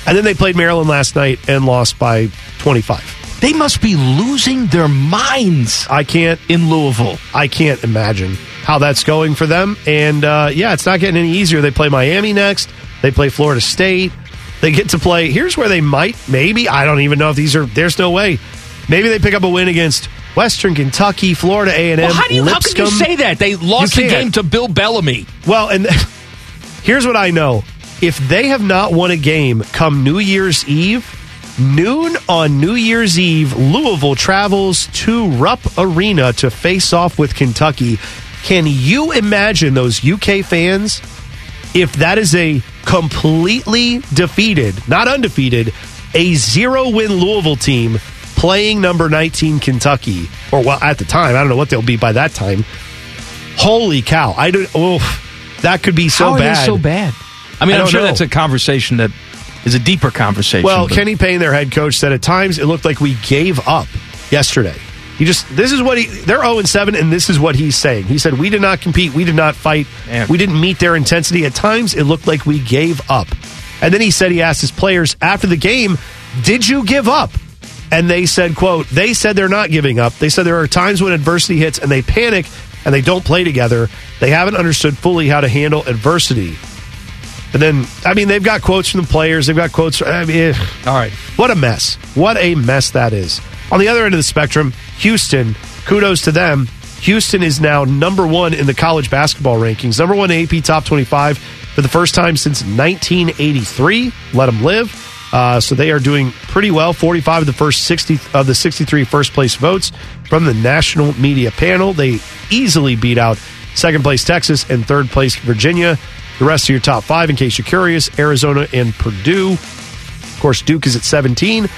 Speaker 4: And then they played Maryland last night and lost by 25.
Speaker 3: They must be losing their minds
Speaker 4: I can't
Speaker 3: in Louisville.
Speaker 4: I can't imagine how that's going for them. And uh, yeah, it's not getting any easier. They play Miami next. They play Florida State. They get to play. Here's where they might, maybe. I don't even know if these are. There's no way. Maybe they pick up a win against Western Kentucky, Florida A and M.
Speaker 3: Well, how do you? How can you say that they lost
Speaker 4: You
Speaker 3: the
Speaker 4: can't.
Speaker 3: game to Bill Bellamy?
Speaker 4: Well, and <laughs> here's what I know: if they have not won a game come New Year's Eve, noon on New Year's Eve, Louisville travels to Rupp Arena to face off with Kentucky. Can you imagine those UK fans if that is a completely defeated, not undefeated, a zero win Louisville team playing number 19 Kentucky, or well, at the time, I don't know what they'll be by that time. Holy cow. I don't, oh, that could be so
Speaker 3: how are
Speaker 4: bad.
Speaker 3: they so bad? I mean, I am
Speaker 4: I don't
Speaker 3: sure
Speaker 4: know.
Speaker 3: that's a conversation that is a deeper conversation.
Speaker 4: Well,
Speaker 3: but-
Speaker 4: Kenny Payne, their head coach, said at times it looked like we gave up yesterday. He just this is what he they're 0 and 7 and this is what he's saying. He said we did not compete, we did not fight,
Speaker 3: Man.
Speaker 4: we didn't meet their intensity. At times it looked like we gave up. And then he said he asked his players after the game, "Did you give up?" And they said, "quote They said they're not giving up. They said there are times when adversity hits and they panic and they don't play together. They haven't understood fully how to handle adversity." And then, I mean, they've got quotes from the players. They've got quotes. I mean, eh.
Speaker 3: All right.
Speaker 4: what a mess. What a mess that is. On the other end of the spectrum, Houston, kudos to them. Houston is now number one in the college basketball rankings, number one in AP Top 25 for the first time since 1983. Let them live. Uh, so they are doing pretty well. 45 of the first 60 of the 63 first place votes from the national media panel. They easily beat out second place Texas and third place Virginia. The rest of your top five, in case you're curious, Arizona and Purdue. Of course, Duke is at 17.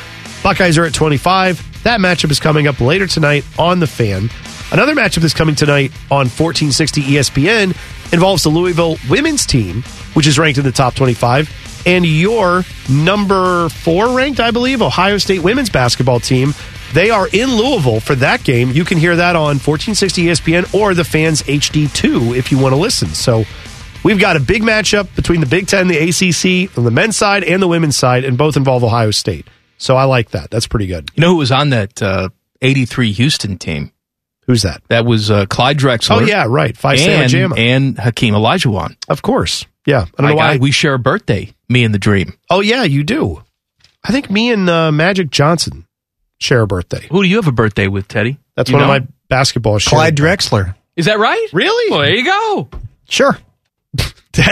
Speaker 4: Buckeyes are at 25. That matchup is coming up later tonight on The Fan. Another matchup that's coming tonight on E 1460 ESPN involves the Louisville women's team, which is ranked in the top 25, and your number four ranked, I believe, Ohio State women's basketball team. They are in Louisville for that game. You can hear that on E 1460 ESPN or The Fans HD2 if you want to listen. So We've got a big matchup between the Big Ten, the ACC, on the men's side and the women's side, and both involve Ohio State. So I like that. That's pretty good.
Speaker 3: You know who was on that uh, 83 Houston team?
Speaker 4: Who's that?
Speaker 3: That was uh, Clyde Drexler.
Speaker 4: Oh yeah, right. Five Star
Speaker 3: And,
Speaker 4: Jama.
Speaker 3: and Hakeem Olajuwon.
Speaker 4: of course. Yeah. I don't
Speaker 3: My
Speaker 4: know why.
Speaker 3: guy, we share a birthday, me and the dream.
Speaker 4: oh yeah, you do. I think me and uh, Magic Johnson share a birthday.
Speaker 3: Who do you have a birthday with, Teddy?
Speaker 4: That's
Speaker 3: You
Speaker 4: one
Speaker 3: know?
Speaker 4: of my basketball. shared-
Speaker 8: Clyde Drexler.
Speaker 3: Is that right?
Speaker 4: Really?
Speaker 3: Well, there you go.
Speaker 8: Sure.
Speaker 3: <laughs>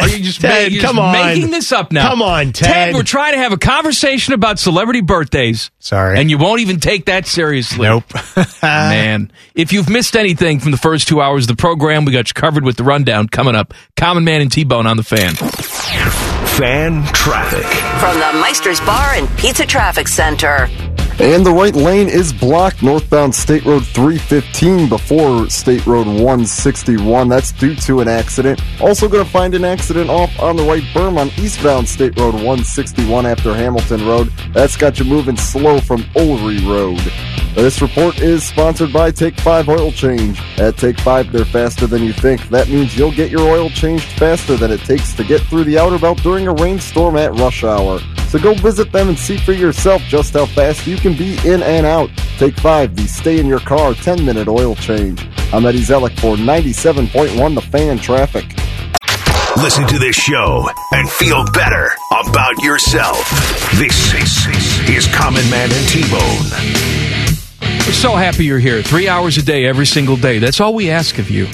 Speaker 3: Are you just,
Speaker 4: Ted,
Speaker 3: ma- you're
Speaker 4: come
Speaker 3: just
Speaker 4: on.
Speaker 3: making this up now?
Speaker 4: Come on, Ted.
Speaker 3: we're trying to have a conversation about celebrity birthdays.
Speaker 8: Sorry.
Speaker 3: And you won't even take that seriously.
Speaker 8: Nope.
Speaker 3: <laughs> Man, if you've missed anything from the first two hours of the program, we got you covered with the rundown coming up. Common Man and T Bone on the fan.
Speaker 1: Fan traffic.
Speaker 5: From the Meister's Bar and Pizza Traffic Center.
Speaker 2: And the right lane is blocked northbound State Road 315 before State Road 161. That's due to an accident. Also going to find an accident off on the right berm on eastbound State Road 161 after Hamilton Road. That's got you moving slow from Olery Road. This report is sponsored by Take 5 Oil Change. At Take 5, they're faster than you think. That means you'll get your oil changed faster than it takes to get through the outer belt during a rainstorm at rush hour. So go visit them and see for yourself just how fast you can be in and out. Take 5, the stay in your car 10 minute oil change. I'm Eddie Zellick for 97.1 The Fan Traffic.
Speaker 1: Listen to this show and feel better about yourself. This is Common Man and T Bone.
Speaker 3: We're so happy you're here. Three hours a day, every single day. That's all we ask of you.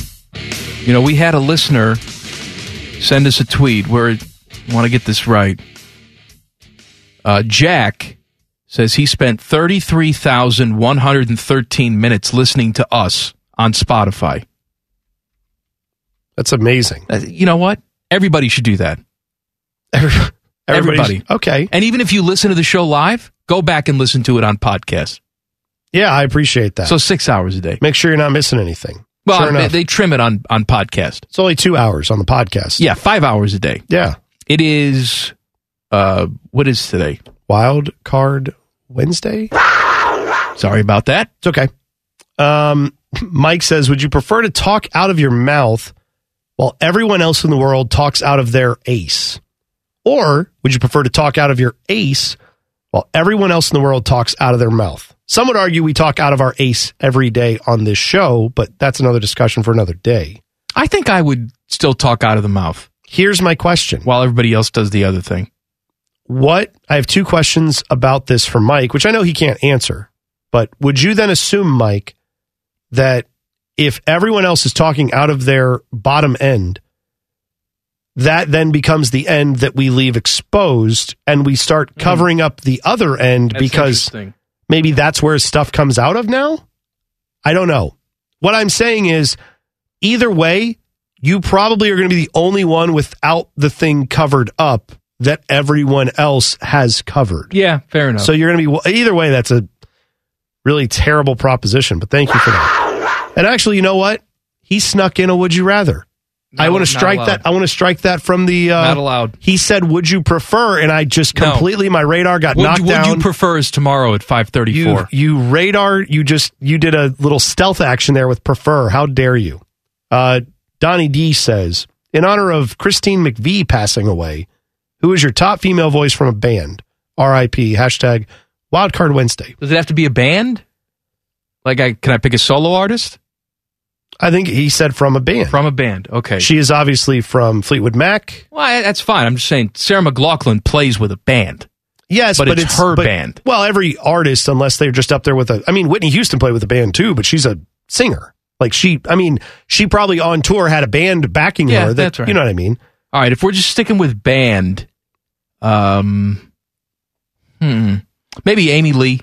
Speaker 3: You know, we had a listener send us a tweet where, I want to get this right. Uh, Jack says he spent 33,113 minutes listening to us on Spotify.
Speaker 4: That's amazing.
Speaker 3: Uh, You know what? Everybody should do that.
Speaker 4: Everybody's-
Speaker 3: Everybody.
Speaker 4: Okay.
Speaker 3: And even if you listen to the show live, go back and listen to it on podcast.
Speaker 4: Yeah, I appreciate that.
Speaker 3: So six hours a day.
Speaker 4: make sure you're not missing anything.
Speaker 3: Well,
Speaker 4: Sure
Speaker 3: they,
Speaker 4: enough.
Speaker 3: they trim it on, on podcast.
Speaker 4: it's only two hours on the podcast.
Speaker 3: Yeah, five hours a day.
Speaker 4: Yeah.
Speaker 3: It is uh what is today?
Speaker 4: Wild Card Wednesday.
Speaker 3: Sorry about that.
Speaker 4: It's okay. Um, <clears throat> Mike says, Would you prefer to talk out of your mouth while everyone else in the world talks out of their ace? Or would you prefer to talk out of your ace while everyone else in the world talks out of their mouth? Some would argue we talk out of our ace every day on this show, but that's another discussion for another day.
Speaker 3: I think I would still talk out of the mouth
Speaker 4: Here's my question.
Speaker 3: while everybody else does the other thing.
Speaker 4: what I have two questions about this for Mike, which I know he can't answer, but would you then assume, Mike, that if everyone else is talking out of their bottom end, that then becomes the end that we leave exposed and we start covering up the other end because maybe that's where stuff comes out of now? I don't know. What I'm saying is, either way, you probably are going to be the only one without the thing covered up that everyone else has covered.
Speaker 3: Yeah, fair enough.
Speaker 4: So you're going to be either way. That's a really terrible proposition, but thank you for that. And actually, you know what? He snuck in a would you rather. I
Speaker 3: No,
Speaker 4: want
Speaker 3: not
Speaker 4: to strike
Speaker 3: allowed.
Speaker 4: that. I want to strike that from the. Uh,
Speaker 3: Not allowed.
Speaker 4: He said, "Would you prefer?" And I just
Speaker 3: No.
Speaker 4: completely my radar got
Speaker 3: Would,
Speaker 4: knocked
Speaker 3: would
Speaker 4: down.
Speaker 3: you prefer is tomorrow at five
Speaker 4: you,
Speaker 3: thirty-four?
Speaker 4: you radar. You just you did a little stealth action there with prefer. How dare you? Uh, Donnie D says, in honor of Christine McVie passing away, who is your top female voice from a band? R.I.P. Hashtag Wildcard Wednesday.
Speaker 3: Does it have to be a band? Like, I can I pick a solo artist
Speaker 4: I think he said from a band.
Speaker 3: from a band? Okay,
Speaker 4: She is obviously from Fleetwood Mac.
Speaker 3: well, I- that's fine. I'm just saying Sarah McLaughlin plays with a band.
Speaker 4: Yes,
Speaker 3: But
Speaker 4: but,
Speaker 3: it's her band.
Speaker 4: Well, every artist, unless they're just up there with a. I mean, Whitney Houston played with a band too, but she's a singer. Like she, I mean, she probably on tour had a band backing
Speaker 3: Yeah,
Speaker 4: her. That,
Speaker 3: that's right.
Speaker 4: You know what I mean?
Speaker 3: All right, if we're just sticking with band, um, hmm, maybe Amy Lee.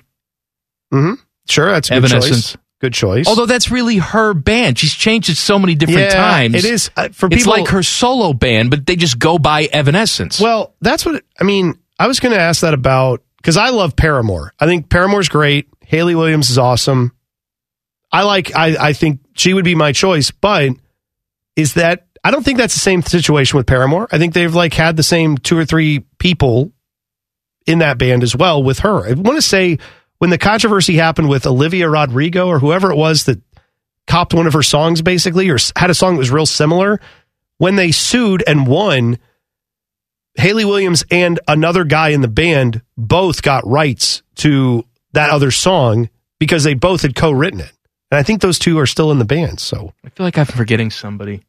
Speaker 4: Sure, that's a good
Speaker 3: Evanescence.
Speaker 4: choice. Good choice.
Speaker 3: Although that's really her band. She's changed it so many different
Speaker 4: Yeah,
Speaker 3: times.
Speaker 4: it is uh, for
Speaker 3: It's
Speaker 4: people
Speaker 3: like her solo band, but they just go by Evanescence.
Speaker 4: Well, that's what I mean. I was going to ask that about because I love Paramore. I think Paramore's great. Haley Williams is awesome. I like. I I think she would be my choice, but is that I don't think that's the same situation with Paramore. I think they've like had the same two or three people in that band as well with her. I want to say when the controversy happened with Olivia Rodrigo or whoever it was that copped one of her songs basically or s- had a song that was real similar when they sued and won Haley Williams and another guy in the band both got rights to that other song because they both had co-written it. And I think those two are still in the band. So,
Speaker 3: I feel like I'm forgetting somebody.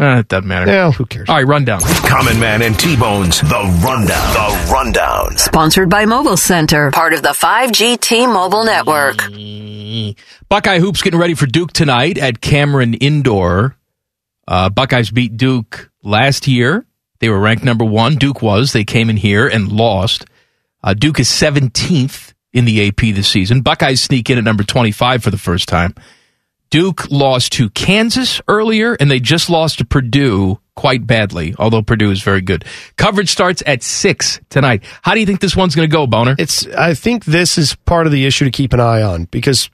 Speaker 3: Eh, it doesn't matter.
Speaker 4: yeah, who cares?
Speaker 3: All right, rundown.
Speaker 1: Common Man and T Bones, The Rundown. The Rundown.
Speaker 5: Sponsored by Mobile Center, part of the 5G T Mobile Network.
Speaker 3: Mm. Buckeye hoops getting ready for Duke tonight at Cameron Indoor. Uh, Buckeyes beat Duke last year. They were ranked number one. Duke was. They came in here and lost. Uh, Duke is 17th in the AP this season. Buckeyes sneak in at number 25 for the first time. Duke lost to Kansas earlier, and they just lost to Purdue quite badly, although Purdue is very good. Coverage starts at 6 tonight. How do you think this one's going to go, Boner?
Speaker 4: It's I think this is part of the issue to keep an eye on because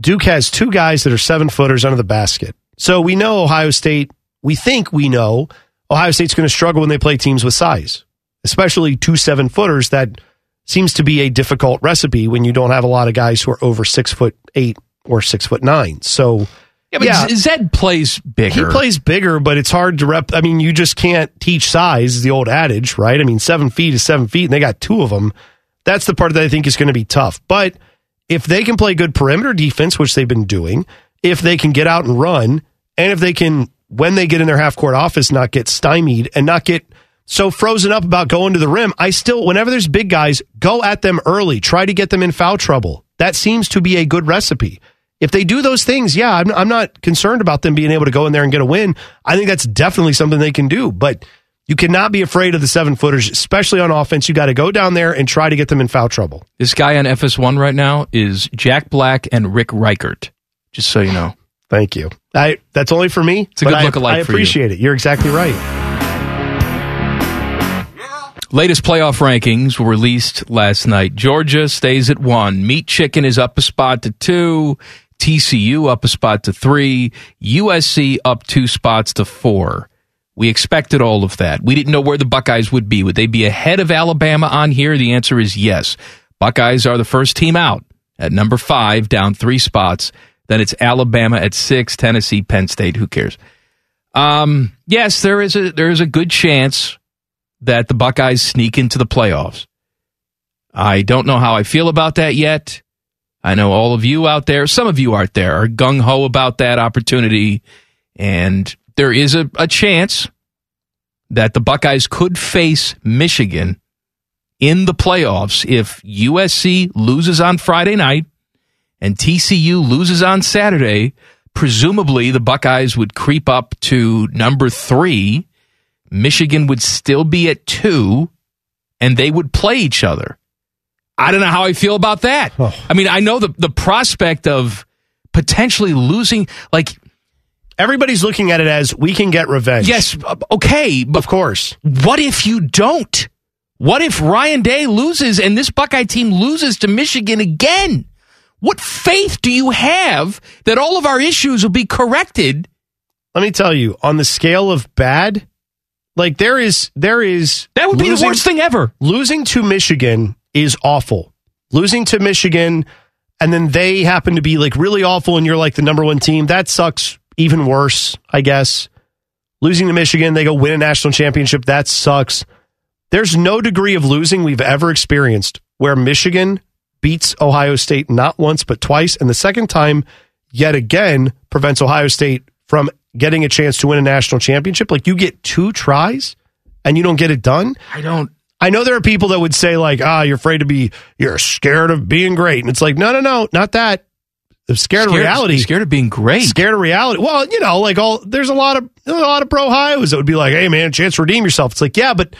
Speaker 4: Duke has two guys that are seven footers under the basket. So we know Ohio State, we think we know Ohio State's going to struggle when they play teams with size, especially two seven footers. That seems to be a difficult recipe when you don't have a lot of guys who are over six foot eight or six foot nine. So
Speaker 3: yeah, but
Speaker 4: yeah.
Speaker 3: Z- Zed plays bigger.
Speaker 4: he plays bigger, but it's hard to rep. I mean, you just can't teach size, is the old adage, right? I mean, seven feet is seven feet, and they got two of them. That's the part that I think is going to be tough. But if they can play good perimeter defense, which they've been doing, if they can get out and run, and if they can, when they get in their half court office, not get stymied and not get so frozen up about going to the rim, I still, whenever there's big guys, go at them early. Try to get them in foul trouble. That seems to be a good recipe. If they do those things, yeah, I'm, I'm not concerned about them being able to go in there and get a win. I think that's definitely something they can do. But you cannot be afraid of the seven footers, especially on offense. You got to go down there and try to get them in foul trouble.
Speaker 3: This guy on FS1 right now is Jack Black and Rick Reichert. Just so you know.
Speaker 4: Thank you. I that's only for me.
Speaker 3: It's a good
Speaker 4: but I-
Speaker 3: look-alike
Speaker 4: I
Speaker 3: for you.
Speaker 4: appreciate it. You're exactly right.
Speaker 3: Latest playoff rankings were released last night. Georgia stays at one. Meat Chicken is up a spot to two. TCU up a spot to three. USC up two spots to four. We expected all of that. We didn't know where the Buckeyes would be. Would they be ahead of Alabama on here? The answer is yes. Buckeyes are the first team out at number five, down three spots. Then it's Alabama at six, Tennessee, Penn State. Who cares? Um, yes, there is a there is a good chance that the Buckeyes sneak into the playoffs. I don't know how I feel about that yet. I know all of you out there, some of you out there, are gung ho about that opportunity. And there is a, a chance that the Buckeyes could face Michigan in the playoffs if USC loses on Friday night and TCU loses on Saturday. Presumably, the Buckeyes would creep up to number three. Michigan would still be at two and they would play each other. I don't know how I feel about that.
Speaker 4: Oh.
Speaker 3: I mean, I know the, the prospect of potentially losing, like,
Speaker 4: Everybody's looking at it as we can get revenge.
Speaker 3: yes, okay, but
Speaker 4: of course.
Speaker 3: what if you don't? What if Ryan Day loses and this Buckeye team loses to Michigan again? What faith do you have that all of our issues will be corrected
Speaker 4: let me tell you, on the scale of bad, like there is there is
Speaker 3: That would be the worst thing ever.
Speaker 4: Losing to Michigan is awful. Losing to Michigan and then they happen to be like really awful and you're like the number 1 team, that sucks even worse, I guess. Losing to Michigan, they go win a national championship, that sucks. There's no degree of losing we've ever experienced where Michigan beats Ohio State not once but twice, and the second time, yet again, prevents Ohio State from getting a chance to win a national championship. Like you get two tries and you don't get it done.
Speaker 3: I don't.
Speaker 4: I know there are people that would say like, ah, you're afraid to be, you're scared of being great, and it's like, no, no, no, not that. I'm scared, of
Speaker 3: Scared-
Speaker 4: reality.
Speaker 3: Scared of being great.
Speaker 4: Scared of reality. Well, you know, like all there's a lot of there's a lot of pro Hios that would be like, "Hey, man, chance to redeem yourself." It's like, yeah, but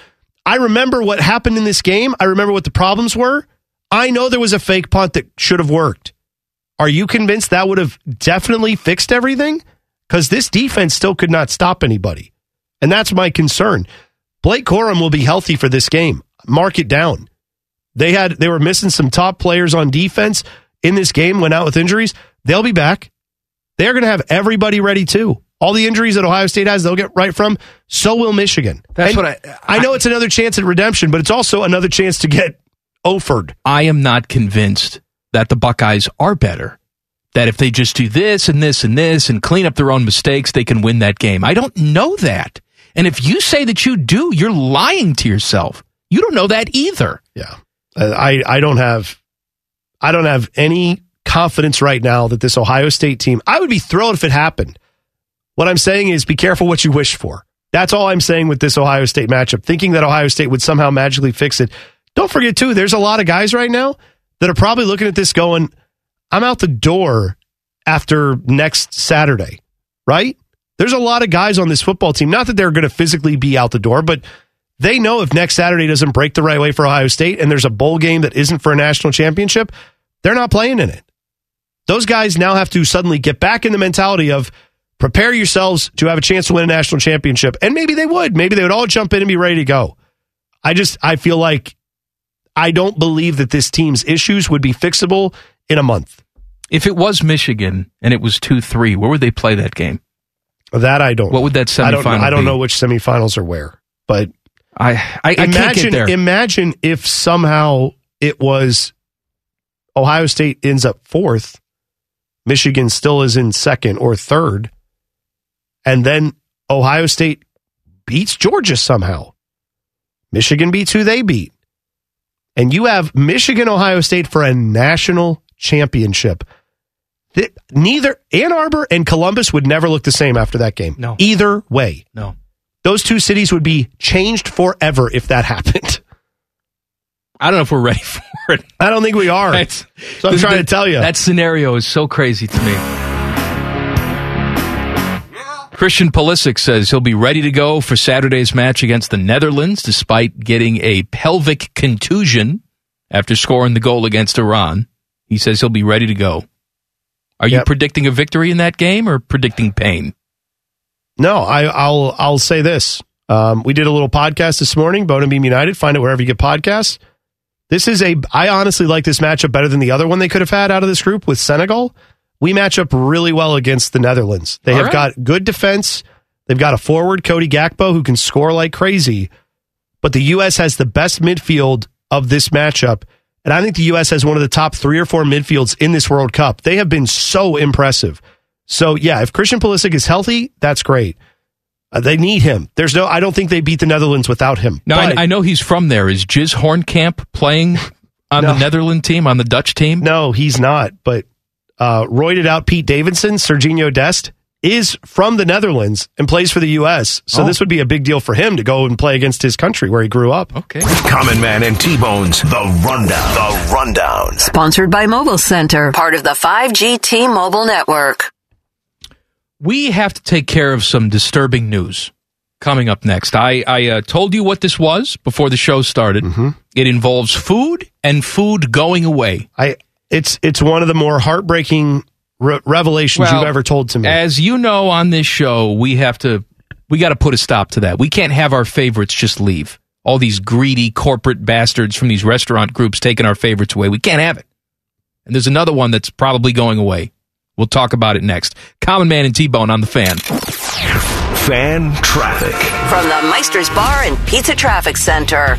Speaker 4: I remember what happened in this game. I remember what the problems were. I know there was a fake punt that should have worked. Are you convinced that would have definitely fixed everything? Because this defense still could not stop anybody, and that's my concern. Blake Corum will be healthy for this game. Mark it down. They had they were missing some top players on defense in this game. Went out with injuries. They'll be back. They're going to have everybody ready too. All the injuries that Ohio State has, they'll get right from. So will Michigan.
Speaker 3: That's
Speaker 4: And
Speaker 3: what I-
Speaker 4: I know it's another chance at redemption, but it's also another chance to get offered.
Speaker 3: I am not convinced that the Buckeyes are better. That if they just do this and this and this and clean up their own mistakes, they can win that game. I don't know that. And if you say that you do, you're lying to yourself. You don't know that either.
Speaker 4: Yeah, Uh, I I don't have I don't have any confidence right now that this Ohio State team. I would be thrilled if it happened. What I'm saying is, be careful what you wish for. That's all I'm saying with this Ohio State matchup. Thinking that Ohio State would somehow magically fix it. Don't forget too. There's a lot of guys right now that are probably looking at this going, "I'm out the door after next Saturday." Right? There's a lot of guys on this football team. Not that they're going to physically be out the door, but they know if next Saturday doesn't break the right way for Ohio State and there's a bowl game that isn't for a national championship, they're not playing in it. Those guys now have to suddenly get back in the mentality of prepare yourselves to have a chance to win a national championship. And maybe they would. Maybe they would all jump in and be ready to go. I just, I feel like I don't believe that this team's issues would be fixable in a month.
Speaker 3: If it was Michigan and it was 2 3, where would they play that game?
Speaker 4: That I don't.
Speaker 3: What would that
Speaker 4: I don't, know-
Speaker 3: semifinal
Speaker 4: I don't
Speaker 3: be?
Speaker 4: know which semifinals are where, but
Speaker 3: I, I, I can't
Speaker 4: imagine
Speaker 3: get there.
Speaker 4: imagine if somehow it was Ohio State ends up fourth, Michigan still is in second or third, and then Ohio State beats Georgia somehow. Michigan beats who they beat. And you have Michigan Ohio State for a national championship. Th- Neither Ann Arbor and Columbus would never look the same after that game.
Speaker 3: No.
Speaker 4: Either way
Speaker 3: no.
Speaker 4: those two cities would be changed forever if that <laughs> happened.
Speaker 3: I don't know if we're ready <laughs> for it.
Speaker 4: I don't think we are.
Speaker 3: That's-
Speaker 4: So I'm trying to tell you.
Speaker 3: That scenario is so crazy to me. Christian Pulisic says he'll be ready to go for Saturday's match against the Netherlands despite getting a pelvic contusion after scoring the goal against Iran. He says he'll be ready to go. Are you
Speaker 4: Yep.
Speaker 3: predicting a victory in that game or predicting pain?
Speaker 4: no, I, I'll I'll say this. Um, we did a little podcast this morning, Bone and Beam United. Find it wherever you get podcasts. This is a I honestly like this matchup better than the other one they could have had out of this group with Senegal. We match up really well against the Netherlands. They
Speaker 3: All
Speaker 4: have
Speaker 3: right.
Speaker 4: got good defense. They've got a forward, Cody Gakpo, who can score like crazy. But the U.S. has the best midfield of this matchup. And I think the U.S. has one of the top three or four midfields in this World Cup. They have been so impressive. So, yeah, if Christian Pulisic is healthy, that's great. Uh, they need him. There's no, I don't think they beat the Netherlands without him.
Speaker 3: Now,
Speaker 4: But-
Speaker 3: I, I know he's from there. Is Jiz Hornkamp playing on
Speaker 4: No.
Speaker 3: the Netherlands team, on the Dutch team?
Speaker 4: No, he's not. But uh, roided out Pete Davidson, Serginho Dest, is from the Netherlands and plays for the U.S. So
Speaker 3: Oh.
Speaker 4: this would be a big deal for him to go and play against his country where he grew up.
Speaker 3: Okay.
Speaker 1: Common Man and T Bones, The Rundown. The Rundown.
Speaker 5: Sponsored by Mobile Center, part of the 5G T Mobile Network.
Speaker 3: we have to take care of some disturbing news coming up next. I, I uh, told you what this was before the show started. It involves food and food going away.
Speaker 4: I it's it's one of the more heartbreaking re- revelations
Speaker 3: Well,
Speaker 4: you've ever told to me.
Speaker 3: As you know, on this show, we have to we got to put a stop to that. We can't have our favorites just leave. All these greedy corporate bastards from these restaurant groups taking our favorites away. We can't have it. And there's another one that's probably going away. We'll talk about it next. Common Man and T Bone on the fan.
Speaker 1: Fan traffic.
Speaker 5: From the Meister's Bar and Pizza Traffic Center.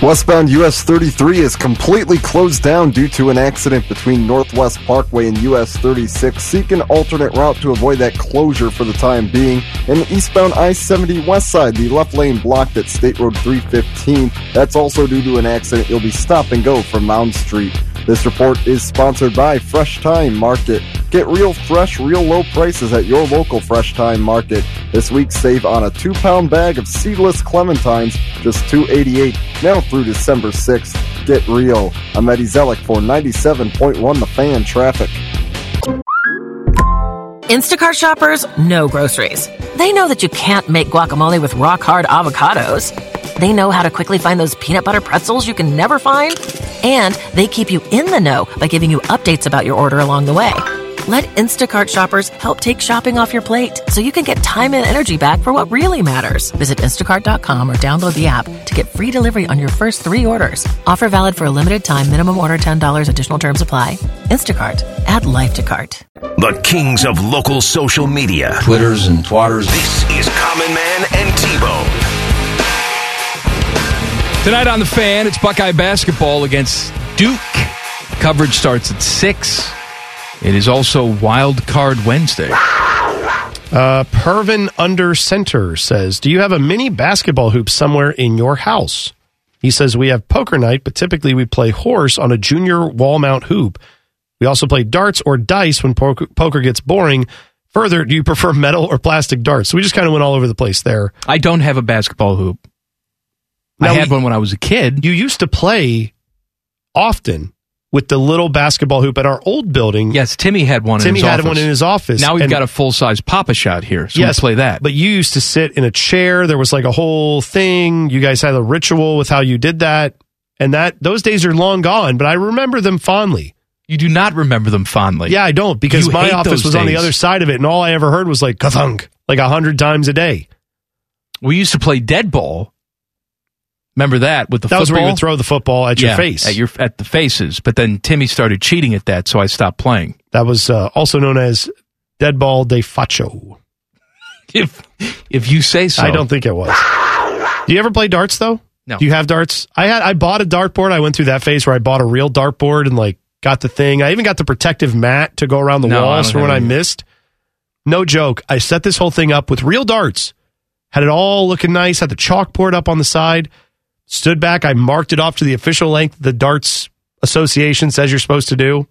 Speaker 2: Westbound US 33 is completely closed down due to an accident between Northwest Parkway and US 36. Seek an alternate route to avoid that closure for the time being. And the eastbound I 70 West Side, the left lane blocked at State Road 315. That's also due to an accident. You'll be stop and go from Mound Street. This report is sponsored by Fresh Time Market. Get real fresh, real low prices at your local Fresh Time Market. This week, save on a two-pound bag of seedless clementines, just $2.88, now through December 6th. Get real. I'm Eddie Zellick for 97.1 The Fan Traffic.
Speaker 9: Instacart shoppers know groceries. They know that you can't make guacamole with rock hard avocados. They know how to quickly find those peanut butter pretzels you can never find. And they keep you in the know by giving you updates about your order along the way. Let Instacart shoppers help take shopping off your plate so you can get time and energy back for what really matters. Visit instacart.com or download the app to get free delivery on your first three orders. Offer valid for a limited time, minimum order $10, additional terms apply. Instacart, add life to cart.
Speaker 1: The kings of local social media. Twitters and twatters. This is Common Man and T-Bone.
Speaker 3: Tonight on the fan, it's Buckeye basketball against Duke. Coverage starts at 6. It is also Wild Card Wednesday.
Speaker 4: Uh, Pervin Under Center says, Do you have a mini basketball hoop somewhere in your house? He says, We have poker night, but typically we play horse on a junior wall mount hoop. We also play darts or dice when poker, poker gets boring. Further, do you prefer <laughs> metal or plastic darts? So we just kind of went all over the place there.
Speaker 3: I don't have a basketball hoop. I had one when I was a kid.
Speaker 4: You used to play often with the little basketball hoop at our old building.
Speaker 3: Yes, Timmy had one
Speaker 4: Timmy
Speaker 3: in his
Speaker 4: had
Speaker 3: office.
Speaker 4: one in his office.
Speaker 3: Now we've
Speaker 4: And-
Speaker 3: got a full size Papa Shot here. So
Speaker 4: Yes,
Speaker 3: we play that.
Speaker 4: But you used to sit in a chair. There was like a whole thing. You guys had a ritual with how you did that. And that those days are long gone, but I remember them fondly.
Speaker 3: You do not remember them fondly.
Speaker 4: Yeah, I don't because
Speaker 3: You
Speaker 4: my
Speaker 3: hate
Speaker 4: office
Speaker 3: those
Speaker 4: was on the
Speaker 3: days.
Speaker 4: other side of it, and all I ever heard was like kathunk, like a hundred times a day.
Speaker 3: We used to play dead ball. Remember that with the
Speaker 4: that was where
Speaker 3: football?
Speaker 4: you would throw the football at
Speaker 3: Yeah,
Speaker 4: your face.
Speaker 3: at your at the faces. But then Timmy started cheating at that, so I stopped playing. <laughs>
Speaker 4: that was uh, also known as dead ball de facho.
Speaker 3: If if you say so,
Speaker 4: I don't think it was. Do you ever play darts though?
Speaker 3: No.
Speaker 4: Do you have darts? I had I bought a dartboard. I went through that phase where I bought a real dartboard and like got the thing. I even got the protective mat to go around the
Speaker 3: No, I
Speaker 4: walls
Speaker 3: don't
Speaker 4: for when
Speaker 3: have
Speaker 4: I
Speaker 3: any.
Speaker 4: missed. No joke. I set this whole thing up with real darts. Had it all looking nice. Had the chalkboard up on the side. Stood back. I marked it off to the official length the darts association says you're supposed to do.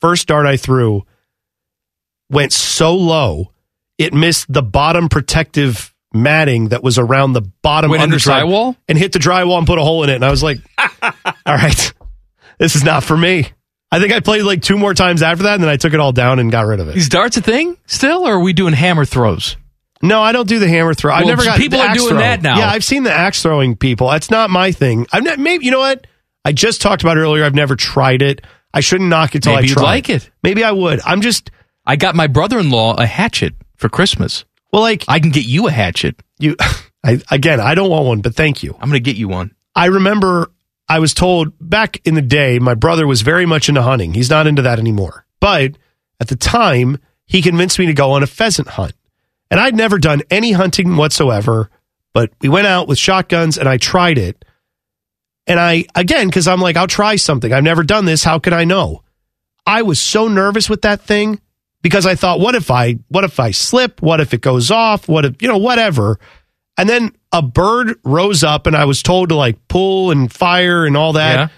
Speaker 4: First dart I threw went so low it missed the bottom protective matting that was around the bottom
Speaker 3: Went in the
Speaker 4: underside
Speaker 3: drywall?
Speaker 4: and hit the drywall and put a hole in it. And I
Speaker 3: <laughs>
Speaker 4: was like, all right, this is not for me. I think I played like two more times after that, and then I took it all down and got rid of it.
Speaker 3: Is darts a thing still, or are we doing hammer throws?
Speaker 4: No, I don't do the hammer throw. I've
Speaker 3: Well,
Speaker 4: never got
Speaker 3: people
Speaker 4: the
Speaker 3: are
Speaker 4: axe
Speaker 3: doing
Speaker 4: throw.
Speaker 3: that now.
Speaker 4: Yeah, I've seen the axe throwing people. That's not my thing. I've not maybe you know what? I just talked about it earlier. I've never tried it. I shouldn't knock it till
Speaker 3: Maybe
Speaker 4: I
Speaker 3: you'd
Speaker 4: try.
Speaker 3: like it.
Speaker 4: Maybe I would. I'm just
Speaker 3: I got my brother-in-law a hatchet for Christmas.
Speaker 4: well, like
Speaker 3: I can get you a hatchet.
Speaker 4: you. <laughs> I, again, I don't want one, but thank you.
Speaker 3: I'm going to get you one.
Speaker 4: I remember I was told back in the day, my brother was very much into hunting. He's not into that anymore. But at the time, he convinced me to go on a pheasant hunt. And I'd never done any hunting whatsoever, but we went out with shotguns and I tried it. And I, again, because I'm like, I'll try something. I've never done this. How can I know? I was so nervous with that thing because I thought, what if I, what if I slip? What if it goes off? What if, you know, whatever. And then a bird rose up and I was told to like pull and fire and all that.
Speaker 3: yeah.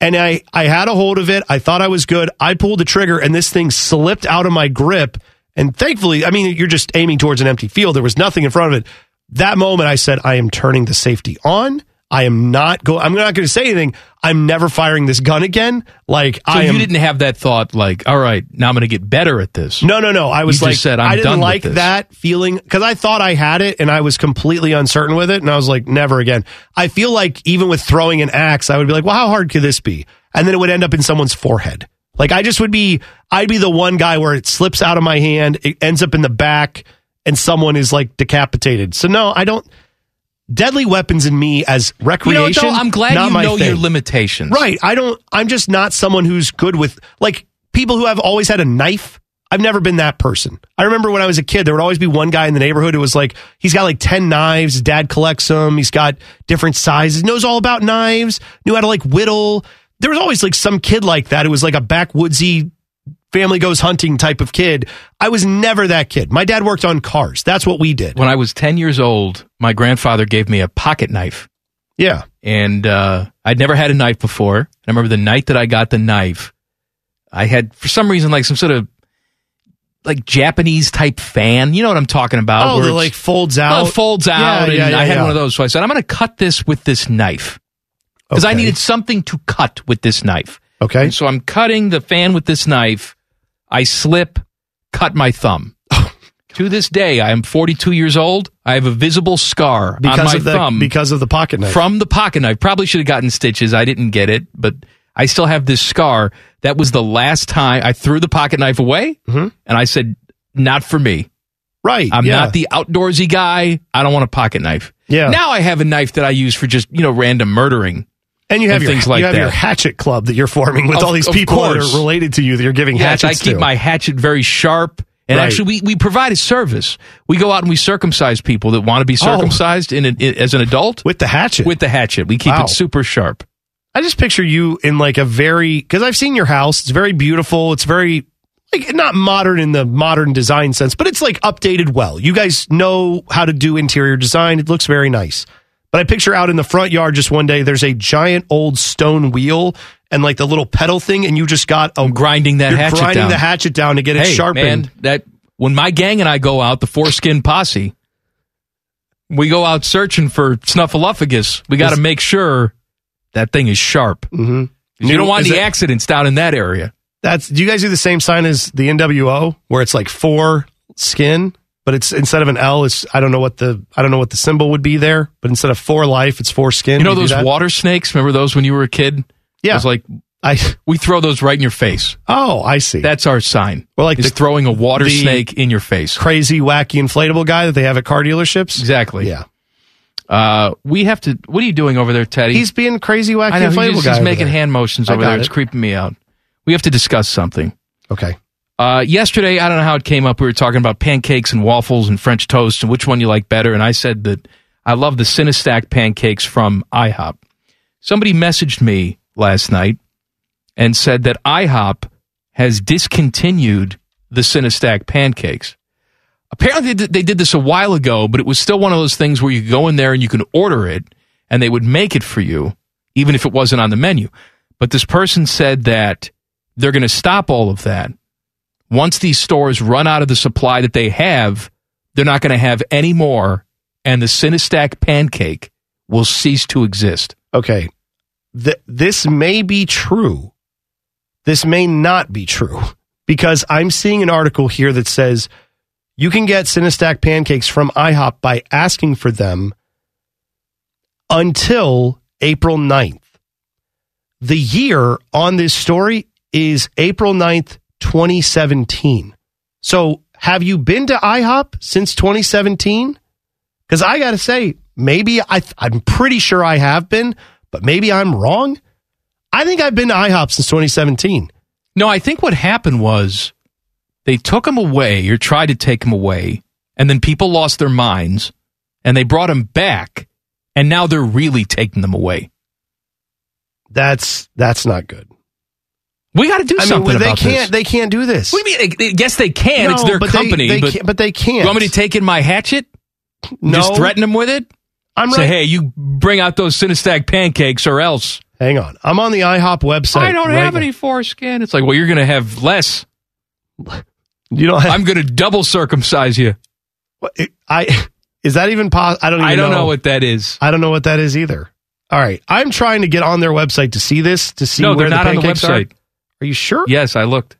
Speaker 4: And I, I had a hold of it. I thought I was good. I pulled the trigger and this thing slipped out of my grip. And thankfully, I mean, you're just aiming towards an empty field. There was nothing in front of it. That moment I said, I am turning the safety on. I am not going, I'm not going to say anything. I'm never firing this gun again. Like
Speaker 3: So
Speaker 4: I am
Speaker 3: you didn't have that thought, like, all right, now I'm going to get better at this.
Speaker 4: No, no, no. I was
Speaker 3: You
Speaker 4: like,
Speaker 3: just said, I'm
Speaker 4: I didn't
Speaker 3: done with
Speaker 4: like
Speaker 3: this.
Speaker 4: that feeling because I thought I had it and I was completely uncertain with it. And I was like, never again. I feel like even with throwing an axe, I would be like, well, how hard could this be? And then it would end up in someone's forehead. Like I just would be, I'd be the one guy where it slips out of my hand, it ends up in the back, and someone is like decapitated. So no, I don't. Deadly weapons in me as
Speaker 3: You know,
Speaker 4: recreation.
Speaker 3: what, though? I'm glad
Speaker 4: not
Speaker 3: you
Speaker 4: my
Speaker 3: know your
Speaker 4: thing.
Speaker 3: limitations.
Speaker 4: Right. I don't. I'm just not someone who's good with like people who have always had a knife. I've never been that person. I remember when I was a kid, there would always be one guy in the neighborhood who was like, he's got like 10 knives. His dad collects them. He's got different sizes, knows all about knives, knew how to like whittle. There was always like some kid like that who was like a backwoodsy family goes hunting type of kid. I was never that kid. My dad worked on cars. That's what we did.
Speaker 3: When I was 10 years old, my grandfather gave me a pocket knife.
Speaker 4: Yeah.
Speaker 3: And uh, I'd never had a knife before. And I remember the night that I got the knife, I had, for some reason, like some sort of like Japanese type fan. You know what I'm talking about?
Speaker 4: Oh,
Speaker 3: where
Speaker 4: that
Speaker 3: it's-
Speaker 4: like folds
Speaker 3: Well,
Speaker 4: out.
Speaker 3: it folds
Speaker 4: Yeah,
Speaker 3: out. and
Speaker 4: yeah, yeah,
Speaker 3: I had
Speaker 4: yeah.
Speaker 3: one of those. So I said, I'm going to cut this with this knife because I
Speaker 4: Okay.
Speaker 3: needed something to cut with this knife.
Speaker 4: Okay.
Speaker 3: And so I'm cutting the fan with this knife. I slip, cut my
Speaker 4: <laughs>
Speaker 3: thumb. to this day, I am 42 years old. I have a visible scar on
Speaker 4: Because
Speaker 3: my
Speaker 4: of the,
Speaker 3: thumb
Speaker 4: because of the pocket knife.
Speaker 3: from the pocket knife. Probably should have gotten stitches. I didn't get it, but I still have this scar. That was the last time I threw the pocket knife away,
Speaker 4: Mm-hmm.
Speaker 3: and I said, "Not for me."
Speaker 4: Right.
Speaker 3: I'm
Speaker 4: yeah.
Speaker 3: not the outdoorsy guy. I don't want a pocket knife.
Speaker 4: Yeah.
Speaker 3: Now I have a knife that I use for just you know random murdering.
Speaker 4: And you have your,
Speaker 3: things like
Speaker 4: you have
Speaker 3: that.
Speaker 4: your hatchet club that you're forming with
Speaker 3: Of-
Speaker 4: all these
Speaker 3: of
Speaker 4: people that
Speaker 3: course.
Speaker 4: are related to you that you're giving
Speaker 3: Yes, I
Speaker 4: hatchets
Speaker 3: keep
Speaker 4: to.
Speaker 3: my hatchet very sharp. And
Speaker 4: Right.
Speaker 3: actually, we, we provide a service. We go out and we circumcise people that want to be circumcised in an, i as an adult
Speaker 4: with the hatchet.
Speaker 3: Oh. With the hatchet, we keep
Speaker 4: Wow.
Speaker 3: it super sharp.
Speaker 4: I just picture you in like a very because I've seen your house. It's very beautiful. It's very like not modern in the modern design sense, but it's like updated well. You guys know how to do interior design. It looks very nice. But I picture out in the front yard just one day there's a giant old stone wheel and like the little pedal thing, and you just got a
Speaker 3: Grinding that
Speaker 4: you're
Speaker 3: hatchet
Speaker 4: grinding
Speaker 3: down.
Speaker 4: the hatchet down to get it
Speaker 3: hey,
Speaker 4: sharpened.
Speaker 3: man, that when my gang and I go out, the foreskin posse, we go out searching for snuffleupagus. We got to make sure that thing is sharp.
Speaker 4: Mm-hmm.
Speaker 3: You don't want
Speaker 4: Is
Speaker 3: any
Speaker 4: that-
Speaker 3: accidents down in that area.
Speaker 4: That's do you guys do the same sign as the NWO where it's like four skin, but it's instead of an L, it's I don't know what the I don't know what the symbol would be there, but instead of four life, it's four skin.
Speaker 3: You know
Speaker 4: Do
Speaker 3: those
Speaker 4: that?
Speaker 3: water snakes? Remember those when you were a kid? It
Speaker 4: Yeah.
Speaker 3: was like
Speaker 4: I
Speaker 3: we throw those right in your face.
Speaker 4: oh I see
Speaker 3: That's our sign.
Speaker 4: Or like
Speaker 3: is
Speaker 4: the-
Speaker 3: throwing a water
Speaker 4: the-
Speaker 3: snake in your face.
Speaker 4: crazy wacky inflatable guy that they have at car dealerships.
Speaker 3: Exactly.
Speaker 4: Yeah,
Speaker 3: Uh, we have to. What are you doing over there, Teddy?
Speaker 4: he's being crazy wacky
Speaker 3: I know, he's
Speaker 4: inflatable
Speaker 3: just- he's,
Speaker 4: guy. over
Speaker 3: making
Speaker 4: there.
Speaker 3: hand motions
Speaker 4: I
Speaker 3: over
Speaker 4: got
Speaker 3: there. It's
Speaker 4: it.
Speaker 3: creeping me out. We have to discuss something.
Speaker 4: Okay,
Speaker 3: Uh, yesterday, I don't know how it came up. We were talking about pancakes and waffles and French toast and which one you like better. And I said that I love the Cinestack pancakes from IHOP. Somebody messaged me last night and said that IHOP has discontinued the Cinestack pancakes. Apparently, they did- they did this a while ago, but it was still one of those things where you go in there and you can order it and they would make it for you, even if it wasn't on the menu. But this person said that they're going to stop all of that once these stores run out of the supply that they have, they're not going to have any more, and the Cinestack pancake will cease to exist.
Speaker 4: okay. Th- this may be true. This may not be true because I'm seeing an article here that says you can get Cinestack pancakes from IHOP by asking for them until April 9th. The year on this story is April 9th, 2017. So, have you been to IHOP since 2017? Because I got to say, maybe I, th- I'm pretty sure I have been, but maybe I'm wrong. I think I've been to IHOP since 2017.
Speaker 3: No, I think what happened was they took them away or tried to take them away, and then people lost their minds, and they brought them back, and now they're really taking them away.
Speaker 4: That's that's not good.
Speaker 3: We got to do
Speaker 4: I mean,
Speaker 3: something
Speaker 4: they
Speaker 3: about
Speaker 4: can't.
Speaker 3: this.
Speaker 4: They can't do this.
Speaker 3: what do you mean? They- they- Yes, they can. it's
Speaker 4: No,
Speaker 3: their
Speaker 4: but they-
Speaker 3: company.
Speaker 4: they
Speaker 3: but
Speaker 4: can't- but they
Speaker 3: you
Speaker 4: can't.
Speaker 3: want me to take in my hatchet?
Speaker 4: no,
Speaker 3: Just threaten them with it?
Speaker 4: I'm
Speaker 3: Say,
Speaker 4: right.
Speaker 3: hey, you bring out those Cinestack pancakes or else.
Speaker 4: Hang on. I'm on the IHOP website.
Speaker 3: I don't
Speaker 4: right
Speaker 3: have
Speaker 4: now.
Speaker 3: any foreskin. It's like, well, you're going to have less.
Speaker 4: You don't have.
Speaker 3: I'm going to double circumcise you.
Speaker 4: what- <laughs> it- I is that even possible? I don't. Even
Speaker 3: I don't
Speaker 4: know.
Speaker 3: know. what that is.
Speaker 4: I don't know what that is either. All right. I'm trying to get on their website to see this to see
Speaker 3: no, they're
Speaker 4: where
Speaker 3: not
Speaker 4: the
Speaker 3: on the
Speaker 4: pancakes
Speaker 3: website.
Speaker 4: Are. are you sure?
Speaker 3: Yes, I looked.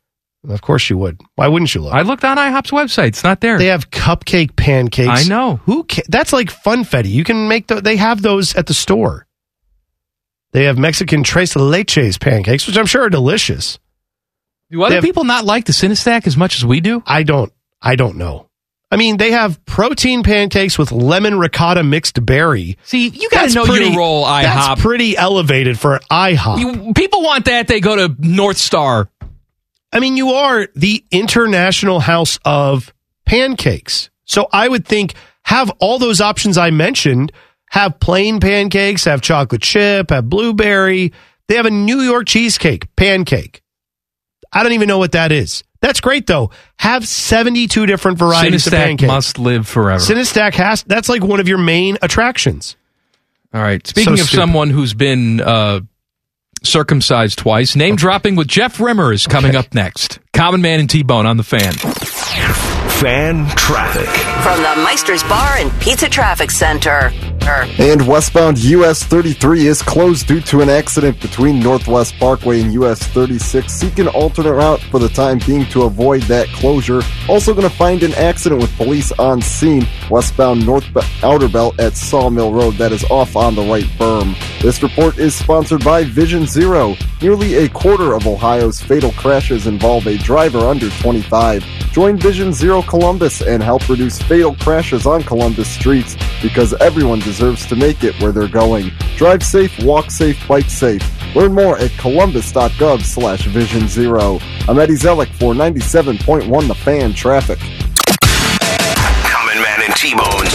Speaker 4: Of course you would. Why wouldn't you look?
Speaker 3: I looked on IHOP's website. It's not there.
Speaker 4: they have cupcake pancakes.
Speaker 3: I know.
Speaker 4: Who? Ca- that's like funfetti. You can make the, They have those at the store. They have Mexican tres leches pancakes, which I'm sure are delicious.
Speaker 3: Do other
Speaker 4: they have-
Speaker 3: people not like the Cinestack as much as we do?
Speaker 4: I don't. I don't know. I mean, they have protein pancakes with lemon ricotta mixed berry.
Speaker 3: See, you got
Speaker 4: That's
Speaker 3: to know
Speaker 4: pretty-
Speaker 3: your role, IHOP.
Speaker 4: That's pretty elevated for an IHOP.
Speaker 3: You- people want that. They go to North Star.
Speaker 4: I mean, you are the international house of pancakes. So I would think have all those options I mentioned have plain pancakes, have chocolate chip, have blueberry. They have a New York cheesecake pancake. I don't even know what that is. That's great though. Have 72 different varieties of
Speaker 3: Cinestack
Speaker 4: pancakes.
Speaker 3: must live forever.
Speaker 4: Cinestack has that's like one of your main attractions.
Speaker 3: All right. Speaking
Speaker 4: So
Speaker 3: of
Speaker 4: stupid.
Speaker 3: someone who's been uh, circumcised twice, name dropping with Jeff Rimmer is coming up next. Common Man and T Bone on the fan.
Speaker 1: Fan traffic.
Speaker 5: From the Meister's Bar and Pizza Traffic Center. Er,
Speaker 2: And westbound US 33 is closed due to an accident between Northwest Parkway and US 36. Seek an alternate route for the time being to avoid that closure. Also going to find an accident with police on scene westbound North Be- Outer Belt at Sawmill Road that is off on the right berm. This report is sponsored by Vision Zero. Nearly a quarter of Ohio's fatal crashes involve a driver under 25. Join Vision Zero Columbus and help reduce fatal crashes on Columbus streets because everyone deserves to make it where they're going. Drive safe, walk safe, bike safe. Learn more at columbus.gov slash vision zero. I'm Eddie Zellick for 97.1 The Fan Traffic.
Speaker 1: Common Man and T-Bones.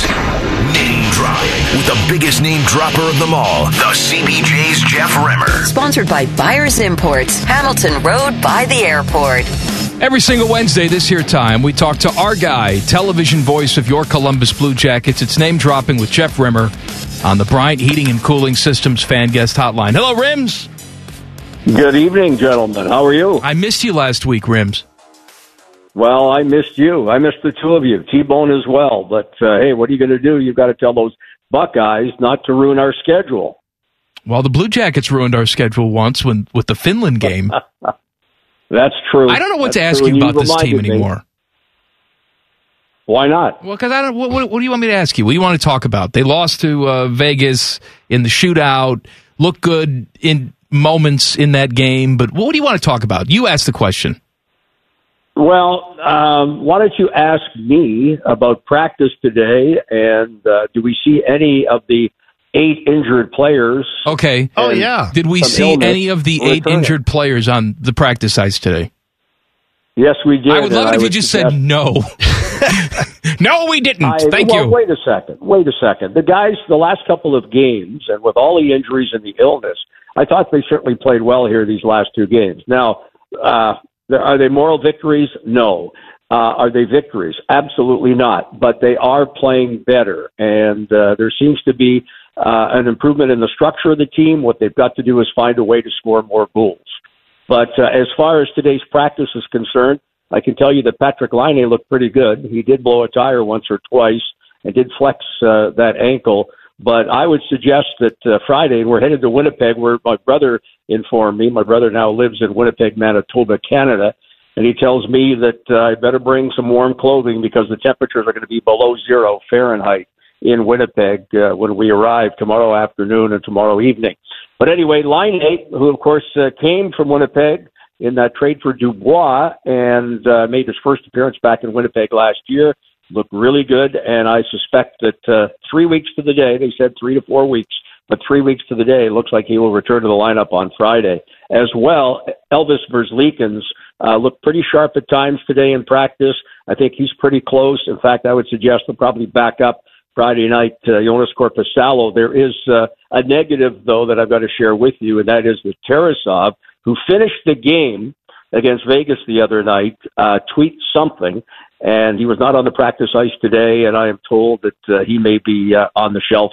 Speaker 1: Name dropping with the biggest name dropper of them all, the CBJ's Jeff Remmer.
Speaker 5: sponsored by Buyers Imports, Hamilton Road by the airport.
Speaker 3: Every single Wednesday, this here time, we talk to our guy, television voice of your Columbus Blue Jackets. It's name dropping with Jeff Rimmer on the Bryant Heating and Cooling Systems Fan Guest Hotline. Hello, Rims.
Speaker 10: Good evening, gentlemen. How are you?
Speaker 3: I missed you last week, Rims.
Speaker 10: Well, I missed you. I missed the two of you, T Bone as well. But uh, hey, what are you going to do? You've got to tell those Buckeyes not to ruin our schedule.
Speaker 3: Well, the Blue Jackets ruined our schedule once when with the Finland
Speaker 10: <laughs>
Speaker 3: game.
Speaker 10: That's true.
Speaker 3: I don't know what to
Speaker 10: That's
Speaker 3: ask
Speaker 10: true.
Speaker 3: you about this team
Speaker 10: reminded me.
Speaker 3: anymore.
Speaker 10: Why not?
Speaker 3: Well, because I don't. What, what, what do you want me to ask you? What do you want to talk about? They lost to uh, Vegas in the shootout. Looked good in moments in that game, but what do you want to talk about? You asked the question.
Speaker 10: Well, um, why don't you ask me about practice today? And uh, do we see any of the eight injured players?
Speaker 3: Okay.
Speaker 10: Oh, yeah.
Speaker 3: Did we
Speaker 10: Some
Speaker 3: see
Speaker 10: illness
Speaker 3: any of the
Speaker 10: or
Speaker 3: eight
Speaker 10: returning.
Speaker 3: injured players on the practice ice today?
Speaker 10: Yes, we did.
Speaker 3: I would love it
Speaker 10: and
Speaker 3: if you
Speaker 10: would
Speaker 3: just
Speaker 10: suggest-
Speaker 3: said no. <laughs> no, we didn't.
Speaker 10: I-
Speaker 3: Thank
Speaker 10: well,
Speaker 3: you.
Speaker 10: Wait a second. Wait a second. The guys, the last couple of games, and with all the injuries and the illness, I thought they certainly played well here these last two games. Now, uh, there- are they moral victories? No. Uh, are they victories? Absolutely not. But they are playing better, and uh, there seems to be uh, an improvement in the structure of the team. What they've got to do is find a way to score more goals. But uh, as far as today's practice is concerned, I can tell you that Patrick Liney looked pretty good. He did blow a tire once or twice and did flex uh, that ankle. But I would suggest that uh, Friday we're headed to Winnipeg, where my brother informed me. My brother now lives in Winnipeg, Manitoba, Canada, and he tells me that uh, I better bring some warm clothing because the temperatures are going to be below zero Fahrenheit in Winnipeg uh, when we arrive tomorrow afternoon and tomorrow evening. But anyway, Line 8, who of course uh, came from Winnipeg in that trade for Dubois and uh, made his first appearance back in Winnipeg last year, looked really good. And I suspect that uh, three weeks to the day, they said three to four weeks, but three weeks to the day, it looks like he will return to the lineup on Friday. As well, Elvis Verzlikens uh, looked pretty sharp at times today in practice. I think he's pretty close. In fact, I would suggest he'll probably back up Friday night, uh, Jonas Corposalo. There is uh, a negative, though, that I've got to share with you, and that is that Tarasov, who finished the game against Vegas the other night, uh, tweet something, and he was not on the practice ice today, and I am told that uh, he may be uh, on the shelf.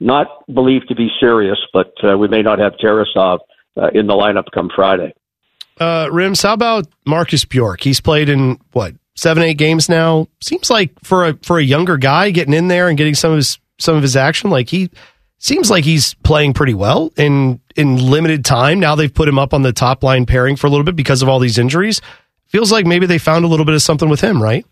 Speaker 10: Not believed to be serious, but uh, we may not have Tarasov uh, in the lineup come Friday.
Speaker 4: Uh, Rims, how about Marcus Bjork? He's played in what seven, eight games now. Seems like for a for a younger guy getting in there and getting some of his some of his action, like he seems like he's playing pretty well in in limited time. Now they've put him up on the top line pairing for a little bit because of all these injuries. Feels like maybe they found a little bit of something with him, right?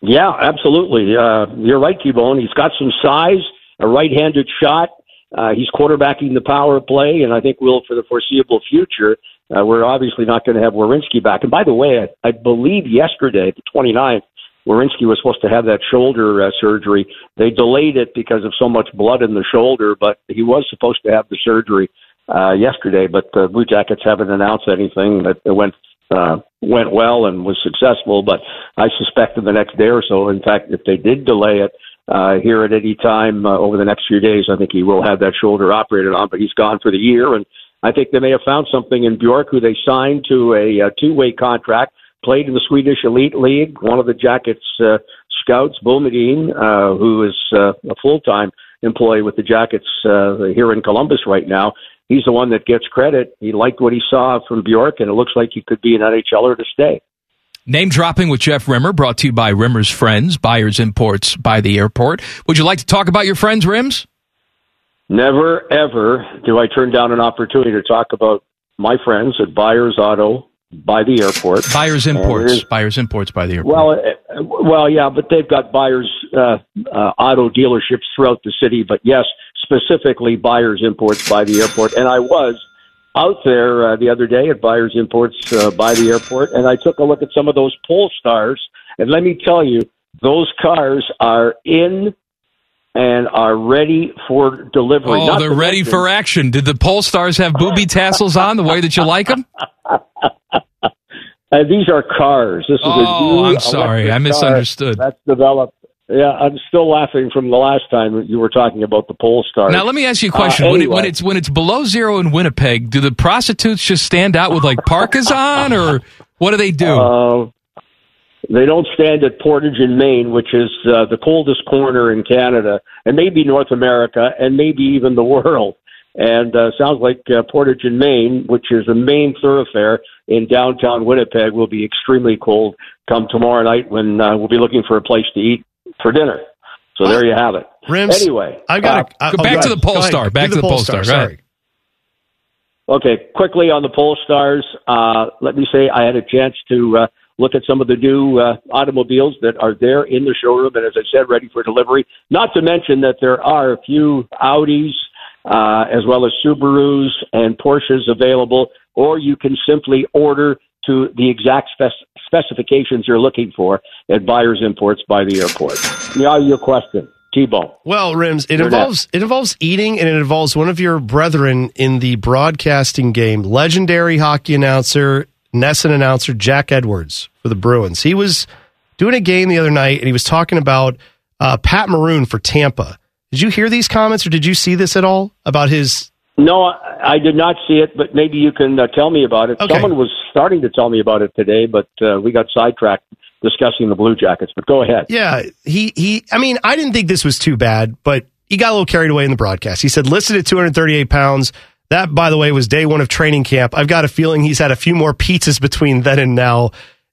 Speaker 10: Yeah, absolutely. Uh, you're right, T-Bone. He's got some size, a right-handed shot. Uh, he's quarterbacking the power play, and I think will for the foreseeable future. Uh, we're obviously not going to have Warinsky back. And by the way, I, I believe yesterday, the 29th, Warinsky was supposed to have that shoulder uh, surgery. They delayed it because of so much blood in the shoulder, but he was supposed to have the surgery uh, yesterday. But the Blue Jackets haven't announced anything. That it went uh, went well and was successful. But I suspect in the next day or so, in fact, if they did delay it uh, here at any time uh, over the next few days, I think he will have that shoulder operated on. But he's gone for the year, and I think they may have found something in Bjork, who they signed to a, uh two-way contract, played in the Swedish Elite League, one of the Jackets. Uh, Scouts Bulmadine, uh, who is uh, a full-time employee with the Jackets uh, here in Columbus right now. He's the one that gets credit. He liked what he saw from Bjork, and it looks like he could be an NHLer to stay.
Speaker 3: Name dropping with Jeff Rimmer, brought to you by Rimmer's Friends, Buyers Imports by the Airport. Would you like to talk about your friends, Rims?
Speaker 10: Never, ever do I turn down an opportunity to talk about my friends at Buyers Auto by the airport.
Speaker 3: Buyers
Speaker 10: And it
Speaker 3: Imports,
Speaker 10: is-
Speaker 3: Buyers Imports by the Airport.
Speaker 10: Well, uh, well, yeah, but they've got buyers uh, uh, auto dealerships throughout the city. But yes, specifically buyers imports by the airport. And I was out there uh, the other day at buyers imports uh, by the airport, and I took a look at some of those Polestars. And let me tell you, those cars are in and are ready for delivery.
Speaker 3: Oh,
Speaker 10: Not
Speaker 3: they're
Speaker 10: to
Speaker 3: ready
Speaker 10: mention-
Speaker 3: for action. Did the pole stars have
Speaker 10: <laughs>
Speaker 3: booby tassels on the way that you like them?
Speaker 10: Uh, these are cars. This is
Speaker 3: Oh,
Speaker 10: a new
Speaker 3: I'm sorry.
Speaker 10: electric
Speaker 3: I
Speaker 10: car
Speaker 3: misunderstood.
Speaker 10: That's developed. Yeah, I'm still laughing from the last time that you were talking about the Polestar.
Speaker 3: Now let me ask you a question.
Speaker 10: Uh,
Speaker 3: when, it,
Speaker 10: anyway,
Speaker 3: when it's when it's below zero in Winnipeg, do the prostitutes just stand out with like parkas on, or what do they do?
Speaker 10: uh, they don't stand at Portage in Maine, which is uh, the coldest corner in Canada, and maybe North America, and maybe even the <laughs> world. And uh, sounds like uh, Portage in Maine, which is the main thoroughfare in downtown Winnipeg, will be extremely cold come tomorrow night when uh, we'll be looking for a place to eat for dinner. So there you have it.
Speaker 4: Rims,
Speaker 10: anyway,
Speaker 4: I've got
Speaker 10: uh,
Speaker 4: a, oh,
Speaker 3: back to the pole star. Back to the pole star. Go ahead.
Speaker 4: Sorry.
Speaker 10: Okay, quickly on the poll stars. Uh, let me say I had a chance to uh, look at some of the new uh, automobiles that are there in the showroom, and as I said, ready for delivery. Not to mention that there are a few Audis, uh, as well as Subarus and Porsches available, or you can simply order to the exact spec- specifications you're looking for at Buyers Imports by the airport. Now, your question, T-Bone.
Speaker 4: Well, Rims, it
Speaker 10: Sure did.
Speaker 4: involves it involves eating and it involves one of your brethren in the broadcasting game, legendary hockey announcer, Nesson announcer Jack Edwards for the Bruins. He was doing a game the other night and he was talking about uh, Pat Maroon for Tampa. Did you hear these comments or did you see this at all about his
Speaker 10: No, I I did not see it, but maybe you can uh, tell me about it. Someone was starting to tell me about it today, but uh, we got sidetracked discussing the Blue Jackets. But go ahead.
Speaker 4: Yeah, he he. I mean, I didn't think this was too bad, but he got a little carried away in the broadcast. He said listed at 238 pounds. That, by the way, was day one of training camp. I've got a feeling he's had a few more pizzas between then and now.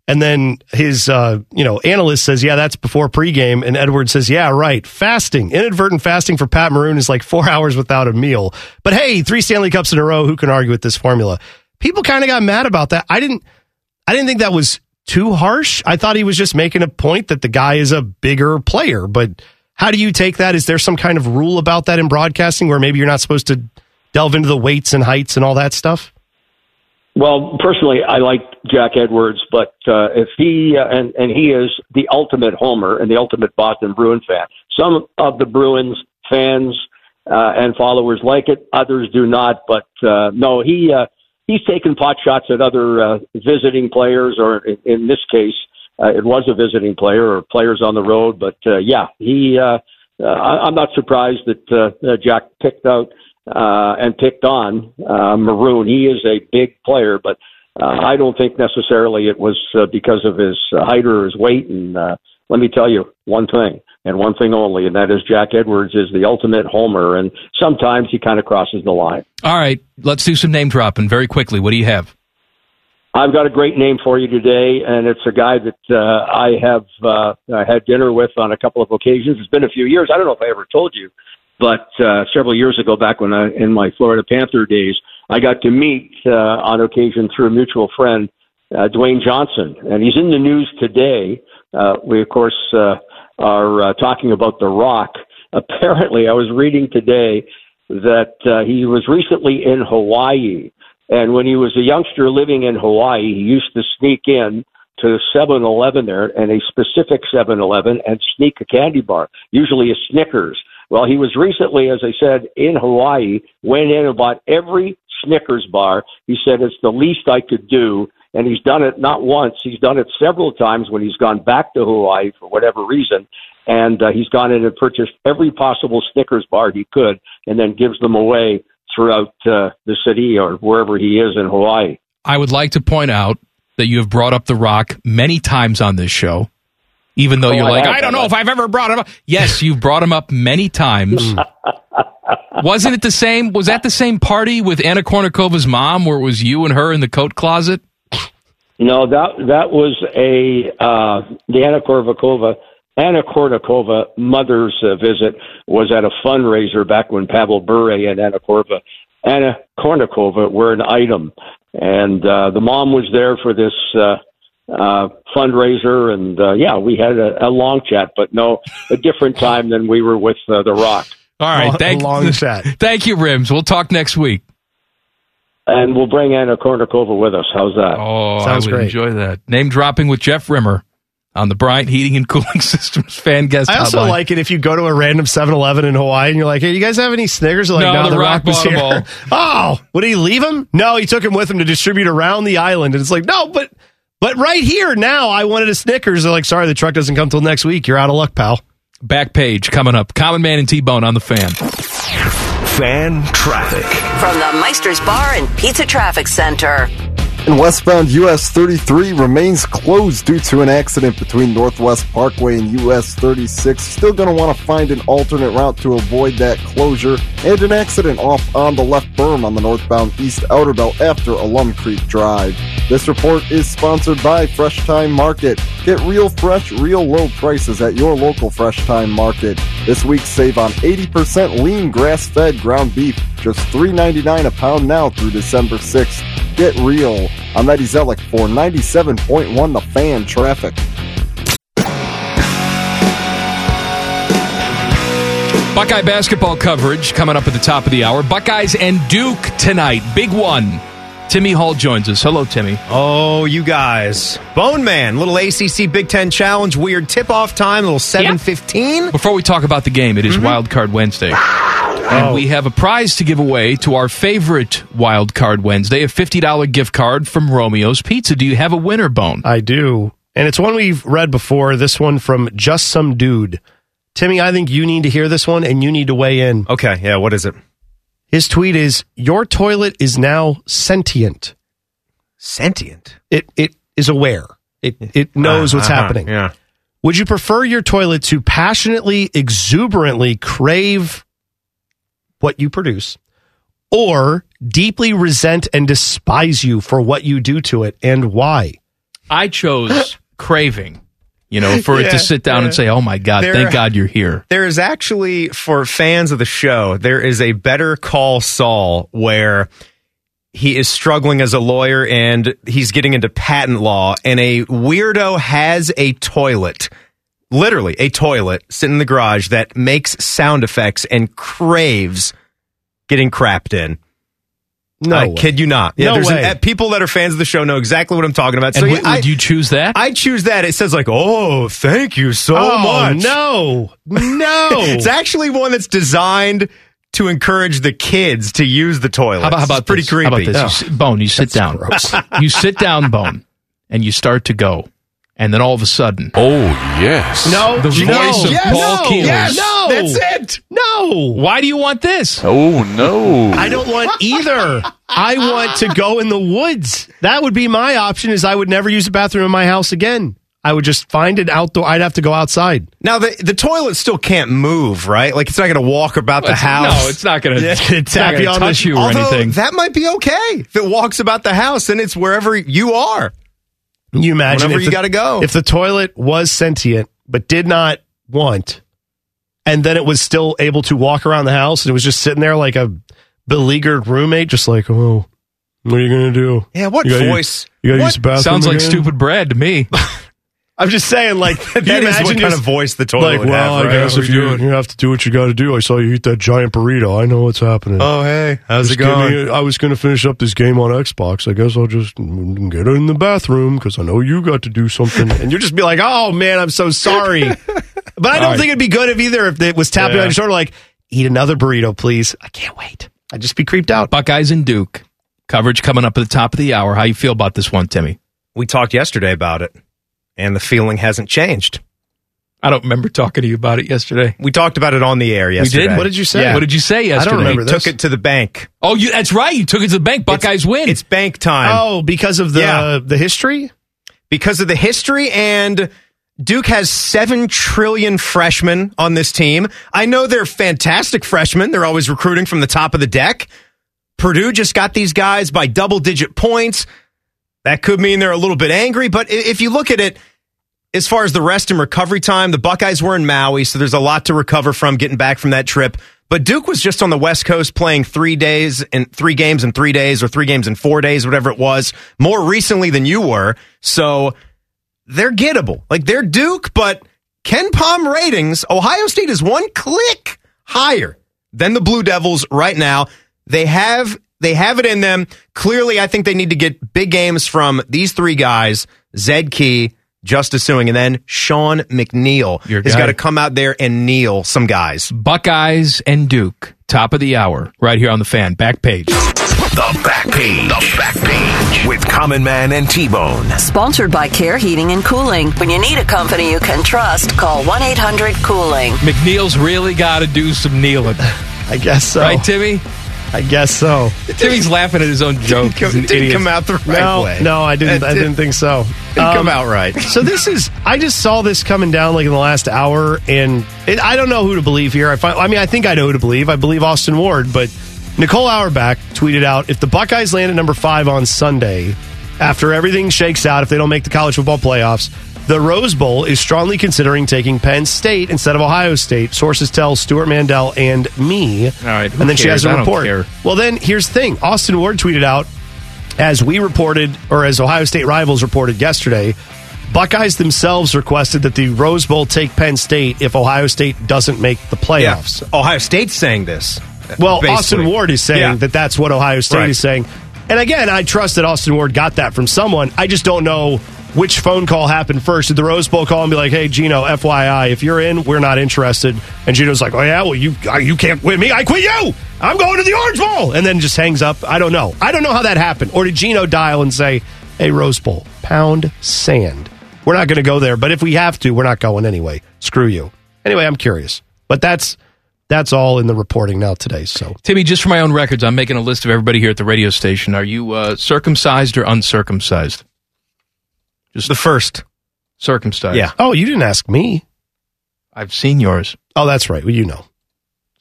Speaker 4: And then his, uh, you know, analyst says, "Yeah, that's before pregame." And Edward says, "Yeah, right. Fasting, inadvertent fasting for Pat Maroon is like four <laughs> hours without a meal." But hey, three Stanley Cups in a row. Who can argue with this formula? People kind of got mad about that. I didn't. I didn't think that was too harsh. I thought he was just making a point that the guy is a bigger player. But how do you take that? Is there some kind of rule about that in broadcasting where maybe you're not supposed to delve into the weights and heights and all that stuff?
Speaker 10: Well, personally, I like Jack Edwards, but uh, if he uh, and and he is the ultimate homer and the ultimate Boston Bruin fan. Some of the Bruins fans uh, and followers like it; others do not. But uh, no, he uh, he's taken pot shots at other uh, visiting players, or in, in this case, uh, it was a visiting player or players on the road. But uh, yeah, he. Uh, uh, I, I'm not surprised that uh, uh, Jack picked out uh, and picked on uh, Maroon. He is a big player, but uh, I don't think necessarily it was uh, because of his uh, height or his weight. And uh, let me tell you one thing, and one thing only, and that is Jack Edwards is the ultimate homer, and sometimes he kind of crosses the line.
Speaker 3: All right, let's do some name dropping very quickly. What do you have?
Speaker 10: I've got a great name for you today, and it's a guy that uh, I have uh, I had dinner with on a couple of occasions. It's been a few years. I don't know if I ever told you, but uh, several years ago, back when I in my Florida Panther days, I got to meet uh, on occasion through a mutual friend, uh, Dwayne Johnson, and he's in the news today. Uh, we of course uh, are uh, talking about The Rock. <laughs> Apparently, I was reading today that uh, he was recently in Hawaii. And when he was a youngster living in Hawaii, he used to sneak in to 7 Eleven there and a specific 7 Eleven and sneak a candy bar, usually a Snickers. Well, he was recently, as I said, in Hawaii, went in and bought every Snickers bar. He said, It's the least I could do. And he's done it not once, he's done it several times when he's gone back to Hawaii for whatever reason. And uh, he's gone in and purchased every possible Snickers bar he could and then gives them away throughout uh, the city or wherever he is in Hawaii.
Speaker 3: I would like to point out that you have brought up The Rock many times on this show, even though
Speaker 11: Oh,
Speaker 3: you're
Speaker 11: I
Speaker 3: like,
Speaker 11: have.
Speaker 3: I don't know if I've ever brought him up. Yes, you've brought him up many times. Wasn't it the same? Was that the same party with Anna Kournikova's mom where it was you and her in the coat closet?
Speaker 10: No, that that was a uh, the Anna Kournikova Anna Kournikova mother's uh, visit was at a fundraiser back when Pavel Bure and Anna Korva Anna Kournikova were an item, and uh, the mom was there for this uh, uh, fundraiser, and uh, yeah, we had a, a long chat, but no, a different time than we were with uh, The Rock.
Speaker 3: All right, thank <laughs> long
Speaker 4: chat.
Speaker 3: Thank you, Rims. We'll talk next week.
Speaker 10: And we'll bring Anna Kournikova with us. How's that?
Speaker 3: Oh,
Speaker 10: Sounds
Speaker 3: I would
Speaker 10: great.
Speaker 3: enjoy that. Name dropping with Jeff Rimmer on the Bryant Heating and Cooling <laughs> Systems fan guest.
Speaker 4: I also
Speaker 3: hotline.
Speaker 4: like it if you go to a random 7-Eleven in Hawaii and you're like, "Hey, you guys have any Snickers?" They're like,
Speaker 3: No,
Speaker 4: no,
Speaker 3: The
Speaker 4: the,
Speaker 3: Rock
Speaker 4: Rock, was
Speaker 3: bought 'em
Speaker 4: here. <laughs> oh, would he leave him? No, he took him with him to distribute around the island. And it's like, no, but but right here now, I wanted a Snickers. They're like, sorry, the truck doesn't come till next week. You're out of luck, pal.
Speaker 3: back page coming up. Common Man and T Bone on the fan.
Speaker 1: Fan traffic.
Speaker 5: From the Meister's Bar and Pizza Traffic Center.
Speaker 2: And westbound US 33 remains closed due to an accident between Northwest Parkway and US 36. Still going to want to find an alternate route to avoid that closure. And an accident off on the left berm on the northbound East Outer Belt after Alum Creek Drive. This report is sponsored by Fresh Time Market. Get real fresh, real low prices at your local Fresh Time Market. This week, save on 80% lean grass-fed ground beef, just $3.99 a pound now through December 6th. Get real. I'm Eddie Zellick for 97.1 The Fan Traffic.
Speaker 3: Buckeye basketball coverage coming up at the top of the hour. Buckeyes and Duke tonight. Big one. Timmy Hall joins us. Hello, Timmy.
Speaker 11: Oh,
Speaker 12: you guys. Bone Man, little ACC Big Ten Challenge, weird tip-off time, little 7.15.
Speaker 3: Before we talk about the game, it is
Speaker 12: Mm-hmm.
Speaker 3: Wild Card Wednesday.
Speaker 12: Oh.
Speaker 3: And we have a prize to give away to our favorite Wild Card Wednesday, a $50 gift card from Romeo's Pizza. Do you have a winner bone?
Speaker 4: I do. And it's one we've read before. This one from Just Some Dude. Timmy, I think you need to hear this one and you need to weigh in.
Speaker 12: Okay. Yeah. What is it?
Speaker 4: His tweet is Your toilet is now sentient.
Speaker 12: Sentient?
Speaker 4: It, it is aware, it, it knows
Speaker 12: Uh,
Speaker 4: what's
Speaker 12: uh-huh,
Speaker 4: happening.
Speaker 12: Yeah.
Speaker 4: Would you prefer your toilet to passionately, exuberantly crave what you produce or deeply resent and despise you for what you do to it and why?
Speaker 3: I
Speaker 12: <gasps>
Speaker 3: chose craving, you know, for it
Speaker 12: Yeah,
Speaker 3: to sit down
Speaker 12: yeah.
Speaker 3: and say, oh my God,
Speaker 12: There-
Speaker 3: thank God you're here.
Speaker 12: There is actually, for fans of the show, there is a Better Call Saul where he is struggling as a lawyer and he's getting into patent law, and a weirdo has a toilet, literally a toilet, sitting in the garage that makes sound effects and craves getting crapped in.
Speaker 4: No,
Speaker 12: I
Speaker 4: way.
Speaker 12: kid you not. Yeah,
Speaker 4: No
Speaker 12: there's an- e,
Speaker 4: way.
Speaker 12: people that are fans of the show know exactly what I'm talking about.
Speaker 4: And
Speaker 12: yeah,
Speaker 4: would-
Speaker 12: I-
Speaker 4: would
Speaker 3: you choose that?
Speaker 12: I choose that. It says like, "Oh, thank you so
Speaker 4: Oh,
Speaker 12: much."
Speaker 4: No, no. <laughs>
Speaker 12: it's actually one that's designed to encourage the kids to use the toilet.
Speaker 3: How about, how about
Speaker 12: it's pretty
Speaker 3: this?
Speaker 12: creepy?
Speaker 3: How about this? You sit- bone, you sit down. <laughs> you sit down, Bone, and you start to go. And then all of a sudden. Oh, yes.
Speaker 12: Oh,
Speaker 4: No,
Speaker 3: The
Speaker 4: no,
Speaker 3: voice of
Speaker 4: yes,
Speaker 3: Paul
Speaker 4: no,
Speaker 3: Keeler.
Speaker 4: yes, no.
Speaker 12: That's it.
Speaker 4: No.
Speaker 3: Why do you want this?
Speaker 13: Oh no.
Speaker 4: I don't want either. I want to go in the woods. That would be my option is I would never use a bathroom in my house again. I would just find it outdoor. I'd have to go outside.
Speaker 12: Now the the toilet still can't move, right? Like it's not going to walk about the
Speaker 4: It's-
Speaker 12: house.
Speaker 4: no, it's not
Speaker 12: <laughs>
Speaker 4: gonna-
Speaker 12: Yeah.
Speaker 4: it's gonna
Speaker 12: It's
Speaker 4: tap
Speaker 12: not gonna
Speaker 4: you on the-
Speaker 12: touch you
Speaker 4: Although,
Speaker 12: or anything. That might be okay if it walks about the house and it's wherever you are.
Speaker 4: Can you imagine
Speaker 12: Whenever
Speaker 4: if
Speaker 12: you
Speaker 4: the-
Speaker 12: gotta go.
Speaker 4: If the toilet was sentient but did not want, and then it was still able to walk around the house and it was just sitting there like a beleaguered roommate, just like, oh, what are you gonna do?
Speaker 12: Yeah, what
Speaker 4: You gotta use-
Speaker 12: voice?
Speaker 4: you gotta
Speaker 12: What?
Speaker 4: use the bathroom.
Speaker 3: Sounds like
Speaker 4: again?"
Speaker 3: stupid bread to me.
Speaker 4: <laughs> I'm just saying, like,
Speaker 3: <laughs>
Speaker 4: that
Speaker 12: is what kind of voice the toilet would have, right? What are we doing?
Speaker 4: have to do what you got to do. I saw you eat that giant burrito. I know what's happening.
Speaker 12: Oh, hey, how's it
Speaker 4: give
Speaker 12: going?
Speaker 4: me- I was going to finish up this game on Xbox. I guess I'll just mm, get in the bathroom because I know you got to do something. and you'll just be like, oh, man,
Speaker 12: <laughs>
Speaker 4: I'm so sorry. but I don't
Speaker 12: All right.
Speaker 4: think it'd be good if either if it was tapping
Speaker 12: Yeah.
Speaker 4: on your shoulder like, eat another burrito, please. I can't wait. I'd just be creeped out.
Speaker 3: Buckeyes and Duke. coverage coming up at the top of the hour. How you feel about this one, Timmy?
Speaker 4: We talked yesterday about it, and the feeling hasn't changed.
Speaker 3: I don't remember talking to you about it yesterday.
Speaker 4: We talked about it on the air yesterday.
Speaker 3: What did you say? What did you say yesterday?
Speaker 4: We Took it to the bank.
Speaker 3: Oh, you, that's right. You took it to the bank. Buckeyes win.
Speaker 4: It's bank time.
Speaker 10: Oh, because of the the history?
Speaker 4: Because of the history and Duke has 7 trillion freshmen on this team. I know they're fantastic freshmen. They're always recruiting from the top of the deck. Purdue just got these guys by double digit points. That could mean they're a little bit angry, but i- if you look at it as far as the rest and recovery time, the Buckeyes were in Maui, so there's a lot to recover from getting back from that trip. But Duke was just on the West Coast playing three days and three games in three days or three games in four days, whatever it was, more recently than you were. So they're gettable. Like they're Duke, but Ken Palm ratings, Ohio State is one click higher than the Blue Devils right now. They have they have it in them. Clearly, I think they need to get big games from these three guys, Zed Key, Justice Suing, and then Sean McNeil has
Speaker 3: guy.
Speaker 4: got to come out there and kneel some guys.
Speaker 3: Buckeyes and Duke, top of the hour, right here on the fan, back page.
Speaker 1: The back page. The back page with Common Man and T Bone.
Speaker 5: Sponsored by Care Heating and Cooling. When you need a company you can trust, call 1 800 Cooling.
Speaker 3: McNeil's really got to do some kneeling. I
Speaker 10: guess so.
Speaker 3: Right, Timmy?
Speaker 10: I guess so.
Speaker 3: Timmy's laughing at his own joke. He's an idiot.
Speaker 10: no, No, I didn't.
Speaker 3: It
Speaker 10: I didn't
Speaker 4: <laughs>
Speaker 10: think so. Um,
Speaker 3: didn't come out
Speaker 4: right.
Speaker 10: so this is. I just saw this coming down like in the last hour, and it, I don't know who to believe here. I, find, I mean, I think I know who to believe. I believe Austin Ward, but Nicole Auerbach tweeted out if the Buckeyes land at number five on Sunday, after everything shakes out, if they don't make the college football playoffs. The Rose Bowl is strongly considering taking Penn State instead of Ohio State. Sources tell Stuart Mandel and me. All
Speaker 3: right, who
Speaker 10: and then she
Speaker 3: cares?
Speaker 10: has a
Speaker 3: I don't
Speaker 10: report.
Speaker 3: care.
Speaker 10: Well, then here's the thing. Austin Ward tweeted out, as we reported, or as Ohio State rivals reported yesterday, Buckeyes themselves requested that the Rose Bowl take Penn State if Ohio State doesn't make the playoffs.
Speaker 4: Ohio State's saying this.
Speaker 10: Well,
Speaker 4: basically.
Speaker 10: Austin Ward is saying
Speaker 4: Yeah.
Speaker 10: that that's what Ohio State
Speaker 4: Right.
Speaker 10: is saying. And again, I trust that Austin Ward got that from someone. I just don't know which phone call happened first. Did the Rose Bowl call and be like, "Hey, Gino, FYI, if you're in, we're not interested." And Gino's like, "Oh yeah, well you you can't quit me. I quit you. I'm going to the Orange Bowl." And then just hangs up. I don't know. I don't know how that happened. Or did Gino dial and say, "Hey, Rose Bowl, pound sand. We're not going to go there, but if we have to, we're not going anyway. Screw you." Anyway, I'm curious, but that's that's all in the reporting now today. So
Speaker 3: Timmy, just for my own records, I'm making a list of everybody here at the radio station. Are you uh, circumcised or uncircumcised? Just
Speaker 4: the first.
Speaker 3: Circumcised.
Speaker 10: Yeah. Oh, you didn't ask me.
Speaker 3: I've seen yours.
Speaker 10: Oh, that's right. Well, you know.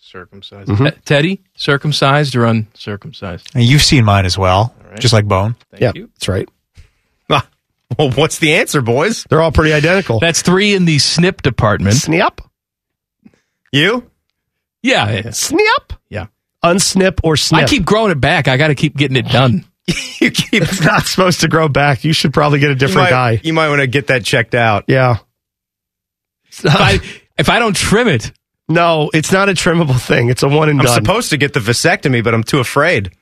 Speaker 3: Circumcised.
Speaker 4: Mm-hmm.
Speaker 3: Te- Teddy, circumcised or uncircumcised?
Speaker 14: And you've seen mine as well, just like Bone.
Speaker 10: yeah, that's right.
Speaker 4: <laughs> Well, what's the answer, boys?
Speaker 10: They're all pretty identical.
Speaker 3: That's three in the snip department.
Speaker 10: Snip?
Speaker 4: You?
Speaker 3: Yeah. yeah.
Speaker 10: Snip?
Speaker 3: Yeah.
Speaker 10: Unsnip or snip?
Speaker 3: I keep growing it back. I got to keep getting it done.
Speaker 4: you keep
Speaker 10: it's not supposed to grow back. You should probably get a
Speaker 4: You
Speaker 10: different
Speaker 4: might,
Speaker 10: guy.
Speaker 4: You might want to get that checked out.
Speaker 10: Yeah.
Speaker 3: if,
Speaker 4: <laughs>
Speaker 3: I, if I don't trim it,
Speaker 10: No, it's not a trimmable thing. It's a one and
Speaker 4: I'm
Speaker 10: done.
Speaker 4: supposed to get the vasectomy, but I'm too afraid.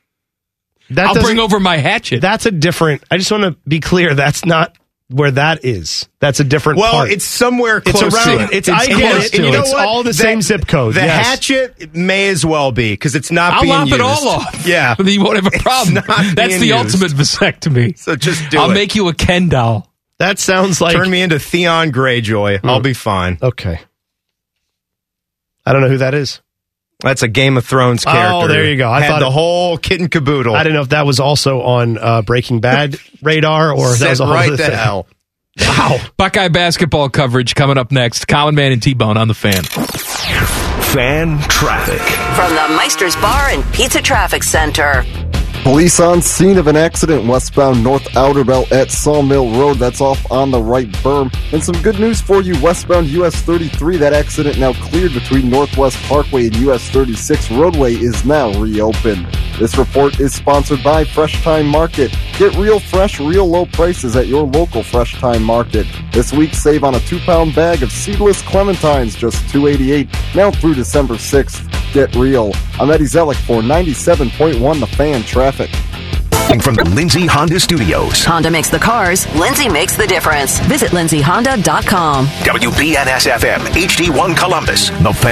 Speaker 10: That
Speaker 3: I'll
Speaker 10: doesn't-
Speaker 3: bring over my hatchet.
Speaker 10: That's a different. I just want to be clear. That's not where that is. That's a different.
Speaker 4: Well,
Speaker 10: part.
Speaker 4: it's somewhere
Speaker 10: It's
Speaker 4: close.
Speaker 10: around-
Speaker 4: to it.
Speaker 10: it's- I get
Speaker 4: close
Speaker 10: it.
Speaker 4: to
Speaker 10: And you know It's what? all the same zip code,
Speaker 4: The
Speaker 10: yes.
Speaker 4: hatchet may as well be because it's not.
Speaker 3: I'll
Speaker 4: being
Speaker 3: lop it
Speaker 4: used.
Speaker 3: all off.
Speaker 4: <laughs> Yeah,
Speaker 3: Then <laughs> you won't have a
Speaker 4: It's
Speaker 3: problem.
Speaker 4: not
Speaker 3: That's
Speaker 4: being
Speaker 3: the
Speaker 4: used.
Speaker 3: ultimate vasectomy.
Speaker 4: So just do
Speaker 3: I'll
Speaker 4: it.
Speaker 3: make you a Ken doll.
Speaker 10: That sounds like Hmm.
Speaker 4: Turn me into Theon Greyjoy. I'll be fine.
Speaker 10: Okay. I don't know who that is.
Speaker 4: That's a Game of Thrones
Speaker 10: Oh,
Speaker 4: character.
Speaker 10: there you go. I
Speaker 4: Had
Speaker 10: thought
Speaker 4: the
Speaker 10: it-
Speaker 4: whole kit and caboodle.
Speaker 10: I don't know if that was also on uh, Breaking Bad radar or if that
Speaker 4: Sent
Speaker 10: was a whole
Speaker 4: right
Speaker 10: other
Speaker 4: to
Speaker 10: thing.
Speaker 4: hell.
Speaker 3: Buckeye basketball coverage coming up next. Common Man and T Bone on the fan.
Speaker 1: Fan traffic.
Speaker 5: From the Meister's Bar and Pizza Traffic Center.
Speaker 2: Police on scene of an accident westbound North Outer Belt at Sawmill Road. That's off on the right berm. And some good news for you westbound US 33. That accident now cleared between Northwest Parkway and US 36. Roadway is now reopened. This report is sponsored by Fresh Time Market. Get real fresh, real low prices at your local Fresh Time Market. This week, save on a two pound bag of seedless clementines, just $2.88, now through December 6th. Get real. I'm Eddie Zellick for 97.1 The Fan Traffic.
Speaker 1: From the Lindsay Honda Studios.
Speaker 5: Honda makes the cars, Lindsay makes the difference. Visit lindsayhonda.com.
Speaker 1: WBNSFM, HD1 Columbus. The Fan.